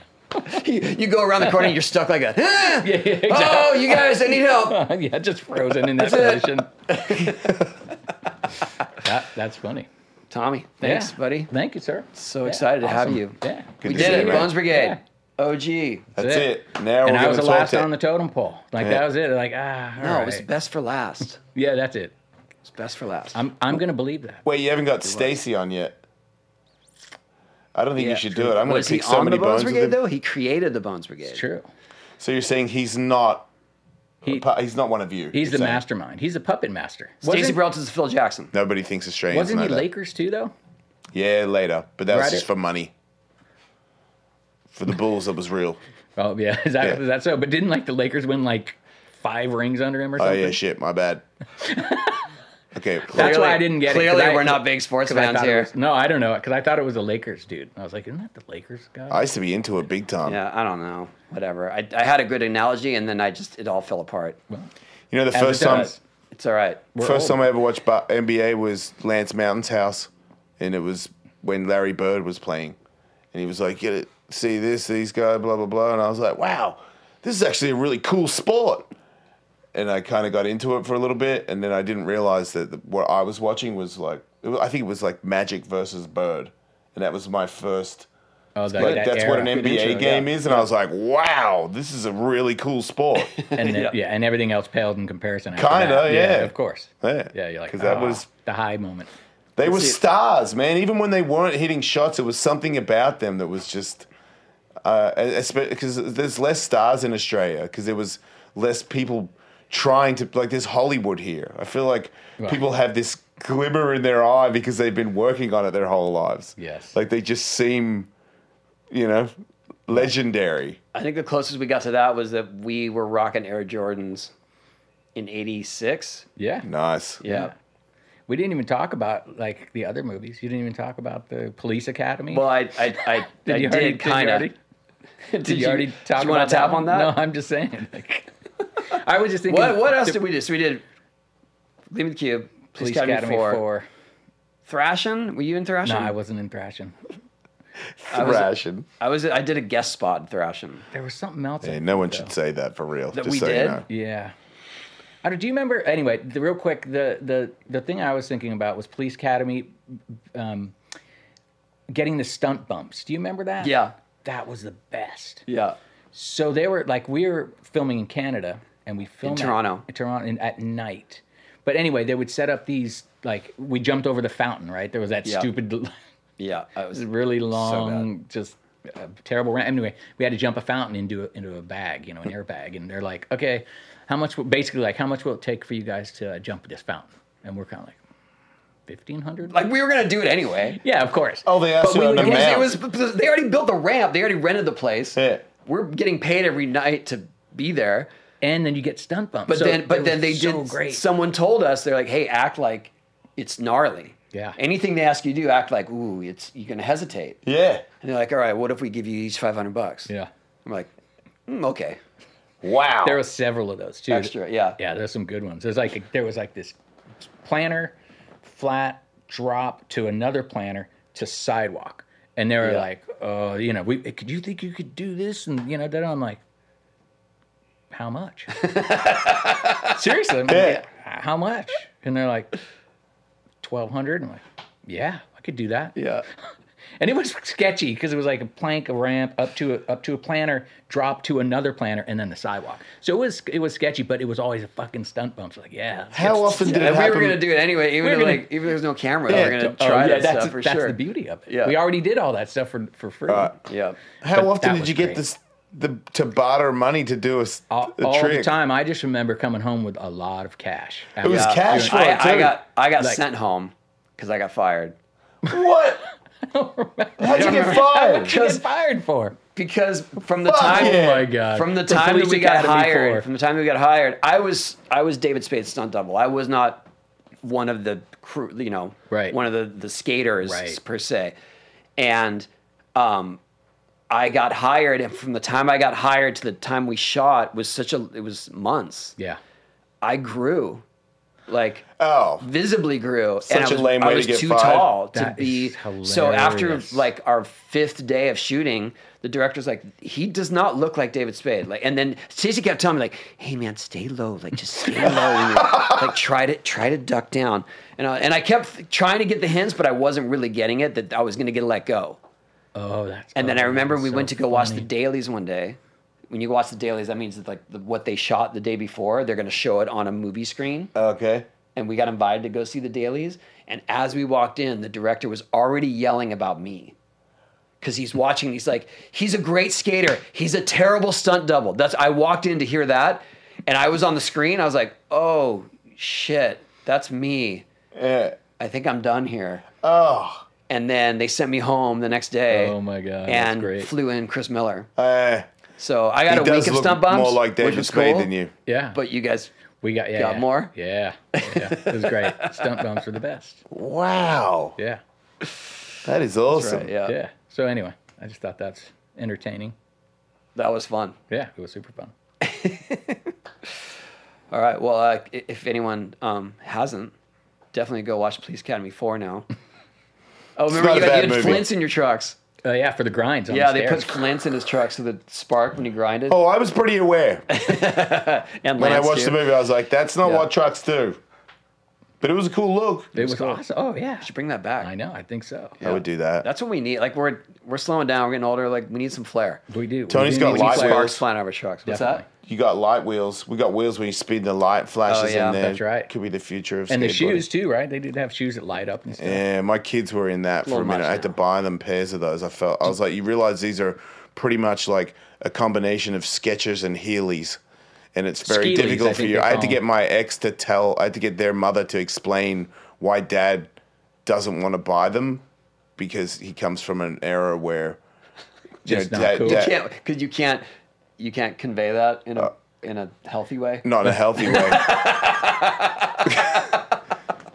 Speaker 1: You, you go around the corner and you're stuck like a,
Speaker 2: Yeah, yeah, exactly. [laughs]
Speaker 1: oh, you guys, I need help.
Speaker 2: yeah, just frozen in that
Speaker 1: That's it.
Speaker 2: position.
Speaker 1: [laughs]
Speaker 2: that, that's funny.
Speaker 1: Tommy, thanks,
Speaker 2: Yeah.
Speaker 1: buddy.
Speaker 2: Thank you, sir.
Speaker 1: So
Speaker 2: Yeah,
Speaker 1: excited to have
Speaker 2: awesome.
Speaker 1: you.
Speaker 2: Yeah.
Speaker 1: we
Speaker 3: to
Speaker 1: did
Speaker 3: see
Speaker 1: it,
Speaker 3: you, man.
Speaker 1: Bones Brigade. OG.
Speaker 3: That's
Speaker 2: it.
Speaker 3: it. Now
Speaker 2: And
Speaker 3: we're
Speaker 2: I was the
Speaker 3: gonna
Speaker 2: last
Speaker 3: talk
Speaker 2: on the totem pole. Like
Speaker 3: Yeah.
Speaker 2: that was it. Like ah, all
Speaker 1: No, it was
Speaker 2: right.
Speaker 1: best for last.
Speaker 2: yeah, that's it.
Speaker 1: It's best for last.
Speaker 2: I'm I'm gonna believe that.
Speaker 3: Wait, you haven't got Stacy on yet. I don't think
Speaker 1: Yeah,
Speaker 3: you should do it. I'm going
Speaker 1: was
Speaker 3: to
Speaker 1: he
Speaker 3: pick so
Speaker 1: on
Speaker 3: many
Speaker 1: the Bones
Speaker 3: bones.
Speaker 1: Brigade
Speaker 3: with him.
Speaker 1: though? He created the Bones Brigade.
Speaker 2: It's true.
Speaker 3: So you're saying he's not.
Speaker 2: He-
Speaker 3: pa- he's not one of you.
Speaker 2: He's
Speaker 3: you're
Speaker 2: the
Speaker 3: saying.
Speaker 2: mastermind. He's the puppet master.
Speaker 1: Stacy
Speaker 2: Wasn't-
Speaker 1: Brelton's Phil Jackson.
Speaker 3: Nobody thinks Australians
Speaker 2: Wasn't
Speaker 3: know
Speaker 2: he
Speaker 3: that.
Speaker 2: Lakers too though?
Speaker 3: Yeah, later. But that was
Speaker 2: Right
Speaker 3: just
Speaker 2: it-
Speaker 3: for money. For the Bulls, that was real.
Speaker 2: Oh yeah, [laughs] is that,
Speaker 3: Yeah.
Speaker 2: is that so? But didn't like the Lakers win like five rings under him or
Speaker 3: Oh
Speaker 2: something?
Speaker 3: yeah, shit. My
Speaker 2: [laughs]
Speaker 3: bad. Okay.
Speaker 2: That's
Speaker 1: Clearly-
Speaker 2: why I didn't get it. 'cause
Speaker 1: Clearly,
Speaker 2: I-
Speaker 1: we're not big sports
Speaker 2: 'cause I
Speaker 1: fans
Speaker 2: thought it
Speaker 1: here.
Speaker 2: was- no, I don't know because I thought it was a Lakers dude. I was like, isn't that the Lakers guy?
Speaker 3: I used to be into it big time.
Speaker 1: Yeah, I don't know. Whatever. I, I had a good analogy, and then I just it all fell apart.
Speaker 3: You know, the
Speaker 2: As it
Speaker 3: first time,
Speaker 2: does.
Speaker 1: It's all right.
Speaker 2: We're
Speaker 3: first
Speaker 2: old.
Speaker 3: time I ever watched ba- NBA was Lance Mountain's house, and it was when Larry Bird was playing, and he was like, "Get it, see this, these guys, blah blah blah," and I was like, "Wow, this is actually a really cool sport." And I kind of got into it for a little bit, and then I didn't realize that the, what I was watching was like, it was, I think it was like Magic versus Bird, and that was my first.
Speaker 2: Oh, that,
Speaker 3: Like,
Speaker 2: that
Speaker 3: that's what an
Speaker 2: era.
Speaker 3: NBA
Speaker 1: intro,
Speaker 3: game is, and I was like, "Wow, this is a really cool
Speaker 2: [laughs]
Speaker 3: sport."
Speaker 2: and then,
Speaker 1: Yeah.
Speaker 2: yeah. and everything else paled in comparison. after
Speaker 3: Kinda,
Speaker 2: that.
Speaker 3: yeah.
Speaker 2: of course.
Speaker 3: Yeah.
Speaker 2: yeah, you're like
Speaker 3: 'Cause that
Speaker 2: "Ah,
Speaker 3: was-
Speaker 2: the high moment.
Speaker 3: They were
Speaker 1: it.
Speaker 3: stars, man. Even when they weren't hitting shots, it was something about them that was just. uh, Because there's less stars in Australia, because there was less people trying to like. There's Hollywood here. I feel like
Speaker 2: Right.
Speaker 3: people have this glimmer in their eye because they've been working on it their whole lives.
Speaker 2: Yes.
Speaker 3: like they just seem, you know, legendary.
Speaker 1: I think the closest we got to that was that we were rocking Air Jordans in '86.
Speaker 2: Yeah,
Speaker 3: Nice.
Speaker 1: Yeah.
Speaker 2: we didn't even talk about like the other movies. You didn't even talk about the Police Academy.
Speaker 1: Well, I I
Speaker 2: [laughs]
Speaker 1: I, I
Speaker 2: you
Speaker 1: did,
Speaker 2: already- you
Speaker 1: kind of.
Speaker 2: already- Did you already
Speaker 1: [laughs]
Speaker 2: talk
Speaker 1: Did you want
Speaker 2: about
Speaker 1: to tap
Speaker 2: that?
Speaker 1: on that?
Speaker 2: No, I'm just saying. [laughs] like, I was just thinking.
Speaker 1: What what else did we do? So we did Leaving the Cube,
Speaker 2: Police
Speaker 1: Police Academy, 4.
Speaker 2: four.
Speaker 1: Thrashing? Were you in Thrashing?
Speaker 2: No, I wasn't in Thrashing.
Speaker 1: was-
Speaker 3: Thrashing.
Speaker 1: I was I did a guest spot in Thrashing.
Speaker 2: There was something else.
Speaker 3: Hey, no one should say that for real.
Speaker 1: That
Speaker 3: just
Speaker 1: we
Speaker 3: so
Speaker 1: did?
Speaker 3: You know.
Speaker 2: Yeah. I don't, do you remember? Anyway, the, real quick, the, the the thing I was thinking about was Police Academy, um, getting the stunt bumps. Do you remember that?
Speaker 1: Yeah.
Speaker 2: That was the best.
Speaker 1: Yeah.
Speaker 2: So they were like, we were filming in Canada, and we filmed at-
Speaker 1: Toronto.
Speaker 2: in Toronto in, at night. But anyway, they would set up these like we jumped over the fountain, right? There was that
Speaker 1: Yeah.
Speaker 2: stupid
Speaker 1: Yeah. I was
Speaker 2: really long, just uh, terrible. Rant. Anyway, we had to jump a fountain into a, into a bag, you know, an airbag, and they're like, "Okay, how much? Will, basically, like, how much will it take for you guys to uh, jump this fountain?" And we're kind of like, fifteen hundred.
Speaker 1: like we were gonna do it anyway.
Speaker 2: yeah, of course.
Speaker 3: Oh, they asked
Speaker 2: But
Speaker 3: you
Speaker 2: we
Speaker 3: on
Speaker 2: would
Speaker 3: the
Speaker 2: get-
Speaker 1: It
Speaker 3: map.
Speaker 1: was they already built the ramp, they already rented the place.
Speaker 3: Yeah.
Speaker 1: We're getting paid every night to be there.
Speaker 2: and then you get stunt bumps.
Speaker 1: But
Speaker 2: So
Speaker 1: then
Speaker 2: it
Speaker 1: but then
Speaker 2: was
Speaker 1: they
Speaker 2: so
Speaker 1: did
Speaker 2: great.
Speaker 1: someone told us they're like, hey, act like it's gnarly.
Speaker 2: Yeah.
Speaker 1: Anything they ask you to do, act like, ooh, it's you're gonna hesitate.
Speaker 3: Yeah.
Speaker 1: And they're like, all right, what if we give you each five hundred bucks?
Speaker 2: yeah,
Speaker 1: I'm like, mm, okay.
Speaker 3: Wow.
Speaker 2: there were several of those too.
Speaker 1: Extra, yeah.
Speaker 2: Yeah, there's some good ones. There's like a, there was like this planner, flat drop to another planner to sidewalk, and they were
Speaker 1: Yeah.
Speaker 2: like, "Oh, you know, we could you think you could do this?" And you know, then I'm like, "How much?" [laughs] Seriously, I'm like,
Speaker 3: Yeah.
Speaker 2: how much? And they're like, 1200 I'm like, "Yeah, I could do that."
Speaker 1: Yeah.
Speaker 2: And it was sketchy because it was like a plank, a ramp up to a, up to a planter, drop to another planter, and then the sidewalk. So it was it was sketchy, but it was always a fucking stunt bump. So like, yeah, let's
Speaker 3: How often did it
Speaker 1: And we
Speaker 3: happen?
Speaker 1: were gonna do it anyway, even
Speaker 2: We're
Speaker 1: if
Speaker 2: gonna-
Speaker 1: like even if there's no camera,
Speaker 3: Yeah.
Speaker 1: we're gonna
Speaker 2: go-
Speaker 1: try
Speaker 2: oh, yeah,
Speaker 1: that
Speaker 2: that's
Speaker 1: stuff for
Speaker 2: that's
Speaker 1: sure.
Speaker 2: the beauty of it.
Speaker 1: Yeah.
Speaker 2: We already did all that stuff for for free.
Speaker 3: Right.
Speaker 1: Yeah.
Speaker 3: How
Speaker 2: But
Speaker 3: often
Speaker 2: that
Speaker 3: did
Speaker 2: was
Speaker 3: you
Speaker 2: great.
Speaker 3: get this the to barter money to do a, s-
Speaker 2: all,
Speaker 3: a
Speaker 2: all
Speaker 3: trick.
Speaker 2: the time. I just remember coming home with a lot of cash. It
Speaker 3: was cash for it,
Speaker 1: Uh, I, I
Speaker 3: too.
Speaker 1: got I got
Speaker 2: Like-
Speaker 1: sent home because I got fired
Speaker 3: [laughs] What? How'd you get
Speaker 2: What
Speaker 3: fired?
Speaker 2: did you get fired for?
Speaker 1: because from the
Speaker 3: Fuck
Speaker 1: time
Speaker 3: yeah.
Speaker 2: Oh my god!
Speaker 1: from the
Speaker 2: The
Speaker 1: time that
Speaker 2: police
Speaker 1: we got
Speaker 2: academy
Speaker 1: hired
Speaker 2: for-
Speaker 1: from the time we got hired I was I was David Spade's stunt double I was not one of the crew you know
Speaker 2: Right.
Speaker 1: one of the the skaters
Speaker 2: Right.
Speaker 1: per se and um I got hired and from the time I got hired to the time we shot was such a it was months
Speaker 2: Yeah.
Speaker 1: I grew like
Speaker 3: Oh,
Speaker 1: visibly grew.
Speaker 3: Such
Speaker 1: and I
Speaker 3: a
Speaker 1: was,
Speaker 3: lame
Speaker 1: I
Speaker 3: way to
Speaker 1: was
Speaker 3: get
Speaker 1: too
Speaker 3: fired.
Speaker 1: tall to
Speaker 2: That
Speaker 1: be.
Speaker 2: is
Speaker 1: So after
Speaker 2: hilarious.
Speaker 1: like our fifth day of shooting, the director's like, he does not look like David Spade. Like, and then Stacey kept telling me like, hey man, stay low. Like just stay
Speaker 3: [laughs]
Speaker 1: low. when you're- like try to try to duck down. And I, and I kept trying to get the hints, but I wasn't really getting it that I was going to get let go.
Speaker 2: Oh, that's.
Speaker 1: And then I
Speaker 2: oh,
Speaker 1: remember
Speaker 2: that's
Speaker 1: we
Speaker 2: so
Speaker 1: went to go watch the
Speaker 2: funny.
Speaker 1: dailies one day. When you watch the dailies, that means that like the, what they shot the day before, they're going to show it on a movie screen
Speaker 3: okay.
Speaker 1: and we got invited to go see the dailies. And as we walked in, the director was already yelling about me because he's watching. He's like, he's a great skater. He's a terrible stunt double. That's I walked in to hear that, and I was on the screen. I was like, oh shit, that's me.
Speaker 3: Yeah.
Speaker 1: I think I'm done here.
Speaker 3: Eh, Oh,
Speaker 1: And then they sent me home the next day.
Speaker 2: Oh my God, that's
Speaker 1: And
Speaker 2: great.
Speaker 1: flew in Chris Miller.
Speaker 3: uh,
Speaker 1: So I
Speaker 3: he
Speaker 1: got a week
Speaker 3: does
Speaker 1: of
Speaker 3: look
Speaker 1: stunt bumps.
Speaker 3: more like
Speaker 1: which
Speaker 3: David
Speaker 1: was
Speaker 3: Spade
Speaker 1: cool,
Speaker 3: than you.
Speaker 2: Yeah.
Speaker 1: But you guys,
Speaker 2: we got yeah.
Speaker 1: got
Speaker 2: yeah.
Speaker 1: more?
Speaker 2: Yeah. Yeah. It was
Speaker 1: [laughs]
Speaker 2: great. Stunt bumps were the best.
Speaker 3: Wow,
Speaker 2: Yeah.
Speaker 3: that is awesome.
Speaker 1: right, yeah,
Speaker 2: Yeah. So anyway, I just thought that's entertaining.
Speaker 1: that was fun.
Speaker 2: Yeah, it was super fun.
Speaker 1: All right. Well, uh, i- if anyone um, hasn't, definitely go watch Police Academy 4
Speaker 3: [laughs]
Speaker 1: now. Oh, remember
Speaker 3: not
Speaker 1: you had, you
Speaker 3: a bad
Speaker 1: had
Speaker 3: movie.
Speaker 1: flints in your trucks.
Speaker 2: Uh, yeah, for the grinds. On
Speaker 1: Yeah,
Speaker 2: the
Speaker 1: they put
Speaker 2: stairs.
Speaker 1: flints in his truck so that spark when you grind it.
Speaker 3: Oh, I was pretty aware
Speaker 1: and
Speaker 3: when I
Speaker 1: Lance
Speaker 3: watched
Speaker 1: too.
Speaker 3: the movie. I was like, "That's not
Speaker 1: Yeah.
Speaker 3: what trucks do," but it was a cool look.
Speaker 2: It was awesome. Oh yeah.
Speaker 1: Should bring that back.
Speaker 2: I know. I think so.
Speaker 3: I would do that.
Speaker 1: That's what we need. Like we're we're slowing down. We're getting older. Like we need some flair.
Speaker 2: We do.
Speaker 3: Tony's
Speaker 2: we do
Speaker 3: got
Speaker 2: need
Speaker 3: live
Speaker 2: to play-
Speaker 3: wire.
Speaker 1: Sparks flying over trucks. What's
Speaker 2: Definitely.
Speaker 3: you got light wheels. We got wheels when you spin the light flashes
Speaker 1: yeah.
Speaker 3: in there.
Speaker 2: That's right.
Speaker 3: Could be the future of
Speaker 2: And the
Speaker 3: skateboarding.
Speaker 2: shoes too, right? They did have shoes that light up and stuff.
Speaker 3: Yeah, my kids were in that for
Speaker 1: Little
Speaker 3: a minute.
Speaker 1: much
Speaker 3: I had to
Speaker 1: now.
Speaker 3: buy them pairs of those. I felt I was like, you realize these are pretty much like a combination of Skechers and Heelys, and it's very
Speaker 2: Skeelys, I
Speaker 3: difficult for
Speaker 2: think
Speaker 3: you.
Speaker 2: they
Speaker 3: I had to
Speaker 2: call
Speaker 3: get
Speaker 2: them.
Speaker 3: my ex to tell. I had to get their mother to explain why Dad doesn't want to buy them because he comes from an era where you
Speaker 2: Just
Speaker 3: know,
Speaker 2: not
Speaker 3: dad,
Speaker 2: cool.
Speaker 3: dad-
Speaker 1: Can't because you can't you can't convey that in a
Speaker 3: Uh,
Speaker 1: in a healthy way.
Speaker 3: not in a healthy
Speaker 1: [laughs]
Speaker 3: way.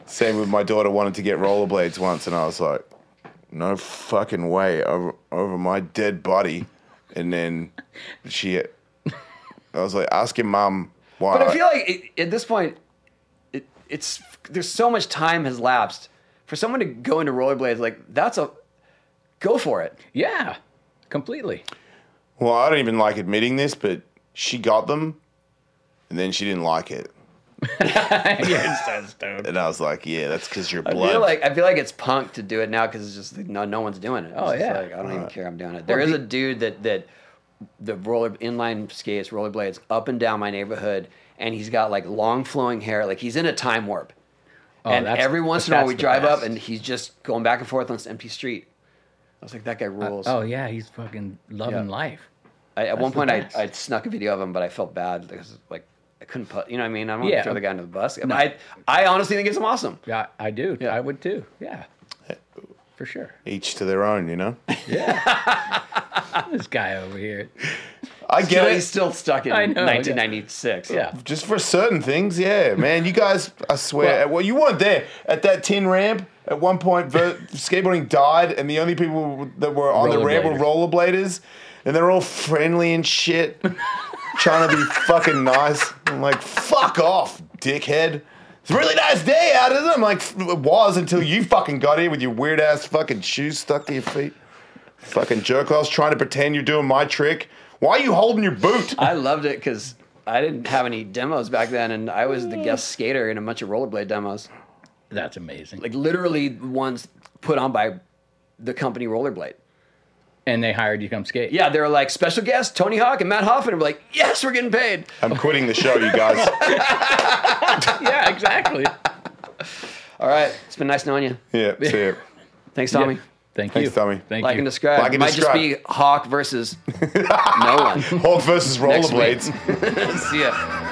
Speaker 3: Same with my daughter wanted to get rollerblades once, and I was like, no fucking way over, over my dead body. And then she, I was like, ask your mum why.
Speaker 1: But I feel like it, at this point, it, it's there's so much time has lapsed for someone to go into rollerblades. Like that's a go for it.
Speaker 2: Yeah, completely.
Speaker 1: [laughs]
Speaker 3: well, I don't even like admitting this, but she got them, and then she didn't like it.
Speaker 2: yeah, it's so stoked.
Speaker 3: And I was like, yeah, that's because you're
Speaker 1: I
Speaker 3: blood.
Speaker 1: feel like I feel like it's punk to do it now because it's just like, no no one's doing it. It's
Speaker 2: Oh,
Speaker 1: just
Speaker 2: yeah.
Speaker 1: like, I don't even care. I'm doing it. There is a dude that that the roller inline skates rollerblades up and down my neighborhood, and he's got like long flowing hair. Like he's in a time warp. and
Speaker 2: Oh, that's-
Speaker 1: every once in a while
Speaker 2: that's
Speaker 1: we
Speaker 2: the
Speaker 1: drive up
Speaker 2: best.
Speaker 1: and he's just going back and forth on this empty street. I was like, that guy rules.
Speaker 2: Oh yeah, he's fucking loving
Speaker 1: Yeah.
Speaker 2: life.
Speaker 1: I, at one
Speaker 2: the
Speaker 1: point, I,
Speaker 2: best.
Speaker 1: I snuck a video of him, but I felt bad because like I couldn't put, you know what I mean? I don't want
Speaker 2: Yeah.
Speaker 1: to throw the guy under the bus. I, mean, I I honestly think it's awesome.
Speaker 2: Yeah, I do.
Speaker 1: Yeah.
Speaker 2: I would too. Yeah, for sure.
Speaker 3: Each to their own,
Speaker 1: [laughs]
Speaker 3: you know?
Speaker 2: Yeah, this guy over here.
Speaker 3: I get
Speaker 1: But
Speaker 3: it.
Speaker 1: he's still stuck in
Speaker 2: I know, yeah.
Speaker 1: 1996. [laughs]
Speaker 2: Yeah,
Speaker 3: just for certain things, yeah, man. You guys, I swear, well, you weren't there at that tin ramp. At one point, ver- skateboarding died, and the only people that were on the ramp were rollerbladers, and they're all friendly and shit, trying to be fucking nice. I'm like, fuck off, dickhead. It's a really nice day out, isn't it? I'm like, it was until you fucking got here with your weird ass fucking shoes stuck to your feet. Fucking jerk offs trying to pretend you're doing my trick. Why are you holding your boot?
Speaker 1: I loved it because I didn't have any demos back then, and I was the guest skater in a bunch of rollerblade demos.
Speaker 2: that's amazing.
Speaker 1: Like literally ones put on by the company Rollerblade.
Speaker 2: and they hired you to come skate.
Speaker 1: Yeah, they were like special guests Tony Hawk and Matt Hoffman. And we're like, yes, we're getting paid.
Speaker 3: I'm quitting the show, you guys.
Speaker 2: yeah, exactly.
Speaker 1: All right, it's been nice knowing you. [laughs]
Speaker 3: Yeah, see it.
Speaker 1: Thanks, Tommy.
Speaker 2: Thank
Speaker 3: Thanks,
Speaker 2: you.
Speaker 3: Tommy.
Speaker 2: Thank
Speaker 1: like
Speaker 2: you.
Speaker 1: and describe.
Speaker 3: Like and
Speaker 1: Might [laughs]
Speaker 3: describe.
Speaker 1: just be Hawk versus no one.
Speaker 3: Hulk versus
Speaker 1: Next week.
Speaker 3: rollerblades.
Speaker 1: See ya.